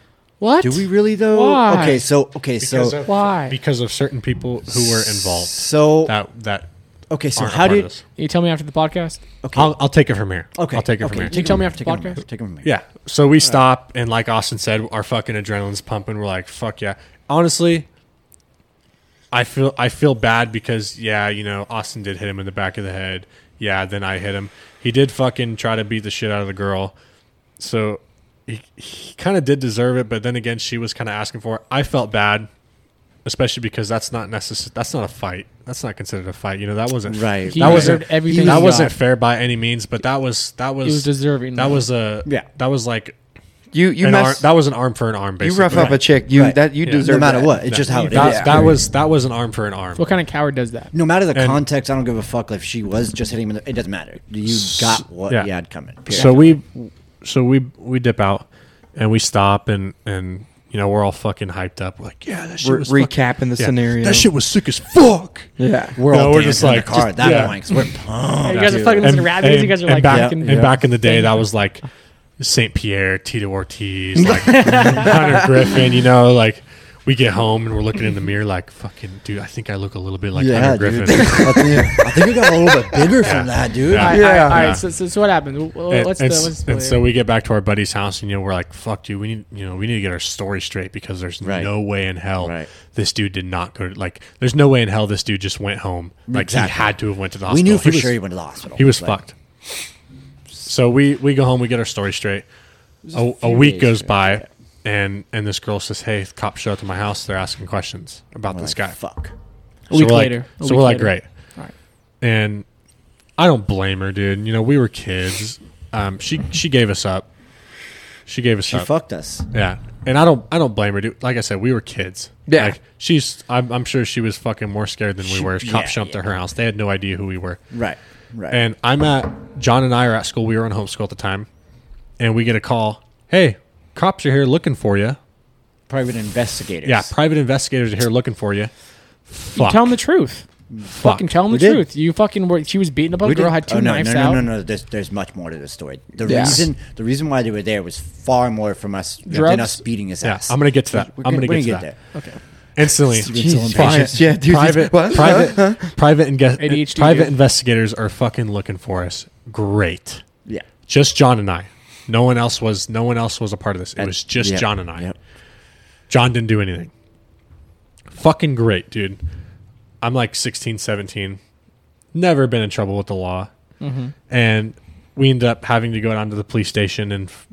Speaker 2: what?
Speaker 1: do we really though?
Speaker 2: Why?
Speaker 1: Okay, so okay, so
Speaker 3: of,
Speaker 2: Why?
Speaker 3: because of certain people who were involved.
Speaker 1: so
Speaker 3: That that.
Speaker 1: okay, so
Speaker 3: aren't a
Speaker 1: how
Speaker 3: part of
Speaker 1: did
Speaker 3: this.
Speaker 2: you tell me after the podcast.
Speaker 1: okay
Speaker 3: I'll, I'll take it from here.
Speaker 1: okay
Speaker 3: I'll take it
Speaker 1: okay,
Speaker 3: from here.
Speaker 2: Can you tell me after
Speaker 1: take
Speaker 2: the
Speaker 1: it from here,
Speaker 2: podcast?
Speaker 1: Take it from here.
Speaker 3: Yeah. So we stop, and like Austin said, our fucking adrenaline's pumping. We're like, fuck yeah. Honestly, I feel I feel bad because yeah, you know, Austin did hit him in the back of the head. Yeah, then I hit him. He did fucking try to beat the shit out of the girl. So he, he kind of did deserve it, but then again, she was kind of asking for it. I felt bad, especially because that's not necessary. That's not a fight. That's not considered a fight. You know, that wasn't
Speaker 1: Right.
Speaker 2: He
Speaker 3: That was
Speaker 2: deserved everything.
Speaker 3: that
Speaker 2: he
Speaker 3: wasn't
Speaker 2: got.
Speaker 3: fair by any means, but that was that was
Speaker 2: was deserving,
Speaker 3: That
Speaker 2: though.
Speaker 3: was a
Speaker 1: Yeah.
Speaker 3: That was like
Speaker 4: you you
Speaker 3: an arm,
Speaker 4: messed,
Speaker 3: that was an arm for an arm.
Speaker 4: you
Speaker 3: Basically,
Speaker 4: rough up a chick. You
Speaker 1: Right.
Speaker 4: that you
Speaker 3: Yeah.
Speaker 4: deserve
Speaker 1: No matter
Speaker 4: that.
Speaker 1: what, it's just how it
Speaker 3: that,
Speaker 1: is.
Speaker 3: that was that was an arm for an arm.
Speaker 2: What kind of coward does that?
Speaker 1: No matter the
Speaker 3: And-
Speaker 1: context, I don't give a fuck if she was just hitting him. in the- It doesn't matter. You got what
Speaker 3: yeah.
Speaker 1: you had coming. period.
Speaker 3: So we, so we we dip out, and we stop, and and you know we're all fucking hyped up. We're like, yeah, that shit
Speaker 4: We're
Speaker 3: was fucking-
Speaker 4: recapping the
Speaker 3: yeah,
Speaker 4: scenario.
Speaker 3: That shit was sick as fuck.
Speaker 4: yeah.
Speaker 1: we're
Speaker 3: No,
Speaker 1: all
Speaker 3: we're
Speaker 1: dancing
Speaker 3: just
Speaker 1: in
Speaker 3: like-
Speaker 1: the car at
Speaker 3: just-
Speaker 1: that
Speaker 3: yeah.
Speaker 1: point 'cause
Speaker 3: (laughs)
Speaker 1: we're pumped.
Speaker 2: you guys are
Speaker 1: dude.
Speaker 2: fucking listening to rap music. You guys are like,
Speaker 3: back,
Speaker 2: fucking-
Speaker 3: and back in the day, that was like Saint Pierre, Tito Ortiz, like Hunter Griffin. You know, like we get home and we're looking in the mirror, like fucking dude. I think I look a little bit
Speaker 1: (laughs)
Speaker 3: like
Speaker 1: yeah,
Speaker 3: Hunter
Speaker 1: dude. (laughs)
Speaker 3: Griffin.
Speaker 1: I think-
Speaker 3: (laughs)
Speaker 1: I think we got a little bit bigger
Speaker 3: Yeah.
Speaker 1: from that, dude.
Speaker 3: Yeah.
Speaker 2: All right,
Speaker 4: Yeah.
Speaker 2: all right, all right,
Speaker 3: Yeah.
Speaker 2: So, so, so what happened? Well, uh,
Speaker 3: and,
Speaker 2: What's
Speaker 3: and
Speaker 2: the,
Speaker 3: s-
Speaker 2: what's the
Speaker 3: and so we get back to our buddy's house, and you know we're like, "Fuck, dude, we need you know we need to get our story straight because there's
Speaker 1: Right.
Speaker 3: no way in hell
Speaker 1: Right.
Speaker 3: this dude did not go to like there's no way in hell this dude just went home like
Speaker 1: Exactly.
Speaker 3: he had to have went to the
Speaker 1: We
Speaker 3: hospital.
Speaker 1: knew for
Speaker 3: he was,
Speaker 1: sure he went to the hospital.
Speaker 3: He was
Speaker 1: Like,
Speaker 3: fucked. So we we go home, we get our story straight. A, a
Speaker 1: few
Speaker 3: week
Speaker 1: days
Speaker 3: goes
Speaker 1: ago,
Speaker 3: by,
Speaker 1: yeah.
Speaker 3: and and this girl says, "Hey, cops show up to my house. They're asking questions about
Speaker 1: we're
Speaker 3: this
Speaker 1: like,
Speaker 3: guy."
Speaker 1: Fuck.
Speaker 2: a week
Speaker 3: so we're
Speaker 2: later.
Speaker 3: Like,
Speaker 2: a
Speaker 3: so
Speaker 2: week
Speaker 3: we're like,
Speaker 2: later.
Speaker 3: great.
Speaker 2: All right.
Speaker 3: And I don't blame her, dude. You know, we were kids. Um, she she gave us up. She gave us
Speaker 1: She
Speaker 3: up.
Speaker 1: fucked us.
Speaker 3: Yeah, and I don't I don't blame her, dude. Like I said, we were kids.
Speaker 4: Yeah.
Speaker 3: like, she's. I'm, I'm sure she was fucking more scared than we
Speaker 1: She-
Speaker 3: were.
Speaker 1: yeah,
Speaker 3: Cops showed up
Speaker 1: yeah.
Speaker 3: to her house. They had no idea who we were.
Speaker 1: Right. Right.
Speaker 3: And I'm at John and I are at school. We were in homeschool at the time, and we get a call. Hey, cops are here looking for you.
Speaker 1: private investigators.
Speaker 3: Yeah, private investigators are here looking for you. Fuck.
Speaker 2: Tell him the truth.
Speaker 3: Fuck.
Speaker 2: Fucking tell him
Speaker 1: We
Speaker 2: the
Speaker 1: did.
Speaker 2: truth. You fucking were. She was beaten up. A
Speaker 1: We
Speaker 2: girl
Speaker 1: did-
Speaker 2: had two
Speaker 1: oh, no,
Speaker 2: knives
Speaker 1: no, no,
Speaker 2: out.
Speaker 1: No, no, There's, there's much more to this story. The
Speaker 4: Yeah.
Speaker 1: reason the reason why they were there was far more from us than
Speaker 2: Drugs?
Speaker 1: us beating his
Speaker 3: Yeah,
Speaker 1: ass.
Speaker 3: I'm gonna get to that.
Speaker 1: We're
Speaker 3: I'm gonna,
Speaker 1: we're
Speaker 3: get to that.
Speaker 1: there.
Speaker 3: Instantly.
Speaker 1: Steven's so
Speaker 3: Fuck.
Speaker 1: impatient.
Speaker 4: Yeah,
Speaker 1: (laughs)
Speaker 4: dude,
Speaker 3: private,
Speaker 4: what?
Speaker 3: private, private, inge-
Speaker 2: ADHD,
Speaker 3: private
Speaker 2: dude.
Speaker 3: investigators are fucking looking for us. Great,
Speaker 1: Yeah.
Speaker 3: just John and I. No one else was. No one else was a part of this. It was just
Speaker 1: Yep.
Speaker 3: John and I.
Speaker 1: Yep.
Speaker 3: John didn't do anything. Fucking great, dude. I'm like 16, 17. Never been in trouble with the law.
Speaker 2: Mm-hmm.
Speaker 3: And we end up having to go down to the police station. And f-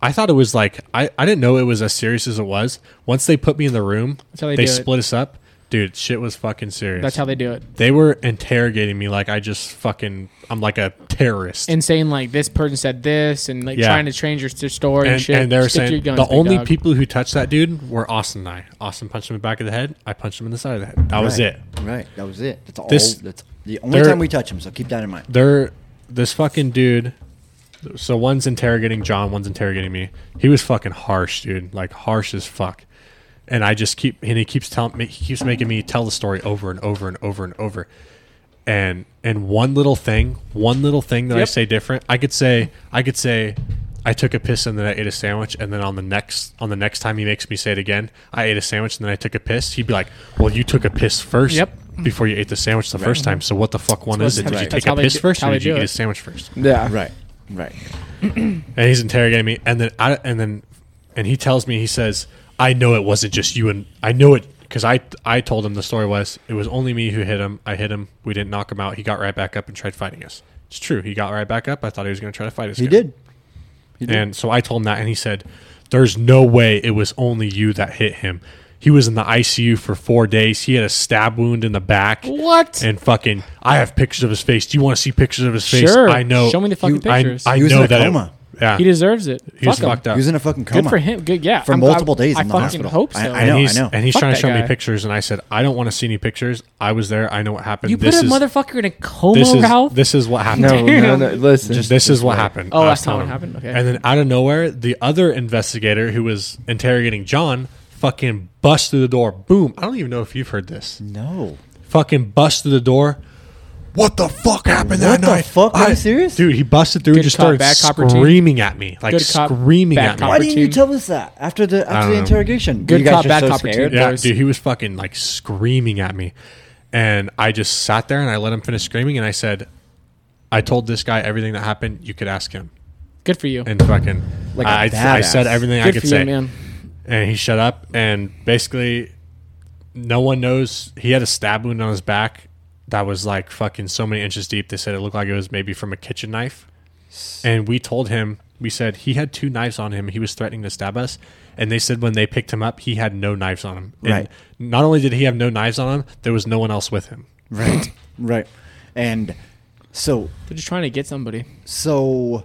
Speaker 3: I thought it was like, I, I didn't know it was as serious as it was. Once they put me in the room,
Speaker 2: That's how
Speaker 3: they,
Speaker 2: they do it.
Speaker 3: split us up. dude, shit was fucking serious.
Speaker 2: That's how they do it.
Speaker 3: they were interrogating me like I just fucking I'm like a terrorist.
Speaker 2: And saying like this person said this, and like
Speaker 3: Yeah.
Speaker 2: trying to change your, your story and,
Speaker 3: and,
Speaker 2: shit.
Speaker 3: and they were
Speaker 2: Stick to your
Speaker 3: saying
Speaker 2: guns,
Speaker 3: the
Speaker 2: big
Speaker 3: only
Speaker 2: dog.
Speaker 3: people who touched that dude were Austin and I. Austin punched him in the back of the head. I punched him in the side of the head. That was
Speaker 1: Right.
Speaker 3: it.
Speaker 1: Right. That was it. That's all.
Speaker 3: This-
Speaker 1: that's the only
Speaker 3: there-
Speaker 1: time we touch him. So keep that in mind.
Speaker 3: They're this fucking dude. So one's interrogating John, one's interrogating me. He was fucking harsh, dude. Like harsh as fuck. And I just keep and he keeps telling me he keeps making me tell the story over and over and over and over. And and one little thing, one little thing that I
Speaker 2: Yep.
Speaker 3: say different, I could say I could say I took a piss and then I ate a sandwich and then on the next on the next time he makes me say it again, I ate a sandwich and then I took a piss. He'd be like, "Well, you took a piss first
Speaker 2: Yep.
Speaker 3: before you ate the sandwich the first time. So what the fuck one is it?
Speaker 2: That's
Speaker 3: Did
Speaker 2: how-
Speaker 3: you
Speaker 2: that's
Speaker 3: take
Speaker 2: how
Speaker 3: a
Speaker 2: they
Speaker 3: piss
Speaker 2: do-
Speaker 3: first
Speaker 2: how
Speaker 3: or
Speaker 2: they
Speaker 3: did you
Speaker 2: do
Speaker 3: eat
Speaker 2: it.
Speaker 3: a sandwich first?
Speaker 4: Yeah.
Speaker 1: Right. Right.
Speaker 3: And he's interrogating me, and then I, and then and he tells me he says, "I know it wasn't just you and I know it because I I told him the story was it was only me who hit him. I hit him. We didn't knock him out. He got right back up and tried fighting us. It's true. He got right back up. I thought he was going to try to fight us.
Speaker 1: He
Speaker 3: again.
Speaker 1: did.
Speaker 3: And so I told him that, and he said, "There's no way it was only you that hit him." He was in the ICU for four days. He had a stab wound in the back.
Speaker 2: What?
Speaker 3: And fucking, I have pictures of his face. Do you want to see pictures of his face?
Speaker 2: Sure.
Speaker 3: I know.
Speaker 2: Show me the fucking
Speaker 3: You- I-
Speaker 2: pictures.
Speaker 3: I,
Speaker 1: He was
Speaker 3: know
Speaker 1: in a
Speaker 3: that. it-
Speaker 1: coma.
Speaker 3: yeah.
Speaker 2: he deserves it.
Speaker 3: He was
Speaker 2: Fuck him.
Speaker 3: fucked up.
Speaker 1: He was in a fucking coma.
Speaker 2: Good for him. Good, yeah.
Speaker 1: For
Speaker 2: I'm-
Speaker 1: multiple
Speaker 2: I-
Speaker 1: days
Speaker 2: I
Speaker 1: in the
Speaker 2: fucking
Speaker 1: hospital.
Speaker 2: hope so.
Speaker 1: I- I
Speaker 3: and
Speaker 1: know,
Speaker 3: he's,
Speaker 1: I know.
Speaker 3: And he's
Speaker 2: Fuck
Speaker 3: trying to
Speaker 2: that
Speaker 3: show me
Speaker 2: guy.
Speaker 3: pictures, and I said, I don't want to see any pictures. I was there. I know what happened.
Speaker 2: you put
Speaker 3: this
Speaker 2: a
Speaker 3: is,
Speaker 2: motherfucker in a coma,
Speaker 3: this is,
Speaker 2: Ralph.
Speaker 3: This is what happened.
Speaker 4: No, no, no. Listen.
Speaker 3: Just, this is what happened.
Speaker 2: Oh,
Speaker 3: I
Speaker 2: that's
Speaker 3: was
Speaker 2: not
Speaker 3: telling
Speaker 2: what
Speaker 3: him.
Speaker 2: happened? Okay.
Speaker 3: And then out of nowhere, the other investigator who was interrogating John fucking bust through the door. Boom. I don't even know if you've heard this.
Speaker 1: No.
Speaker 3: Fucking bust through the door. What the fuck happened that
Speaker 1: What the
Speaker 3: night?
Speaker 1: fuck? Are
Speaker 3: I-
Speaker 1: you serious?
Speaker 3: Dude, he busted through
Speaker 2: Good
Speaker 3: and just
Speaker 2: cop,
Speaker 3: started
Speaker 2: bad cop routine.
Speaker 3: screaming at me. Like
Speaker 2: Good cop,
Speaker 3: screaming
Speaker 2: bad
Speaker 3: at
Speaker 2: cop
Speaker 3: me.
Speaker 1: Why didn't you
Speaker 2: Opportune.
Speaker 1: tell us that after the
Speaker 3: don't
Speaker 1: after the
Speaker 3: know.
Speaker 1: interrogation?
Speaker 2: Good
Speaker 1: You guys
Speaker 2: cop,
Speaker 1: are
Speaker 2: bad
Speaker 1: so
Speaker 2: cop
Speaker 1: scared.
Speaker 2: routine.
Speaker 3: Yeah,
Speaker 2: Those-
Speaker 3: dude, he was fucking like screaming at me. And I just sat there and I let him finish screaming and I said, I told this guy everything that happened. You could ask him.
Speaker 2: Good for you.
Speaker 3: And fucking,
Speaker 1: Like a
Speaker 3: I, I
Speaker 1: badass.
Speaker 3: said everything I
Speaker 2: Good
Speaker 3: could
Speaker 2: for
Speaker 3: say.
Speaker 2: you, man.
Speaker 3: and he shut up and basically no one knows he had a stab wound on his back that was like fucking so many inches deep they said it looked like it was maybe from a kitchen knife and we told him we said he had two knives on him he was threatening to stab us and they said when they picked him up he had no knives on him and
Speaker 1: Right.
Speaker 3: not only did he have no knives on him there was no one else with him
Speaker 1: Right. Right. And so
Speaker 2: They're just trying to get somebody.
Speaker 1: so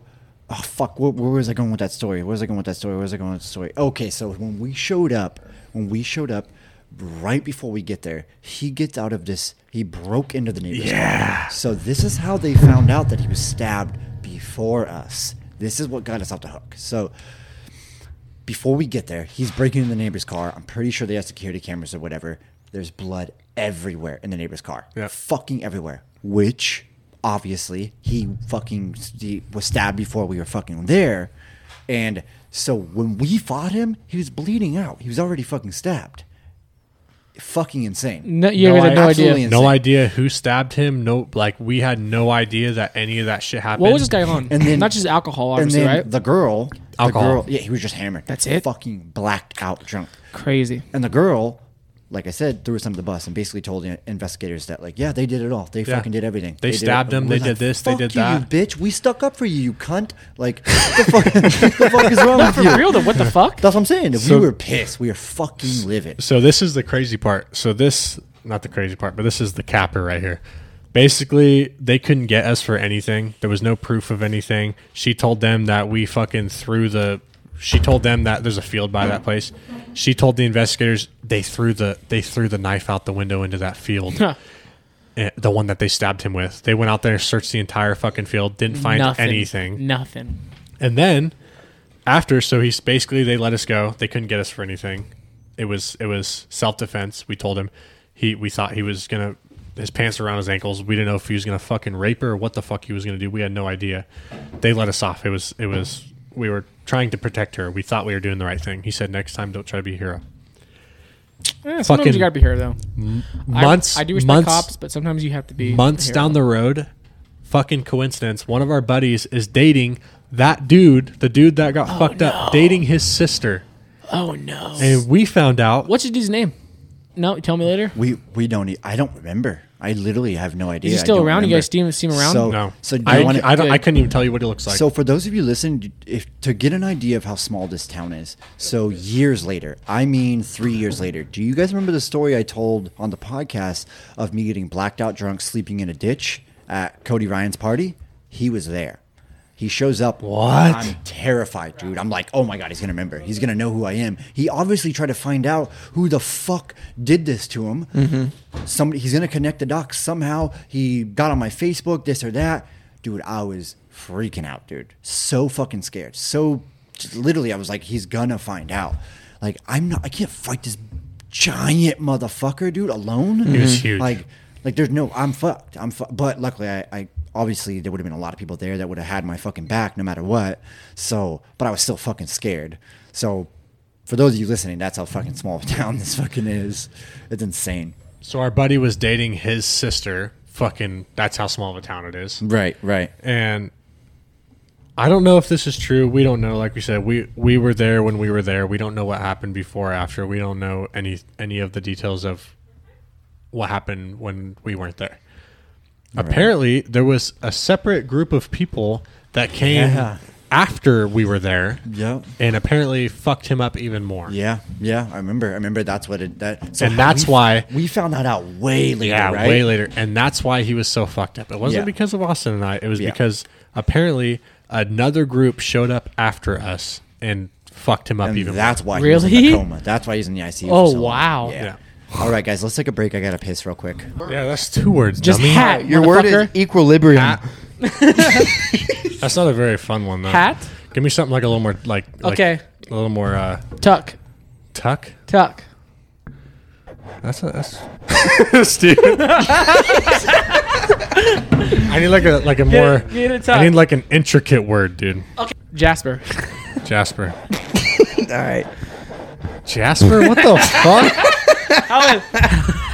Speaker 1: oh fuck where, where was i going with that story where was i going with that story where was i going with that story okay so when we showed up when we showed up right before we get there he gets out of this he broke into the neighbor's
Speaker 3: Yeah.
Speaker 1: car so this is how they found out that he was stabbed before us this is what got us off the hook so before we get there, he's breaking into the neighbor's car. I'm pretty sure they have security cameras or whatever. There's blood everywhere in the neighbor's car.
Speaker 3: Yeah.
Speaker 1: Fucking everywhere. Which, obviously, he fucking he was stabbed before we were fucking there. And so when we fought him, he was bleeding out. He was already fucking stabbed. Fucking insane.
Speaker 2: No, you had no idea.
Speaker 1: absolutely
Speaker 3: no idea who stabbed him no like we had no idea that any of that shit happened
Speaker 2: What was this guy on?
Speaker 1: And then-
Speaker 2: not just alcohol,
Speaker 1: And
Speaker 2: obviously,
Speaker 1: then
Speaker 2: right?
Speaker 1: the girl, the
Speaker 3: Alcohol.
Speaker 1: girl, yeah, he was just hammered.
Speaker 2: That's it?
Speaker 1: Fucking blacked out drunk. (laughs)
Speaker 2: Crazy.
Speaker 1: And the girl, like I said, threw us under the bus and basically told the investigators that, like, yeah, they did it all. They
Speaker 3: Yeah.
Speaker 1: fucking did everything.
Speaker 3: They
Speaker 1: did
Speaker 3: stabbed
Speaker 1: it.
Speaker 3: him.
Speaker 1: We're
Speaker 3: They did this. They
Speaker 1: "Fuck
Speaker 3: did
Speaker 1: you,
Speaker 3: that."
Speaker 1: You bitch, we stuck up for you, you cunt. Like, (laughs) what the fuck, the fuck is wrong with
Speaker 2: For
Speaker 1: you?
Speaker 2: real though, what the
Speaker 1: (laughs)
Speaker 2: fuck?
Speaker 1: That's what I'm saying. If
Speaker 3: So-
Speaker 1: we were pissed, we were fucking livid.
Speaker 3: So this is the crazy part. So this not the crazy part, but this is the capper right here. Basically, they couldn't get us for anything. There was no proof of anything. She told them that we fucking threw the she told them that there's a field by that place. She told the investigators they threw the they threw the knife out the window into that field.
Speaker 2: Huh.
Speaker 3: Eh, the one that they stabbed him with. They went out there, searched the entire fucking field, didn't find
Speaker 2: nothing.
Speaker 3: anything.
Speaker 2: Nothing.
Speaker 3: And then after, so he's basically they let us go. They couldn't get us for anything. It was it was self defense. We told him he we thought he was gonna his pants around his ankles. We didn't know if he was gonna fucking rape her or what the fuck he was gonna do. We had no idea. They let us off. It was it was we were trying to protect her. We thought we were doing the right thing. He said next time don't try to be a hero.
Speaker 2: Eh, sometimes
Speaker 3: Fucking
Speaker 2: you gotta be here though. I-
Speaker 3: Months
Speaker 2: I, do respect
Speaker 3: months,
Speaker 2: cops, but sometimes you have to be
Speaker 3: months
Speaker 2: a
Speaker 3: down the road, fucking coincidence, one of our buddies is dating that dude, the dude that got fucked up, dating his sister.
Speaker 2: hero. Oh no.
Speaker 3: And we found out
Speaker 2: What's your dude's name? No, tell me later.
Speaker 3: Uh,
Speaker 1: We we don't. e- I don't remember. I literally have no idea.
Speaker 2: Is he
Speaker 1: I
Speaker 2: still
Speaker 1: don't
Speaker 2: around? You
Speaker 1: remember.
Speaker 2: guys see him, see him around?
Speaker 1: So-
Speaker 3: No,
Speaker 1: so do
Speaker 3: I,
Speaker 1: you wanna-
Speaker 3: I don't. I
Speaker 2: Good.
Speaker 3: couldn't even tell you what he looks like.
Speaker 1: so for those of you listening, if to get an idea of how small this town is, so years later, I mean three years later, do you guys remember the story I told on the podcast of me getting blacked out drunk, sleeping in a ditch at Cody Ryan's party? He was there. He shows up.
Speaker 3: What?
Speaker 1: I'm terrified, dude. I'm like, oh my god, he's gonna remember. He's gonna know who I am. He obviously tried to find out who the fuck did this to him. Somebody, he's gonna connect the dots somehow. He got on my Facebook, this or that, dude. I was freaking out, dude. So fucking scared. So just literally, I was like, he's gonna find out. Like, I'm not. I can't fight this giant motherfucker, dude, alone. He
Speaker 3: was huge.
Speaker 1: Like, like there's no, I'm fucked. I'm fucked. But luckily, I, I obviously there would have been a lot of people there that would have had my fucking back no matter what. So, but I was still fucking scared. So, for those of you listening, that's how fucking small town (laughs) this fucking is. It's insane.
Speaker 3: so our buddy was dating his sister. Fucking, that's how small of a town it is.
Speaker 1: Right, right.
Speaker 3: and I don't know if this is true. We don't know. Like we said, we we were there when we were there. We don't know what happened before, or after. We don't know any any of the details of what happened when we weren't there. Apparently, there was a separate group of people that came
Speaker 1: Yeah.
Speaker 3: after we were there.
Speaker 1: Yep.
Speaker 3: and apparently fucked him up even more.
Speaker 1: Yeah, yeah. I remember. I remember. That's what it. That so
Speaker 3: And
Speaker 1: how
Speaker 3: that's
Speaker 1: we-
Speaker 3: why-
Speaker 1: we found that out way later.
Speaker 3: Yeah,
Speaker 1: right?
Speaker 3: way later. And that's why he was so fucked up. It wasn't
Speaker 1: Yeah.
Speaker 3: because of Austin and I. It was
Speaker 1: Yeah.
Speaker 3: because apparently another group showed up after us and fucked him up
Speaker 1: And
Speaker 3: even
Speaker 1: that's
Speaker 3: more.
Speaker 1: why he was in
Speaker 2: Really?
Speaker 1: a coma. That's why he's in the ICU. for
Speaker 2: Oh,
Speaker 1: so long.
Speaker 2: wow.
Speaker 1: Yeah.
Speaker 3: Yeah.
Speaker 1: All right, guys, let's take a break. I gotta piss real quick.
Speaker 3: Yeah, that's two words.
Speaker 2: Just
Speaker 3: dummy.
Speaker 2: hat.
Speaker 4: Your word is
Speaker 2: motherfucker.
Speaker 4: equilibrium. (laughs)
Speaker 3: That's not a very fun one though.
Speaker 2: Hat?
Speaker 3: Give me something like a little more like, like
Speaker 2: Okay.
Speaker 3: a little more uh
Speaker 2: Tuck.
Speaker 3: tuck.
Speaker 2: Tuck.
Speaker 3: That's a, that's Steve. I need like a like a more
Speaker 2: it- get it tucked.
Speaker 3: I need like an intricate word, dude.
Speaker 2: Jasper.
Speaker 3: Jasper.
Speaker 4: All right.
Speaker 3: Jasper, what the fuck?
Speaker 2: How is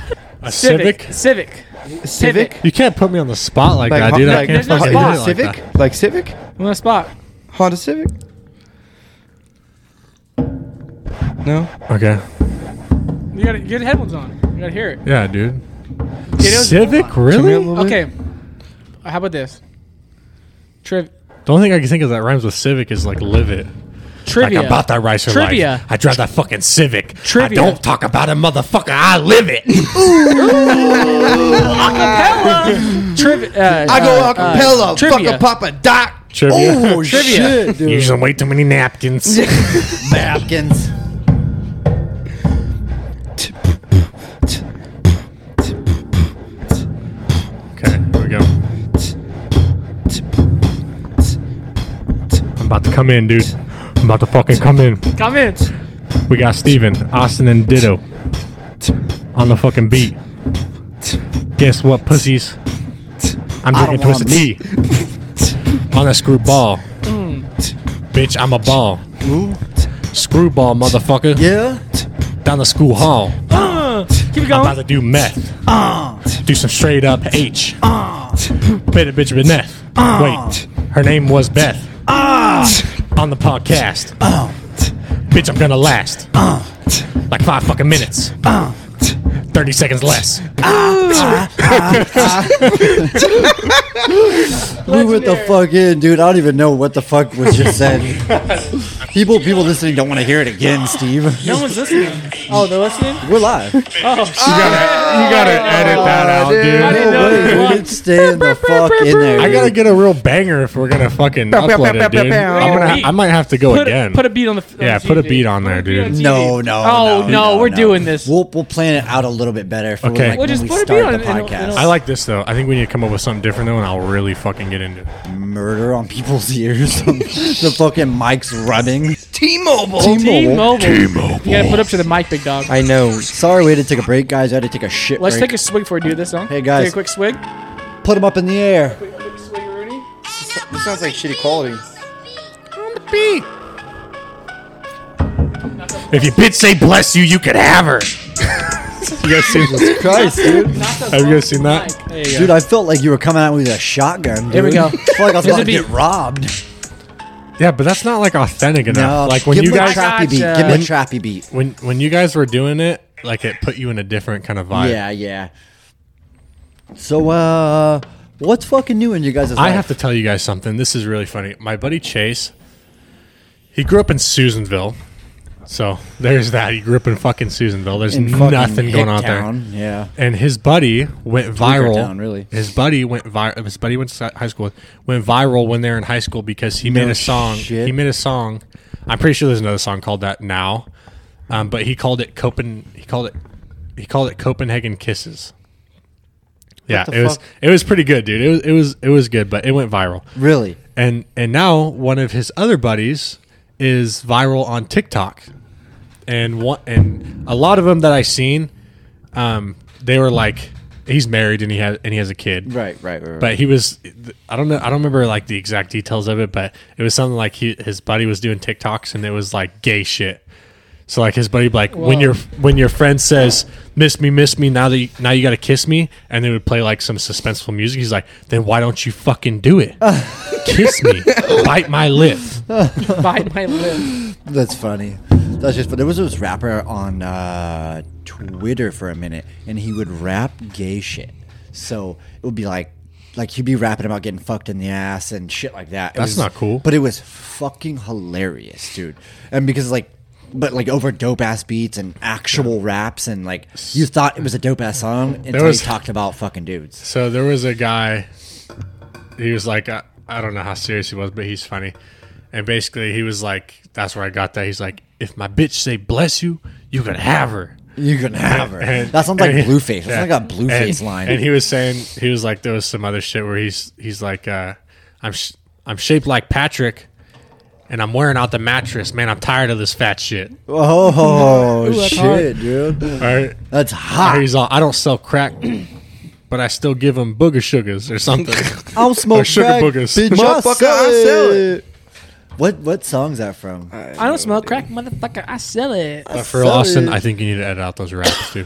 Speaker 3: (laughs) A civic?
Speaker 2: Civic.
Speaker 4: Civic?
Speaker 3: You can't put me on the spot like, that,
Speaker 4: Hon-
Speaker 3: dude. I
Speaker 4: like,
Speaker 3: can't
Speaker 2: There's no
Speaker 3: fucking do
Speaker 2: spot.
Speaker 3: it like
Speaker 4: Civic?
Speaker 3: that.
Speaker 4: Like, Civic?
Speaker 2: I'm on the spot.
Speaker 4: Honda Civic? No.
Speaker 3: Okay.
Speaker 2: You gotta get headphones on. You gotta hear it.
Speaker 3: Yeah, dude.
Speaker 2: It is-
Speaker 3: Civic,
Speaker 4: Come here a
Speaker 3: really?
Speaker 4: little bit.
Speaker 2: Okay. How about this? Triv-
Speaker 3: The only thing I can think of that rhymes with civic is like live it.
Speaker 2: trivia.
Speaker 3: Like I bought that rice for
Speaker 2: Trivia.
Speaker 3: life. I drive that fucking civic.
Speaker 2: Trivia.
Speaker 3: I don't talk about it, motherfucker. I live it.
Speaker 2: Triv- uh,
Speaker 4: I go
Speaker 2: uh,
Speaker 4: a cappella.
Speaker 2: trivia.
Speaker 4: fuck a papa doc.
Speaker 3: Trivia.
Speaker 1: (laughs)
Speaker 2: Trivia.
Speaker 1: shit, dude.
Speaker 3: Using way too
Speaker 2: (laughs)
Speaker 3: many napkins.
Speaker 1: napkins.
Speaker 3: okay, here we go. I'm about to come in, dude. I'm about to fucking come in.
Speaker 2: Come in.
Speaker 3: We got Steven, Austin, and Ditto on the fucking beat. Guess what, pussies? I'm
Speaker 1: I
Speaker 3: drinking
Speaker 1: don't want
Speaker 3: twisted tea (laughs) on a screwball. Bitch, I'm a ball. Screwball, motherfucker.
Speaker 1: Yeah.
Speaker 3: Down the school hall.
Speaker 2: (gasps) Keep it
Speaker 3: I'm about
Speaker 2: going.
Speaker 3: to do meth. Do some straight up H. Bit a bitch with meth. Wait, her name was Beth. On the podcast. Bitch, I'm gonna last. Like five fucking minutes. 30 seconds less.
Speaker 1: Move it the fuck in, dude. I don't even know what the fuck was just said. people, people listening don't want to hear it again, Steve.
Speaker 2: No one's listening. Oh, they're listening? Oh.
Speaker 1: We're live.
Speaker 3: You gotta edit that out,
Speaker 4: dude.
Speaker 3: dude.
Speaker 2: I didn't know
Speaker 1: Wait,
Speaker 2: there was
Speaker 1: we
Speaker 2: one.
Speaker 1: did stay in the fuck in there.
Speaker 3: I gotta
Speaker 1: dude.
Speaker 3: get a real banger if we're gonna fucking upload it, dude. I'm gonna, I might have to go
Speaker 2: put
Speaker 3: again.
Speaker 2: A, put a beat on the. on
Speaker 3: Yeah,
Speaker 2: the
Speaker 3: put a
Speaker 2: TV.
Speaker 3: beat on there,
Speaker 2: Put a beat
Speaker 3: dude.
Speaker 2: TV.
Speaker 1: No, no.
Speaker 2: Oh,
Speaker 1: no,
Speaker 2: no, we're doing this.
Speaker 1: We'll we'll plan it out a little bit better. For When,
Speaker 3: Okay.
Speaker 1: like,
Speaker 3: We'll
Speaker 1: when
Speaker 2: just
Speaker 1: we
Speaker 2: put a
Speaker 1: start
Speaker 2: beat
Speaker 1: the
Speaker 2: on it and it'll-
Speaker 1: podcast.
Speaker 3: I like this though. I think we need to come up with something different though, and I'll really fucking get into it.
Speaker 1: murder on people's ears. (laughs) the fucking mic's running.
Speaker 4: T-Mobile.
Speaker 2: T-Mobile. You gotta put up to the mic, big dog.
Speaker 4: I know.
Speaker 1: Sorry, we had to take a break, guys. I had to take a shit
Speaker 2: Let's
Speaker 1: break.
Speaker 2: take a swig before we do this song.
Speaker 1: Hey, guys.
Speaker 2: Take a quick swig.
Speaker 1: Put them up in the air.
Speaker 2: Quick swig, Rooney.
Speaker 4: This sounds like shitty quality.
Speaker 3: If your bitch say bless you, you could have her. you guys seen
Speaker 1: (laughs)
Speaker 3: this?
Speaker 1: Christ, dude.
Speaker 3: Have you guys seen that?
Speaker 2: There you go.
Speaker 1: Dude, I felt like you were coming out with a shotgun. Dude.
Speaker 2: Here we
Speaker 1: (laughs)
Speaker 2: go.
Speaker 1: I felt like I was
Speaker 2: Here's
Speaker 1: about to
Speaker 2: a
Speaker 1: get
Speaker 2: beat.
Speaker 1: robbed.
Speaker 3: Yeah, but that's not like authentic enough.
Speaker 1: No,
Speaker 3: like when
Speaker 1: Oh, give
Speaker 3: you
Speaker 1: me
Speaker 3: guys
Speaker 1: a trappy beat.
Speaker 2: Gotcha.
Speaker 1: Give me a trappy beat.
Speaker 3: when when you guys were doing it, like it put you in a different kind of vibe.
Speaker 1: Yeah, yeah. So, uh, what's fucking new in you guys'
Speaker 3: I have to tell you guys something. This is really funny. My buddy Chase, he grew up in Susanville. So there's that. He grew up in fucking Susanville. There's nothing going on there.
Speaker 1: Yeah.
Speaker 3: And his buddy went viral.
Speaker 1: town, really.
Speaker 3: His buddy went viral. His buddy went to high school. Went viral when they were in high school because he made a song.
Speaker 1: shit.
Speaker 3: He made a song. I'm pretty sure there's another song called that now, um, but he called it Copen. He called it. He called it Copenhagen Kisses. Yeah,
Speaker 1: the
Speaker 3: it was
Speaker 1: fuck?
Speaker 3: it was pretty good, dude. It was it was it was good, but it went viral.
Speaker 1: Really?
Speaker 3: And and now one of his other buddies is viral on TikTok, and one and a lot of them that I seen, um, they were like, he's married and he has and he has a kid,
Speaker 1: Right, right, right. right.
Speaker 3: But he was, I don't know, I don't remember like the exact details of it, but it was something like he, his buddy was doing TikToks and it was like gay shit. So like his buddy, like when your when your friend says "miss me, miss me," now that you, now you got to kiss me, and they would play like some suspenseful music. He's like, then why don't you fucking do it? kiss me, bite my lip.
Speaker 2: Bite my lip.
Speaker 1: That's funny. That's just. But there was this rapper on uh, Twitter for a minute, and he would rap gay shit. So it would be like, like he'd be rapping about getting fucked in the ass and shit like that. It
Speaker 3: That's
Speaker 1: was-
Speaker 3: not cool.
Speaker 1: But it was fucking hilarious, dude. And because like. But like over dope ass beats and actual raps and like you thought it was a dope ass song until
Speaker 3: was-
Speaker 1: he talked about fucking dudes.
Speaker 3: So there was a guy. He was like, I, I don't know how serious he was, but he's funny. And basically, he was like, "That's where I got that." He's like, "If my bitch say bless you, you can have her."
Speaker 1: You can have her.
Speaker 3: And-
Speaker 1: that sounds like
Speaker 3: and he-
Speaker 1: Blueface. That's
Speaker 3: yeah.
Speaker 1: like a Blueface
Speaker 3: And-
Speaker 1: line.
Speaker 3: And he was saying he was like, there was some other shit where he's he's like, uh, "I'm sh- I'm shaped like Patrick." And I'm wearing out the mattress, man. I'm tired of this fat shit. All
Speaker 1: oh
Speaker 2: Ooh, that's
Speaker 1: shit,
Speaker 2: hard.
Speaker 1: dude!
Speaker 3: right,
Speaker 1: That's hot.
Speaker 3: he's all. I don't sell crack, but I still give them booger sugars or
Speaker 1: (laughs)
Speaker 3: something.
Speaker 1: I'll smoke
Speaker 3: sugar
Speaker 1: crack,
Speaker 3: boogers.
Speaker 1: bitch,
Speaker 4: Motherfucker,
Speaker 1: I'll sell
Speaker 4: I'll sell
Speaker 1: it. What what song's that from?
Speaker 2: I don't smell crack, motherfucker. I sell it.
Speaker 3: But Uh, for Austin, I think you need to edit out those raps too.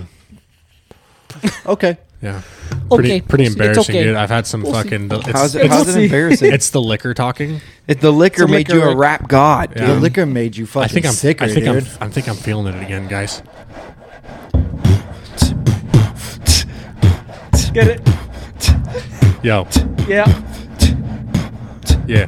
Speaker 1: Okay.
Speaker 3: Yeah. Pretty,
Speaker 2: Okay, we'll see.
Speaker 3: pretty
Speaker 2: It's
Speaker 3: embarrassing,
Speaker 2: okay.
Speaker 3: dude. I've had some fucking. It's,
Speaker 4: How's it,
Speaker 2: It's-
Speaker 4: how's it
Speaker 2: it's-
Speaker 4: embarrassing?
Speaker 3: it's the liquor talking.
Speaker 4: If the liquor
Speaker 2: It's a
Speaker 4: made
Speaker 2: liquor,
Speaker 4: you a
Speaker 2: like-
Speaker 4: rap god,
Speaker 3: Yeah.
Speaker 1: The
Speaker 4: dude.
Speaker 1: liquor made you fucking
Speaker 3: I think I'm.
Speaker 1: sicker,
Speaker 3: I think
Speaker 1: dude.
Speaker 3: (laughs) I'm. I think I'm feeling it again, guys.
Speaker 2: Get it?
Speaker 3: Yo,
Speaker 2: Yeah.
Speaker 3: yeah.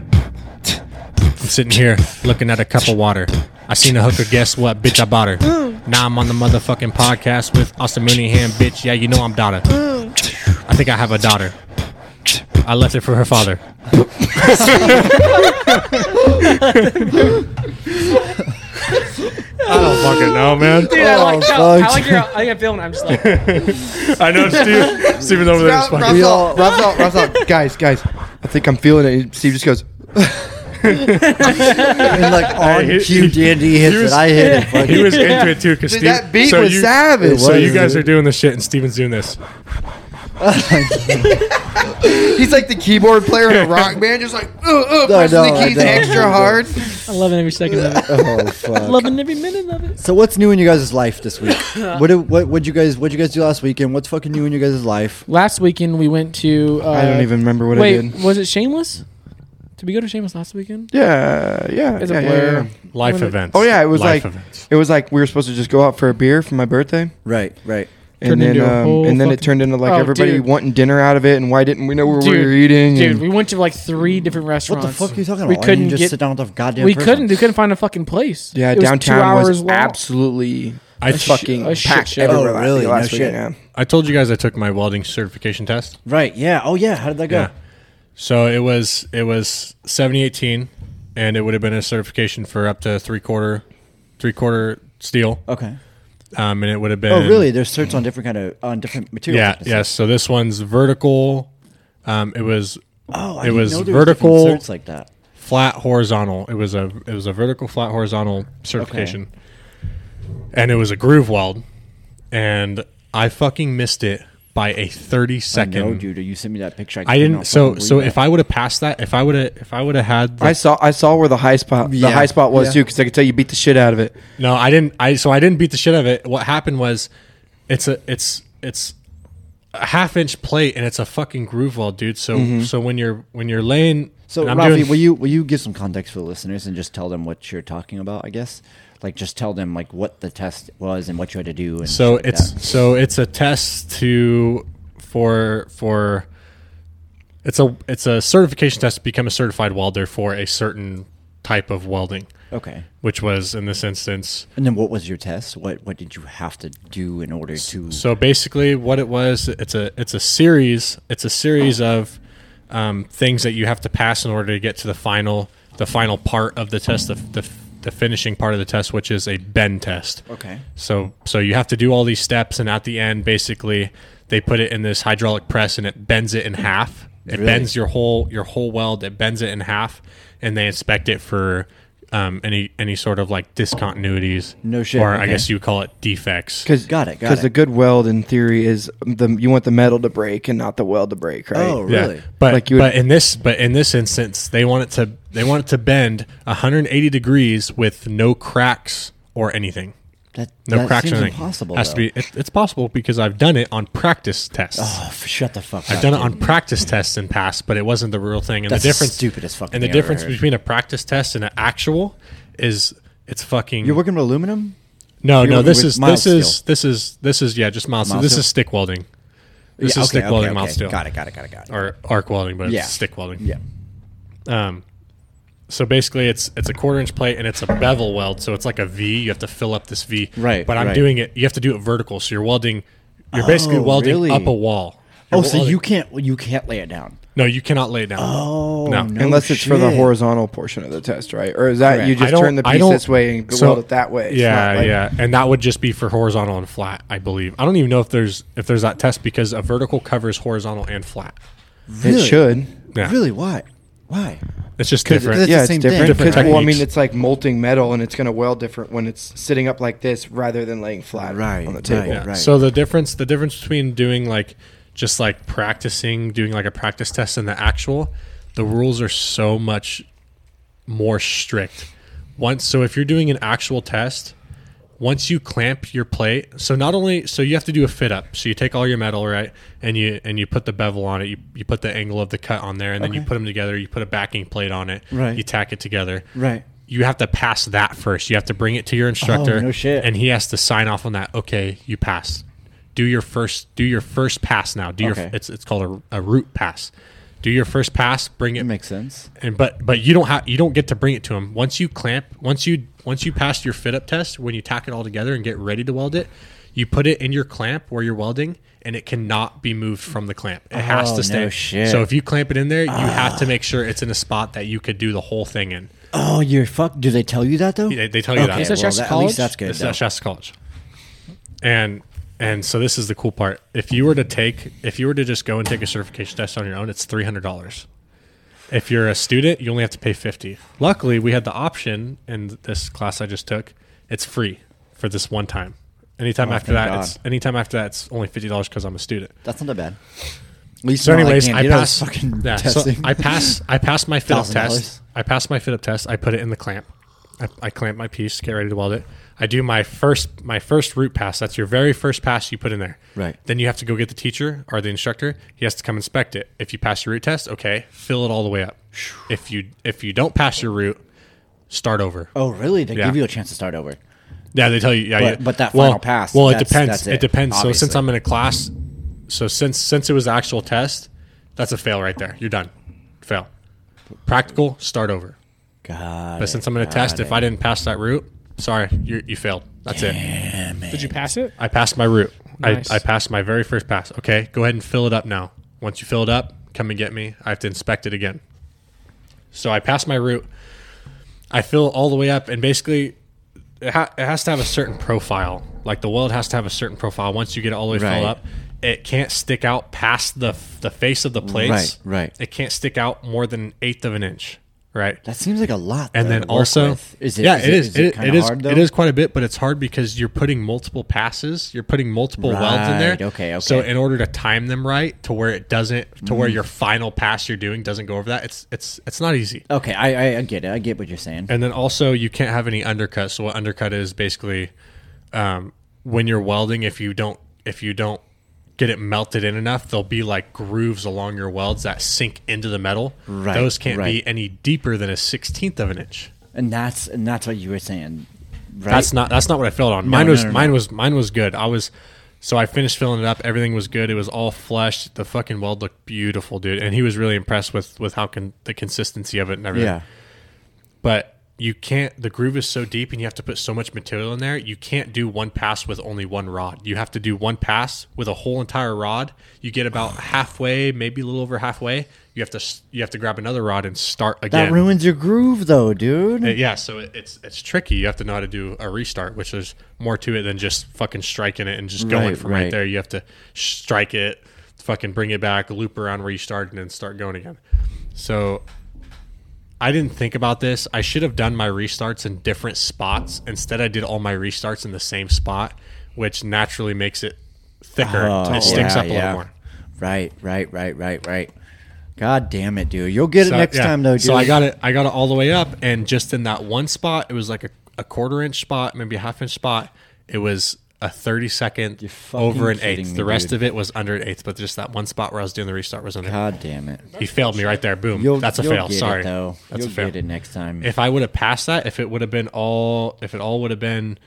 Speaker 3: I'm sitting here looking at a cup of water. I seen a hooker. Guess what, bitch? I bought her. Now I'm on the motherfucking podcast with Austin Mooneyham, bitch. Yeah, you know I'm daughter. I think I have a daughter. I left it for her father. I don't fucking know, man.
Speaker 2: Dude, I
Speaker 1: Oh,
Speaker 2: like that. I
Speaker 1: fuck.
Speaker 2: like your. I like that feeling. I'm just like,
Speaker 3: I know Steve. Steven's over there.
Speaker 4: Ralph,
Speaker 3: Is
Speaker 4: Ralph's
Speaker 3: fucking,
Speaker 1: We
Speaker 4: all,
Speaker 1: all-
Speaker 4: Ralph's all, Ralph's all, (laughs) guys, guys, I think I'm feeling it. Steve just goes,
Speaker 1: And like on
Speaker 3: he-
Speaker 1: cue,
Speaker 3: he-
Speaker 1: D&D hits
Speaker 3: he
Speaker 1: it.
Speaker 3: was-
Speaker 1: I hit
Speaker 2: (laughs)
Speaker 4: "Eh."
Speaker 1: it. fucking-
Speaker 3: (laughs) he was into it too. Cause
Speaker 4: Dude,
Speaker 3: Steve-
Speaker 4: that beat was
Speaker 3: you,
Speaker 4: savage.
Speaker 3: So
Speaker 1: was,
Speaker 3: you guys
Speaker 1: dude.
Speaker 3: are doing this shit, and Steven's doing this.
Speaker 4: He's like the keyboard player in a rock band, just like, uh, uh, pressing
Speaker 1: no,
Speaker 4: the
Speaker 1: I
Speaker 4: keys
Speaker 1: don't.
Speaker 4: extra hard.
Speaker 2: I'm loving every second of
Speaker 1: (laughs)
Speaker 2: it.
Speaker 1: Oh fuck.
Speaker 2: Loving every minute of it.
Speaker 1: So what's new in you guys' life this
Speaker 3: (laughs)
Speaker 1: week? What did- what what you guys what you guys do last weekend? What's fucking new in you guys' life?
Speaker 2: Last weekend we went to. Uh,
Speaker 4: I don't even remember what
Speaker 2: wait,
Speaker 4: I did.
Speaker 2: was it Shameless? Did we go to Shameless last weekend?
Speaker 4: Yeah, yeah.
Speaker 2: It's
Speaker 4: yeah,
Speaker 2: a
Speaker 4: yeah,
Speaker 2: blur.
Speaker 4: yeah.
Speaker 3: Life
Speaker 2: When it-
Speaker 3: events.
Speaker 4: Oh, yeah, it was
Speaker 3: Life
Speaker 4: like-
Speaker 3: events.
Speaker 4: It was like we were supposed to just go out for a beer for my birthday.
Speaker 1: Right, right.
Speaker 4: And
Speaker 2: Turned
Speaker 4: then,
Speaker 2: into a
Speaker 4: um,
Speaker 2: whole
Speaker 4: and then it
Speaker 2: fucking-
Speaker 4: turned into like
Speaker 2: Oh,
Speaker 4: everybody
Speaker 2: dude.
Speaker 4: wanting dinner out of it, and why didn't we know where we were eating?
Speaker 2: dude,
Speaker 4: and-
Speaker 2: we went to like three different
Speaker 1: What
Speaker 2: restaurants.
Speaker 1: the fuck are you talking about?
Speaker 2: We
Speaker 1: Why didn't
Speaker 2: couldn't
Speaker 1: you just
Speaker 2: get-
Speaker 1: sit down with a goddamn
Speaker 2: We
Speaker 1: person?
Speaker 2: couldn't. We couldn't find a fucking place.
Speaker 4: yeah,
Speaker 2: It was
Speaker 4: downtown
Speaker 2: two
Speaker 4: was,
Speaker 2: hours long.
Speaker 4: absolutely
Speaker 3: I
Speaker 4: fucking
Speaker 2: a shit
Speaker 4: packed
Speaker 2: show.
Speaker 4: everywhere.
Speaker 1: Oh, really? No
Speaker 4: Last
Speaker 1: shit.
Speaker 4: weekend, yeah.
Speaker 3: I told you guys I took my welding certification test.
Speaker 1: Right, yeah. Oh yeah, how did that go?
Speaker 3: Yeah. So it was it was seventy eighteen, and it would have been a certification for up to three quarter, three quarter steel.
Speaker 4: Oh.
Speaker 1: Okay.
Speaker 3: Um, and it would have been.
Speaker 1: Oh really? There's certs on different kind of on different materials.
Speaker 3: Yeah. Yes. So this one's vertical. Um, it was
Speaker 1: Oh, I
Speaker 3: It
Speaker 1: didn't
Speaker 3: was
Speaker 1: know there was different
Speaker 3: vertical.
Speaker 1: certs like that.
Speaker 3: flat horizontal. It was a it was a vertical flat horizontal certification, and it was a groove weld, and I fucking missed it by a thirty second.
Speaker 1: No, dude, you sent me that picture.
Speaker 3: I didn't. So so if I would have passed that, if I would have if I would have had, the,
Speaker 4: I saw I saw where the high spot the
Speaker 1: Yeah.
Speaker 4: high spot was
Speaker 1: Yeah.
Speaker 4: too, because I could tell you beat the shit out of it.
Speaker 3: no, I didn't. I so I didn't beat the shit out of it. What happened was, it's a it's it's a half inch plate and it's a fucking groove weld, dude. So so when you're when you're laying,
Speaker 1: Mm-hmm. so
Speaker 3: and I'm
Speaker 1: Rafi,
Speaker 3: doing-
Speaker 1: will you will you give some context for the listeners and just tell them what you're talking about? I guess, like, just tell them like what the test was and what you had to do. And
Speaker 3: So
Speaker 1: shit like
Speaker 3: it's
Speaker 1: that.
Speaker 3: so it's a test to for for it's a it's a certification test to become a certified welder for a certain type of welding,
Speaker 1: Okay.
Speaker 3: which was in this instance.
Speaker 1: And then what was your test? What what did you have to do in order to?
Speaker 3: So basically, what it was, it's a it's a series. It's a series of um, things that you have to pass in order to get to the final the final part of the test, the, the the finishing part of the test, which is a bend test.
Speaker 1: okay.
Speaker 3: So so you have to do all these steps, and at the end, basically, they put it in this hydraulic press, and it bends it in half. It
Speaker 1: Really?
Speaker 3: bends your whole your whole weld. It bends it in half, and they inspect it for um, any any sort of like discontinuities.
Speaker 1: No shit,
Speaker 3: Or I
Speaker 1: okay.
Speaker 3: guess you would call it defects.
Speaker 4: Cause,
Speaker 1: Got it, got
Speaker 4: Because the
Speaker 1: it.
Speaker 4: good weld in theory is the you want the metal to break and not the weld to break, right?
Speaker 1: Oh, really?
Speaker 3: But
Speaker 4: Like you would-
Speaker 3: but in this but in this instance, they want it to they want it to bend 180 degrees with no cracks or anything.
Speaker 1: That
Speaker 3: No
Speaker 1: that
Speaker 3: cracks
Speaker 1: seems
Speaker 3: or anything.
Speaker 1: impossible.
Speaker 3: Has
Speaker 1: though.
Speaker 3: to be. It, it's possible because I've done it on practice tests.
Speaker 1: Oh, f- shut the fuck
Speaker 3: I've
Speaker 1: up.
Speaker 3: done it
Speaker 1: dude.
Speaker 3: on practice tests and passed, but it wasn't the real thing. And
Speaker 1: That's
Speaker 3: the difference,
Speaker 1: stupid as fuck
Speaker 3: And the
Speaker 1: thing I've ever
Speaker 3: difference
Speaker 1: heard.
Speaker 3: between a practice test and an actual is it's fucking.
Speaker 1: You're working with aluminum.
Speaker 3: no,
Speaker 1: you're
Speaker 3: no.
Speaker 1: working
Speaker 3: This
Speaker 1: with
Speaker 3: is
Speaker 1: mild
Speaker 3: this is
Speaker 1: steel.
Speaker 3: this is this is yeah, just mild. steel.
Speaker 1: Mild
Speaker 3: This
Speaker 1: steel?
Speaker 3: is stick welding. This
Speaker 1: Yeah,
Speaker 3: is stick welding, mild
Speaker 1: okay.
Speaker 3: steel,
Speaker 1: Got it. Got it. Got it. Got it.
Speaker 3: or arc welding, but
Speaker 1: Yeah.
Speaker 3: it's stick welding.
Speaker 1: Yeah.
Speaker 3: Um, so basically, it's it's a quarter inch plate and it's a bevel weld, so it's like a V. You have to fill up this V.
Speaker 1: Right,
Speaker 3: But I'm
Speaker 1: right.
Speaker 3: doing it. You have to do it vertical, so you're welding. You're basically
Speaker 1: Oh,
Speaker 3: welding
Speaker 1: really?
Speaker 3: up a wall.
Speaker 1: Oh,
Speaker 3: You're
Speaker 1: so
Speaker 3: welding-
Speaker 1: you can't you can't lay it down.
Speaker 3: no, you cannot lay it down.
Speaker 1: Oh
Speaker 3: No.
Speaker 1: no.
Speaker 4: Unless it's for the
Speaker 1: shit.
Speaker 4: horizontal portion of the test, right? Or is that
Speaker 1: Correct.
Speaker 4: you
Speaker 3: I
Speaker 4: just
Speaker 3: don't-
Speaker 4: turn the
Speaker 3: I
Speaker 4: piece
Speaker 3: don't-
Speaker 4: this way and
Speaker 3: so-
Speaker 4: weld it that way? It's
Speaker 3: yeah,
Speaker 4: not like-
Speaker 3: yeah, and that would just be for horizontal and flat, I believe. I don't even know if there's if there's that test because a vertical covers horizontal and flat.
Speaker 1: Really?
Speaker 4: It should.
Speaker 3: Yeah.
Speaker 1: Really? Why? Why?
Speaker 3: It's just
Speaker 1: That's
Speaker 3: different.
Speaker 1: the
Speaker 4: yeah, it's
Speaker 1: same
Speaker 4: different.
Speaker 1: thing.
Speaker 3: Different
Speaker 4: 'Cause, well, I
Speaker 3: techniques.
Speaker 4: mean, it's like molting metal, and it's going to weld different when it's sitting up like this rather than laying flat
Speaker 1: Right,
Speaker 4: on the
Speaker 1: right.
Speaker 4: table.
Speaker 3: Yeah.
Speaker 1: Right.
Speaker 3: So the difference the difference between doing like just like practicing, doing like a practice test and the actual, the rules are so much more strict. Once so if you're doing an actual test, once you clamp your plate, so not only so you have to do a fit up. So you take all your metal, right? And you and you put the bevel on it, you, you put the angle of the cut on there, and then you put them together, you put a backing plate on it,
Speaker 1: Right.
Speaker 3: you tack it together.
Speaker 1: Right.
Speaker 3: You have to pass that first. You have to bring it to your instructor.
Speaker 1: Oh, no shit.
Speaker 3: And he has to sign off on that. Okay, you passed. Do your first do your first pass now. Do
Speaker 1: Okay.
Speaker 3: your it's it's called a, a root pass. Do your first pass, bring it
Speaker 1: That makes sense.
Speaker 3: and but but you don't have you don't get to bring it to him once you clamp once you once you pass your fit up test when you tack it all together and get ready to weld it you put it in your clamp where you're welding and it cannot be moved from the clamp it has
Speaker 1: Oh,
Speaker 3: to stay
Speaker 1: no shit. Ah.
Speaker 3: so if you clamp it in there you have to make sure it's in a spot that you could do the whole thing in
Speaker 1: Oh, you're fuck. Do they tell you that though?
Speaker 3: they, they tell you
Speaker 1: Okay,
Speaker 3: that
Speaker 2: Is that
Speaker 1: well,
Speaker 2: Shasta
Speaker 1: that, at least
Speaker 2: College?
Speaker 1: that's good.
Speaker 3: this is
Speaker 1: though.
Speaker 3: at Shasta College. And and so this is the cool part. If you were to take if you were to just go and take a certification test on your own, it's three hundred dollars. If you're a student, you only have to pay fifty. Luckily, we had the option in this class I just took. It's free for this one time. Anytime after
Speaker 1: Oh, thank
Speaker 3: that,
Speaker 1: God.
Speaker 3: it's anytime after that, it's only fifty dollars because I'm a student.
Speaker 1: That's not that bad. At least
Speaker 3: So,
Speaker 1: not like
Speaker 3: anyways,
Speaker 1: Andy,
Speaker 3: I
Speaker 1: that was
Speaker 3: passed.
Speaker 1: Fucking
Speaker 3: yeah, so
Speaker 1: testing.
Speaker 3: I pass. I passed my fit up
Speaker 1: $1,000.
Speaker 3: test. I passed my fit up test. I put it in the clamp. I, I clamp my piece. Get ready to weld it. I do my first my first root pass. That's your very first pass you put in there.
Speaker 1: Right.
Speaker 3: Then you have to go get the teacher or the instructor. He has to come inspect it. If you pass your root test, okay, fill it all the way up. If you if you don't pass your root, start over.
Speaker 1: oh, really? They
Speaker 3: Yeah.
Speaker 1: give you a chance to start over.
Speaker 3: Yeah, they tell you. Yeah,
Speaker 1: But-
Speaker 3: yeah.
Speaker 1: but that
Speaker 3: well,
Speaker 1: final pass,
Speaker 3: Well, it
Speaker 1: that's-
Speaker 3: depends.
Speaker 1: that's
Speaker 3: it,
Speaker 1: it,
Speaker 3: depends. So since
Speaker 1: obviously.
Speaker 3: I'm in a class, so since since it was the actual test, that's a fail right there. You're done. Fail. Practical, start over.
Speaker 1: God.
Speaker 3: But since I'm in a test, if I didn't pass that route, sorry, you you failed. That's it.
Speaker 2: Did you pass it?
Speaker 3: I passed my route.
Speaker 2: Nice.
Speaker 3: I, I passed my very first pass. Okay, go ahead and fill it up now. Once you fill it up, come and get me. I have to inspect it again. So I pass my route. I fill it all the way up, and basically, it, ha- it has to have a certain profile. Like the weld has to have a certain profile. Once you get it all the way
Speaker 1: Right.
Speaker 3: filled up, it can't stick out past the f- the face of the plates.
Speaker 1: Right, right.
Speaker 3: It can't stick out more than an eighth of an inch. Right
Speaker 1: that seems like a lot.
Speaker 3: and
Speaker 1: though,
Speaker 3: then
Speaker 1: to work
Speaker 3: also
Speaker 1: with. is it?
Speaker 3: yeah
Speaker 1: is
Speaker 3: it is
Speaker 1: Is it,
Speaker 3: it
Speaker 1: kinda
Speaker 3: is
Speaker 1: hard,
Speaker 3: it
Speaker 1: though?
Speaker 3: is quite a bit but it's hard because you're putting multiple passes you're putting multiple welds in
Speaker 1: Right,
Speaker 3: there
Speaker 1: okay, Mm. okay.
Speaker 3: so in order to time them right to where it doesn't to where your final pass you're doing doesn't go over that it's it's it's not easy
Speaker 1: Okay, I, I I get it. I get what you're saying.
Speaker 3: and then also you can't have any undercut so what undercut is basically um, when you're welding if you don't if you don't get it melted in enough there'll be like grooves along your welds that sink into the metal
Speaker 1: Right,
Speaker 3: those can't
Speaker 1: right.
Speaker 3: be any deeper than a 16th of an inch
Speaker 1: And that's and that's what you were saying, right?
Speaker 3: That's not that's not what I felt on. mine was
Speaker 1: no, no, no.
Speaker 3: mine was mine was good. I was So I finished filling it up. Everything was good. It was all flushed. The fucking weld looked beautiful, dude. And he was really impressed with with how con- the consistency of it and everything.
Speaker 1: Yeah.
Speaker 3: But you can't. The groove is so deep, and you have to put so much material in there. You can't do one pass with only one rod. You have to do one pass with a whole entire rod. You get about halfway, maybe a little over halfway. You have to s- you have to grab another rod and start again.
Speaker 1: That ruins your groove, though, dude.
Speaker 3: Uh, yeah, so it, it's it's tricky. You have to know how to do a restart, which there's more to it than just fucking striking it and just going
Speaker 1: Right,
Speaker 3: from right.
Speaker 1: right.
Speaker 3: there. You have to strike it, fucking bring it back, loop around, restart, and then start going again. So I didn't think about this. I should have done my restarts in different spots. Instead, I did all my restarts in the same spot, which naturally makes it thicker.
Speaker 1: Oh,
Speaker 3: it sticks
Speaker 1: yeah,
Speaker 3: up a
Speaker 1: yeah.
Speaker 3: little more.
Speaker 1: Right, right, right, right, right. God damn it, dude. You'll get it next
Speaker 3: yeah.
Speaker 1: time, though, dude.
Speaker 3: So I got it. I got it all the way up, and just in that one spot, it was like a, a quarter inch spot, maybe a half inch spot. It was a thirty second
Speaker 1: fucking
Speaker 3: over an
Speaker 1: kidding
Speaker 3: eighth.
Speaker 1: me,
Speaker 3: the rest
Speaker 1: dude.
Speaker 3: of it was under an eighth, but just that one spot where I was doing the restart was under.
Speaker 1: God damn it.
Speaker 3: He failed me right there. Boom.
Speaker 1: You'll,
Speaker 3: That's a
Speaker 1: you'll
Speaker 3: fail.
Speaker 1: Get
Speaker 3: Sorry.
Speaker 1: It, though.
Speaker 3: That's
Speaker 1: you'll
Speaker 3: a fail.
Speaker 1: get it next time.
Speaker 3: If I would have passed that, if it would have been all, if it all would have been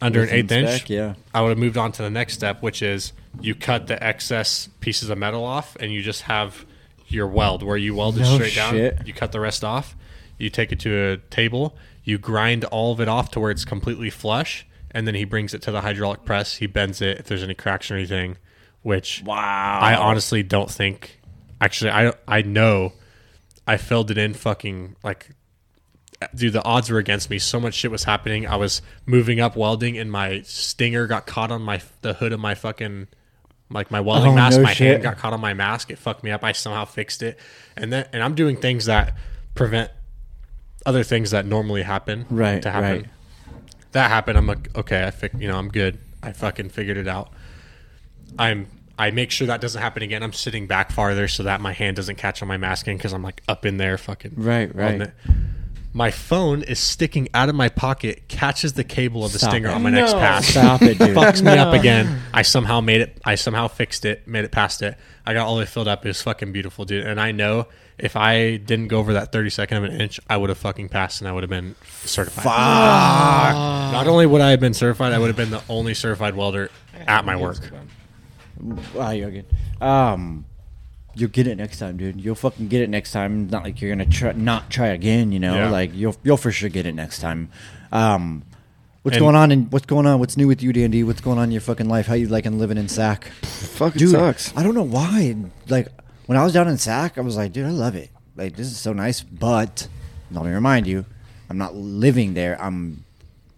Speaker 3: under an
Speaker 1: Within
Speaker 3: eighth inch,
Speaker 1: spec, yeah.
Speaker 3: I would have moved on to the next step, which is you cut the excess pieces of metal off, and you just have your weld where you weld it
Speaker 1: No
Speaker 3: straight down.
Speaker 1: shit.
Speaker 3: You cut the rest off. You take it to a table. You grind all of it off to where it's completely flush, and then he brings it to the hydraulic press. He bends it if there's any cracks or anything, which
Speaker 1: Wow.
Speaker 3: I honestly don't think. Actually, I I know I filled it in fucking like dude, the odds were against me. So much shit was happening. I was moving up welding, and my stinger got caught on my the hood of my fucking like my welding
Speaker 1: Oh,
Speaker 3: mask.
Speaker 1: no
Speaker 3: my hand
Speaker 1: shit.
Speaker 3: got caught on my mask. It fucked me up. I somehow fixed it, and then and I'm doing things that prevent other things that normally happen
Speaker 1: Right,
Speaker 3: to happen.
Speaker 1: right.
Speaker 3: That happened. I'm like, okay, I fix. You know, I'm good. I fucking figured it out. I'm I make sure that doesn't happen again. I'm sitting back farther so that my hand doesn't catch on my masking because I'm like up in there fucking
Speaker 1: Right,
Speaker 3: on
Speaker 1: right.
Speaker 3: it. My phone is sticking out of my pocket, catches the cable of the
Speaker 1: Stop
Speaker 3: stinger
Speaker 1: it.
Speaker 3: on my next
Speaker 2: No.
Speaker 1: (laughs)
Speaker 3: pass.
Speaker 1: Stop it, dude.
Speaker 3: Fucks me up
Speaker 2: No.
Speaker 3: again. I somehow made it. I somehow fixed it. Made it past it. I got all the way filled up. It was fucking beautiful, dude. And I know if I didn't go over that thirty second of an inch, I would have fucking passed and I would have been certified. Not only would I have been certified, I would have been the only certified welder at my work.
Speaker 1: Wow, you're good. Um, you'll get it next time, dude. You'll fucking get it next time. Not like you're gonna try, not try again. You know,
Speaker 3: Yeah.
Speaker 1: like you'll you'll for sure get it next time. Um, what's
Speaker 3: And-
Speaker 1: going on and what's going on? What's new with you, Dandy? What's going on in your fucking life? How you liking living in Sac?
Speaker 4: Fuck, it
Speaker 1: Dude,
Speaker 4: sucks.
Speaker 1: I don't know why. Like when I was down in Sac, I was like, dude, I love it. Like this is so nice. But let me remind you, I'm not living there. I'm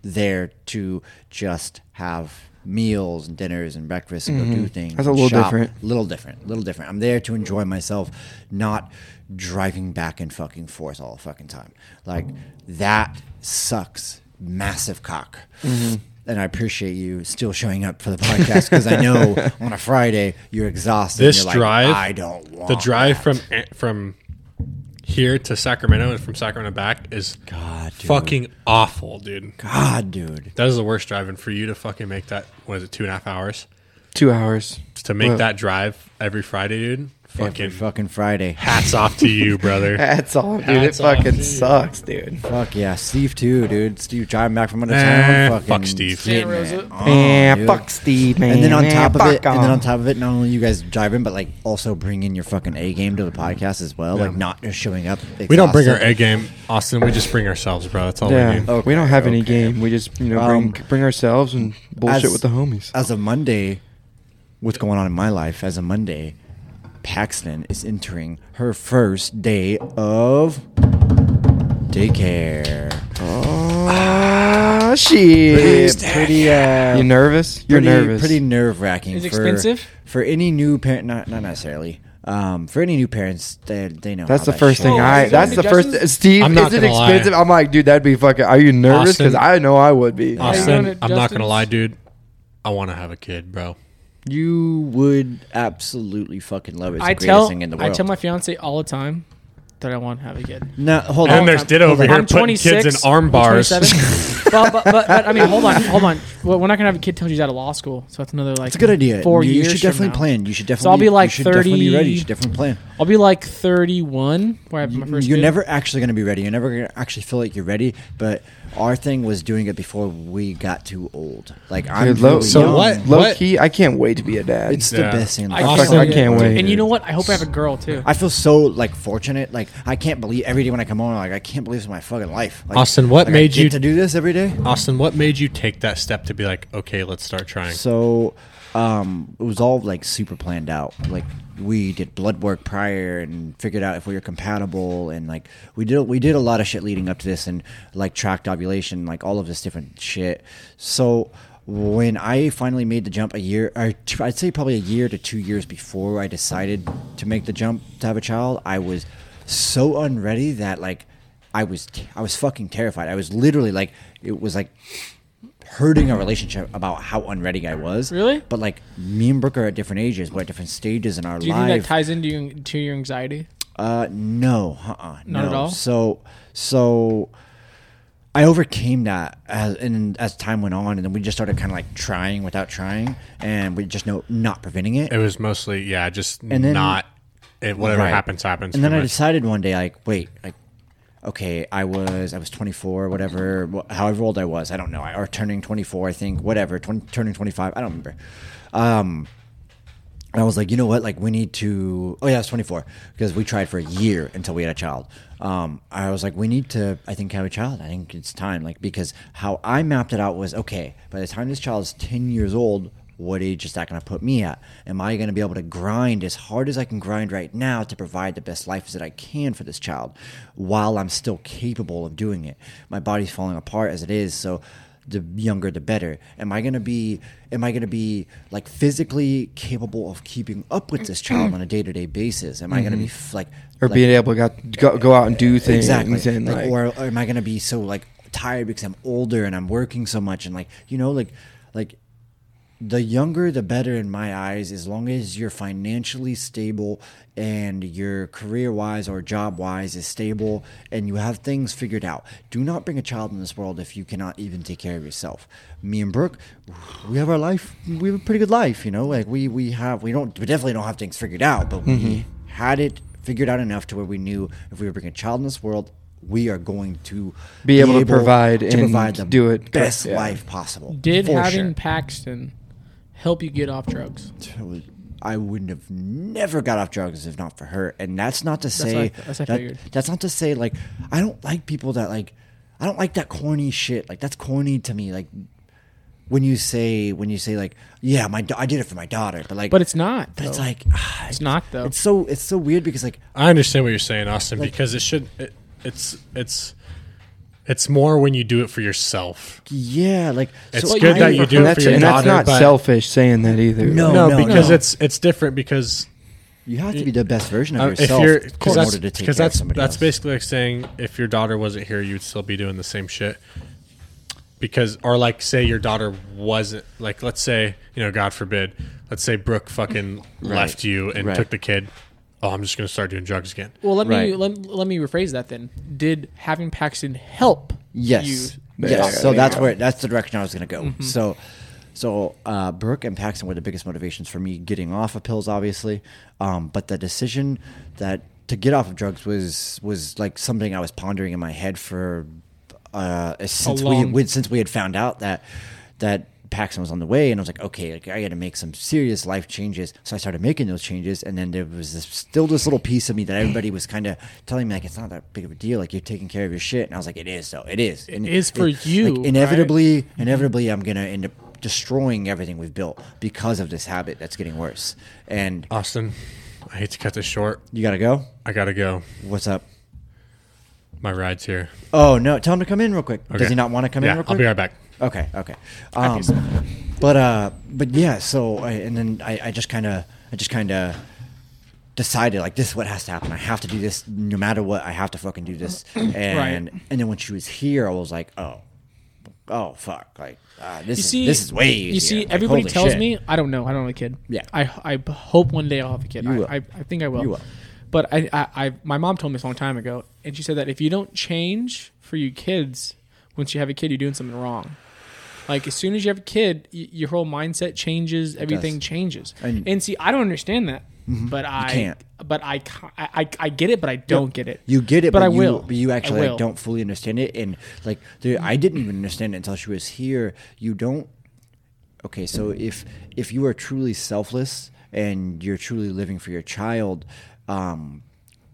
Speaker 1: there to just have meals and dinners and breakfast and go do things.
Speaker 4: Mm-hmm. That's a
Speaker 1: and
Speaker 4: little
Speaker 1: shop.
Speaker 4: different.
Speaker 1: Little different. Little different. I'm there to enjoy myself, not driving back and fucking forth all the fucking time. Like that sucks. Massive cock.
Speaker 4: Mm-hmm.
Speaker 1: And I appreciate you still showing up for the podcast because I know
Speaker 4: (laughs)
Speaker 1: on a Friday you're exhausted. and
Speaker 3: This
Speaker 1: you're like,
Speaker 3: drive,
Speaker 1: I don't want
Speaker 3: the drive
Speaker 1: that."
Speaker 3: from eh, from here to Sacramento and from Sacramento back is
Speaker 1: God, dude.
Speaker 3: fucking awful, dude.
Speaker 1: God, dude.
Speaker 3: That is the worst driving for you to fucking make that. What is it? Two and a half hours
Speaker 4: Two hours.
Speaker 3: to make
Speaker 4: Well-
Speaker 3: that drive every Friday, dude. Fucking
Speaker 1: Every fucking Friday.
Speaker 3: hats off to
Speaker 1: (laughs)
Speaker 3: you, brother.
Speaker 4: Hats off, dude.
Speaker 3: Hats
Speaker 4: it
Speaker 3: off,
Speaker 4: fucking
Speaker 3: dude.
Speaker 4: sucks, dude.
Speaker 1: Fuck yeah, Steve too, dude. Steve driving back from under
Speaker 3: Nah,
Speaker 1: town.
Speaker 3: fuck
Speaker 1: Fucking
Speaker 3: Steve.
Speaker 1: getting
Speaker 2: Yeah,
Speaker 1: it
Speaker 2: Rosa.
Speaker 1: on,
Speaker 4: Man,
Speaker 1: dude.
Speaker 4: fuck Steve, man.
Speaker 1: And then on top of it, and then on
Speaker 4: top,
Speaker 1: top of it, not only you guys driving, but like also bringing your fucking A game to the podcast as well. Like not just showing up.
Speaker 3: We don't bring our
Speaker 1: exhausted.
Speaker 3: A game, Austin. We just bring ourselves, bro. That's all we
Speaker 4: yeah,
Speaker 1: Oh,
Speaker 3: do.
Speaker 4: we don't have any
Speaker 1: okay.
Speaker 4: game. We just you know bring
Speaker 1: Um,
Speaker 4: bring ourselves and bullshit
Speaker 1: as-
Speaker 4: with the homies.
Speaker 1: As a Monday, what's going on in my life? As a Monday, Paxton is entering her first day of daycare.
Speaker 4: Ah, shit.
Speaker 1: Pretty, uh,
Speaker 4: You nervous? You're
Speaker 1: pretty,
Speaker 4: nervous.
Speaker 1: Pretty nerve wracking.
Speaker 2: Is it expensive?
Speaker 1: for any new parent. Not not necessarily. Um, for any new parents, they they know.
Speaker 4: That's
Speaker 1: how
Speaker 4: the
Speaker 1: that
Speaker 4: first
Speaker 1: shit
Speaker 4: thing
Speaker 2: Oh,
Speaker 4: I.
Speaker 2: is that
Speaker 4: That's the first.
Speaker 2: suggestions?
Speaker 4: Steve,
Speaker 3: I'm not
Speaker 4: is it
Speaker 3: gonna lie.
Speaker 4: expensive? I'm like, dude, that'd be fucking. Are you nervous? Because
Speaker 3: Austin-
Speaker 4: I know I would be.
Speaker 2: you
Speaker 3: Austin,
Speaker 2: doing it,
Speaker 3: I'm not gonna
Speaker 2: Justin's?
Speaker 3: lie, dude. I want to have a kid, bro.
Speaker 1: You would absolutely fucking love it. It's
Speaker 2: I
Speaker 1: the greatest
Speaker 2: tell
Speaker 1: thing in the
Speaker 2: I
Speaker 1: world.
Speaker 2: tell my fiance all the time that I want to have a kid.
Speaker 1: no, hold
Speaker 3: And
Speaker 1: on.
Speaker 3: there's Ditto over here
Speaker 2: I'm
Speaker 3: putting
Speaker 2: 26,
Speaker 3: kids in arm
Speaker 2: I'm
Speaker 3: bars. (laughs)
Speaker 2: 27. but, but, but, but I mean, hold on, hold on. well, we're not gonna have a kid till she's out of law school, so that's another like
Speaker 1: It's a good idea.
Speaker 2: Four
Speaker 1: you,
Speaker 2: years.
Speaker 1: You should
Speaker 2: from
Speaker 1: definitely
Speaker 2: now.
Speaker 1: plan. You should definitely.
Speaker 2: So I'll be like
Speaker 1: you should Definitely be ready.
Speaker 2: 30
Speaker 1: You should definitely plan.
Speaker 2: I'll be like 31 where I have my
Speaker 1: You-
Speaker 2: first.
Speaker 1: You're
Speaker 2: kid.
Speaker 1: never actually going to be ready. You're never going to actually feel like you're ready. But our thing was doing it before we got too old. Like I'm
Speaker 4: Dude, low,
Speaker 1: really
Speaker 3: So
Speaker 1: young.
Speaker 3: what-
Speaker 4: Low
Speaker 3: what-
Speaker 4: key, I can't wait to be a dad.
Speaker 1: It's
Speaker 3: Yeah.
Speaker 1: the best thing. in
Speaker 2: I,
Speaker 1: life.
Speaker 4: fuck,
Speaker 2: fucking-
Speaker 4: I can't wait.
Speaker 2: And you know what? I hope I have a girl too.
Speaker 1: I feel so like fortunate. Like I can't believe every day when I come home, like I can't believe it's my fucking life. Like,
Speaker 3: Austin, what
Speaker 1: like, I
Speaker 3: made
Speaker 1: get
Speaker 3: you-
Speaker 1: to do this every day?
Speaker 3: Austin, what made you take that step to be like, okay, let's start trying?
Speaker 1: So um, it was all like super planned out. Like we did blood work prior and figured out if we were compatible, and like we did we did a lot of shit leading up to this, and like tracked ovulation, like all of this different shit. So when I finally made the jump a year, or two, I'd say probably a year to two years before I decided to make the jump to have a child, I was so unready that like I was I was fucking terrified. I was literally like it was like hurting our relationship about how unready I was.
Speaker 2: Really?
Speaker 1: But like me and Brooke are at different ages. We're at different stages in our
Speaker 2: Do you think
Speaker 1: life.
Speaker 2: that ties into your, to your anxiety?
Speaker 1: uh, no, uh-uh,
Speaker 2: Not
Speaker 1: no.
Speaker 2: at all?
Speaker 1: So, so I overcame that as and as time went on, and then we just started kind of like trying without trying, and we just know not preventing it.
Speaker 3: it was mostly, yeah, just
Speaker 1: then-
Speaker 3: not. It, whatever
Speaker 1: Right.
Speaker 3: happens, happens.
Speaker 1: And then
Speaker 3: pretty
Speaker 1: I
Speaker 3: much.
Speaker 1: decided one day, like, wait, like, okay, I was I was 24, whatever, wh- however old I was, I don't know, I, or turning 24, I think, whatever, 20, turning 25, I don't remember. Um, and I was like, you know what, like, we need to. Oh yeah, I was 24 because we tried for a year until we had a child. Um, I was like, we need to, I think, have a child. I think it's time, like, because how I mapped it out was okay. By the time this child is 10 years old, what age is that going to put me at? Am I going to be able to grind as hard as I can grind right now to provide the best life that I can for this child while I'm still capable of doing it? My body's falling apart as it is, so the younger the better. Am I going to be am I going to be like physically capable of keeping up with this child on a day-to-day basis? Am I going to be f- like
Speaker 4: Mm-hmm. or
Speaker 1: like-
Speaker 4: being able to go, go, go out and do things.
Speaker 1: exactly
Speaker 4: And
Speaker 1: like,
Speaker 4: like,
Speaker 1: or, or am i gonna be so like tired because i'm older and i'm working so much and like you know like like the younger the better in my eyes as long as you're financially stable and your career wise or job wise is stable and you have things figured out do not bring a child in this world if you cannot even take care of yourself me and brooke we have our life we have a pretty good life you know like we we have we don't we definitely don't have things figured out but we
Speaker 4: Mm-hmm.
Speaker 1: had it figured out enough to where we knew if we were bringing a child in this world we are going to
Speaker 4: Be able to provide and do it correct,
Speaker 1: best
Speaker 4: yeah.
Speaker 1: life possible
Speaker 2: Did
Speaker 1: for
Speaker 2: having
Speaker 1: sure.
Speaker 2: Paxton help you get off drugs?
Speaker 1: I would- I wouldn't have never got off drugs if not for her. And that's not to
Speaker 2: what
Speaker 1: say
Speaker 2: I- that's what I
Speaker 1: that-
Speaker 2: figured.
Speaker 1: that's not to say like I don't like people that like I don't like that corny shit. Like that's corny to me. Like when you say when you say like yeah, my da- I did it for my daughter, but like
Speaker 2: But it's not.
Speaker 1: but it's
Speaker 2: though.
Speaker 1: like ah,
Speaker 2: It's not, though.
Speaker 1: It's so it's so weird because like
Speaker 3: I understand what you're saying, Austin,
Speaker 1: Like-
Speaker 3: because it should. It, it's it's it's more when you do it for yourself.
Speaker 1: yeah, like
Speaker 3: It's good
Speaker 1: I-
Speaker 3: that you do
Speaker 4: and
Speaker 3: it
Speaker 4: that's,
Speaker 3: for your
Speaker 4: and that's
Speaker 3: daughter,
Speaker 4: not
Speaker 3: but-
Speaker 4: selfish saying that either.
Speaker 1: No.
Speaker 4: Like,
Speaker 3: No, because
Speaker 1: no.
Speaker 3: it's it's different because
Speaker 1: You have to be the best version of
Speaker 3: uh, if
Speaker 1: yourself
Speaker 3: you're
Speaker 1: in
Speaker 3: because
Speaker 1: order
Speaker 3: that's
Speaker 1: to take care
Speaker 3: because
Speaker 1: of
Speaker 3: that's
Speaker 1: somebody
Speaker 3: that's
Speaker 1: else.
Speaker 3: basically like saying if your daughter wasn't here, you'd still be doing the same shit. Because or like say your daughter wasn't like let's say you know God forbid let's say Brooke fucking left you and
Speaker 1: right.
Speaker 3: took the kid. Oh, I'm just gonna start doing drugs again.
Speaker 2: well, let me
Speaker 1: Right.
Speaker 2: let, let me rephrase that then. Did having Paxton help?
Speaker 1: Yes.
Speaker 2: You
Speaker 1: yes.
Speaker 4: Yeah.
Speaker 1: so
Speaker 4: Yeah.
Speaker 1: that's where that's the direction I was going to go. So, so uh, Brooke and Paxton were the biggest motivations for me getting off of pills, obviously. Um, but the decision that to get off of drugs was was like something I was pondering in my head for uh, since we,
Speaker 2: long-
Speaker 1: we since we had found out that that Paxton was on the way, and I was like, okay, like I got to make some serious life changes. So I started making those changes, and then there was this, still this little piece of me that everybody was kind of telling me like it's not that big of a deal, like you're taking care of your shit, and I was like, it is though, it is, it
Speaker 2: is for you, right? Mm-hmm.
Speaker 1: inevitably, inevitably, I'm gonna end up destroying everything we've built because of this habit that's getting worse. And
Speaker 3: Austin, I hate to cut this short.
Speaker 1: you gotta go.
Speaker 3: I gotta go.
Speaker 1: What's up?
Speaker 3: My ride's here.
Speaker 1: Oh no! Tell him to come in real quick.
Speaker 3: Okay.
Speaker 1: Does he not want to come
Speaker 3: yeah,
Speaker 1: in real quick?
Speaker 3: I'll be right back.
Speaker 1: Okay, okay. Um, but uh, but yeah. So I, and then I, I just kind of I just kind of decided like this is what has to happen. I have to do this no matter what. I have to fucking do
Speaker 2: (clears throat)
Speaker 1: this. And and then when she was here, I was like, oh, oh fuck, like uh, this
Speaker 2: You
Speaker 1: is
Speaker 2: see,
Speaker 1: this is way.
Speaker 2: You
Speaker 1: easier.
Speaker 2: see,
Speaker 1: Like,
Speaker 2: everybody
Speaker 1: holy
Speaker 2: tells
Speaker 1: shit.
Speaker 2: me I don't know. I don't have a kid.
Speaker 1: Yeah.
Speaker 2: I I b- hope one day I'll have a kid. I,
Speaker 1: will.
Speaker 2: I I think I will.
Speaker 1: You will.
Speaker 2: But I, I I my mom told me this a long time ago, and she said that if you don't change for your kids once you have a kid, you're doing something wrong. Like as soon as you have a kid, y- your whole mindset changes. Everything changes.
Speaker 1: And- Mm-hmm.
Speaker 2: And, see, I don't understand that, but I
Speaker 1: can't.
Speaker 2: But I, ca- I, I- I get it, but I don't get it.
Speaker 1: You get it,
Speaker 2: but, I
Speaker 1: you,
Speaker 2: will.
Speaker 1: But you actually
Speaker 2: I
Speaker 1: like,
Speaker 2: will.
Speaker 1: don't fully understand it, and like the, I didn't even understand it until she was here. You don't. Okay, so if if you are truly selfless and you're truly living for your child, um,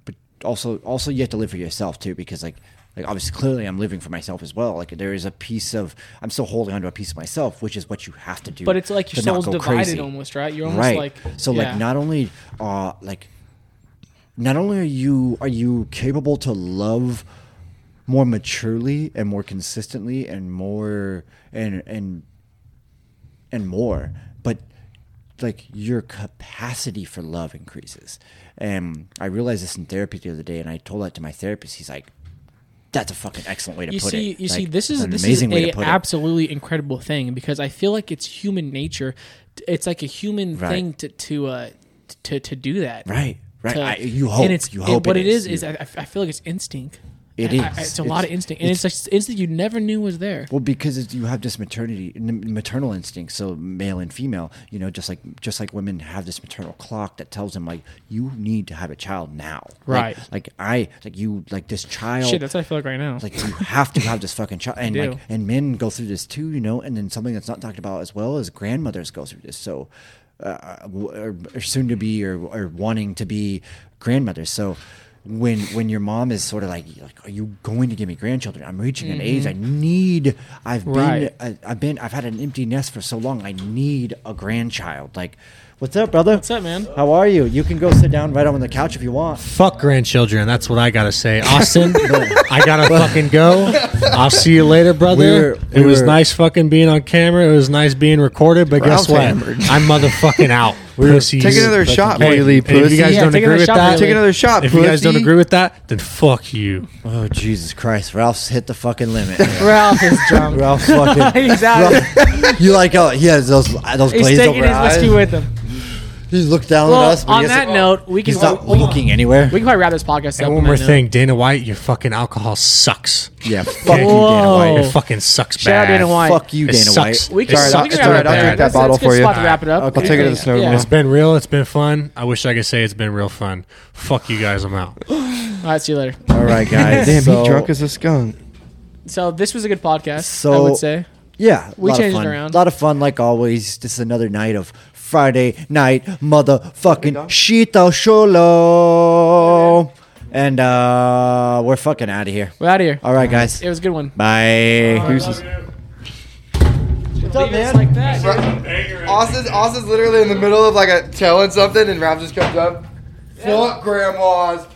Speaker 1: but also also you have to live for yourself too, because like like obviously clearly I'm living for myself as well. Like there is a piece of I'm still holding onto a piece of myself, which is what you have to do.
Speaker 2: But it's like your
Speaker 1: to not
Speaker 2: soul's
Speaker 1: go
Speaker 2: divided
Speaker 1: crazy.
Speaker 2: almost, right? You're almost like
Speaker 1: so
Speaker 2: yeah.
Speaker 1: like not only uh like not only are you are you capable to love more maturely and more consistently and more and and and more but like your capacity for love increases and i realized this in therapy the other day and i told that to my therapist he's like that's a fucking excellent way to
Speaker 2: you
Speaker 1: put
Speaker 2: see,
Speaker 1: it
Speaker 2: You
Speaker 1: Like,
Speaker 2: see, this is
Speaker 1: an
Speaker 2: this
Speaker 1: amazing
Speaker 2: is
Speaker 1: way
Speaker 2: a
Speaker 1: to put it
Speaker 2: absolutely incredible thing because I feel like it's human nature. T- It's like a human
Speaker 1: Right.
Speaker 2: thing to to uh, to to do that.
Speaker 1: right right
Speaker 2: To-
Speaker 1: I, you hope
Speaker 2: And it's,
Speaker 1: you
Speaker 2: and
Speaker 1: hope
Speaker 2: what it is
Speaker 1: You-
Speaker 2: is I, I feel like it's instinct.
Speaker 1: It
Speaker 2: I- I-
Speaker 1: is.
Speaker 2: it's a
Speaker 1: It's-
Speaker 2: lot of instinct, and it's, like instinct you never knew was there.
Speaker 1: Well, because it's, you have this maternity, n- maternal instinct, so male and female, you know, just like just like women have this maternal clock that tells them like you need to have a child now, Like-
Speaker 2: Right.
Speaker 1: Like, I, like you, like this child,
Speaker 2: Shit, that's how I feel like right now.
Speaker 1: like you have to have this fucking child, and
Speaker 2: do.
Speaker 1: like and men go through this too, you know, and then something that's not talked about as well as grandmothers go through this, so uh, or, or soon to be or, or wanting to be grandmothers, so. When when your mom is sort of like like are you going to give me grandchildren? I'm reaching an age I need. I've been
Speaker 2: Right.
Speaker 1: I, I've been I've had an empty nest for so long. I need a grandchild. Like, what's up, brother? What's
Speaker 2: up, man?
Speaker 1: How are you? You can go sit down right on the couch if you want.
Speaker 3: Fuck grandchildren. That's what I gotta say. Austin, I gotta fucking go. I'll see you later, brother.
Speaker 1: We're- we
Speaker 3: it was
Speaker 1: were-
Speaker 3: nice fucking being on camera. It was nice being recorded. But guess
Speaker 4: Ralph's
Speaker 3: what?
Speaker 4: hammered.
Speaker 3: (laughs) I'm motherfucking out. Pussies.
Speaker 4: Take another
Speaker 1: Fucking
Speaker 4: shot
Speaker 1: hey,
Speaker 4: before you leave,
Speaker 3: and if
Speaker 4: pussy.
Speaker 3: you guys
Speaker 2: Yeah,
Speaker 3: don't
Speaker 2: take
Speaker 3: agree
Speaker 2: another
Speaker 3: with
Speaker 2: shot,
Speaker 3: that,
Speaker 2: Bailey.
Speaker 4: Take another shot,
Speaker 3: If you guys don't
Speaker 4: pussy.
Speaker 3: agree with that, then fuck you.
Speaker 1: Oh Jesus Christ! Ralph's hit the fucking limit.
Speaker 2: Ralph is drunk.
Speaker 1: Ralph fucking.
Speaker 2: (laughs) He's out.
Speaker 1: Ralph, you like how he has those those
Speaker 2: He's
Speaker 1: glazed
Speaker 2: taking
Speaker 1: over
Speaker 2: his
Speaker 1: eyes.
Speaker 2: whiskey with him.
Speaker 1: He looks down at
Speaker 2: Well,
Speaker 1: us. but
Speaker 2: on
Speaker 1: he
Speaker 2: that
Speaker 1: doesn't-
Speaker 2: note, we can
Speaker 1: he's not
Speaker 2: we,
Speaker 1: looking anywhere.
Speaker 2: we can probably wrap this podcast up.
Speaker 3: And
Speaker 2: on
Speaker 3: one more
Speaker 2: that note.
Speaker 3: thing, Dana White, your fucking alcohol sucks.
Speaker 1: yeah, fuck you, Dana
Speaker 2: Whoa.
Speaker 1: White.
Speaker 3: It fucking sucks
Speaker 2: Oh. Shout out
Speaker 3: bad.
Speaker 2: Dana White.
Speaker 1: Fuck you,
Speaker 3: It
Speaker 1: Dana
Speaker 3: sucks.
Speaker 1: White.
Speaker 2: We can,
Speaker 3: It
Speaker 2: we
Speaker 3: sucks
Speaker 2: can
Speaker 3: so
Speaker 2: wrap it up.
Speaker 3: bad. I'll drink that
Speaker 2: That's-
Speaker 4: bottle
Speaker 2: that's a good
Speaker 4: for you.
Speaker 2: spot to wrap it up.
Speaker 1: I'll
Speaker 2: Yeah.
Speaker 1: take it to the
Speaker 4: snow room.
Speaker 3: It's been real. It's been fun. I wish I could say it's been real fun. Fuck you guys. I'm out.
Speaker 2: All right, see you later.
Speaker 1: All (laughs) right, guys.
Speaker 4: Damn,
Speaker 1: so,
Speaker 4: he drunk as a skunk.
Speaker 2: So this was a good podcast. I
Speaker 1: So-
Speaker 2: would say.
Speaker 1: Yeah,
Speaker 2: We
Speaker 1: lot of
Speaker 2: changed it
Speaker 1: fun.
Speaker 2: around.
Speaker 1: A lot of fun, like always. This is another night of Friday night motherfucking shito sholo, and uh, we're fucking out of here.
Speaker 2: We're out of here.
Speaker 1: All right, guys.
Speaker 2: It was a good one.
Speaker 1: Bye.
Speaker 2: What's
Speaker 1: up, man?
Speaker 2: Like that.
Speaker 4: Austin's, Austin's literally in the middle of like a telling something, and Rob just comes up. Fuck grandmas.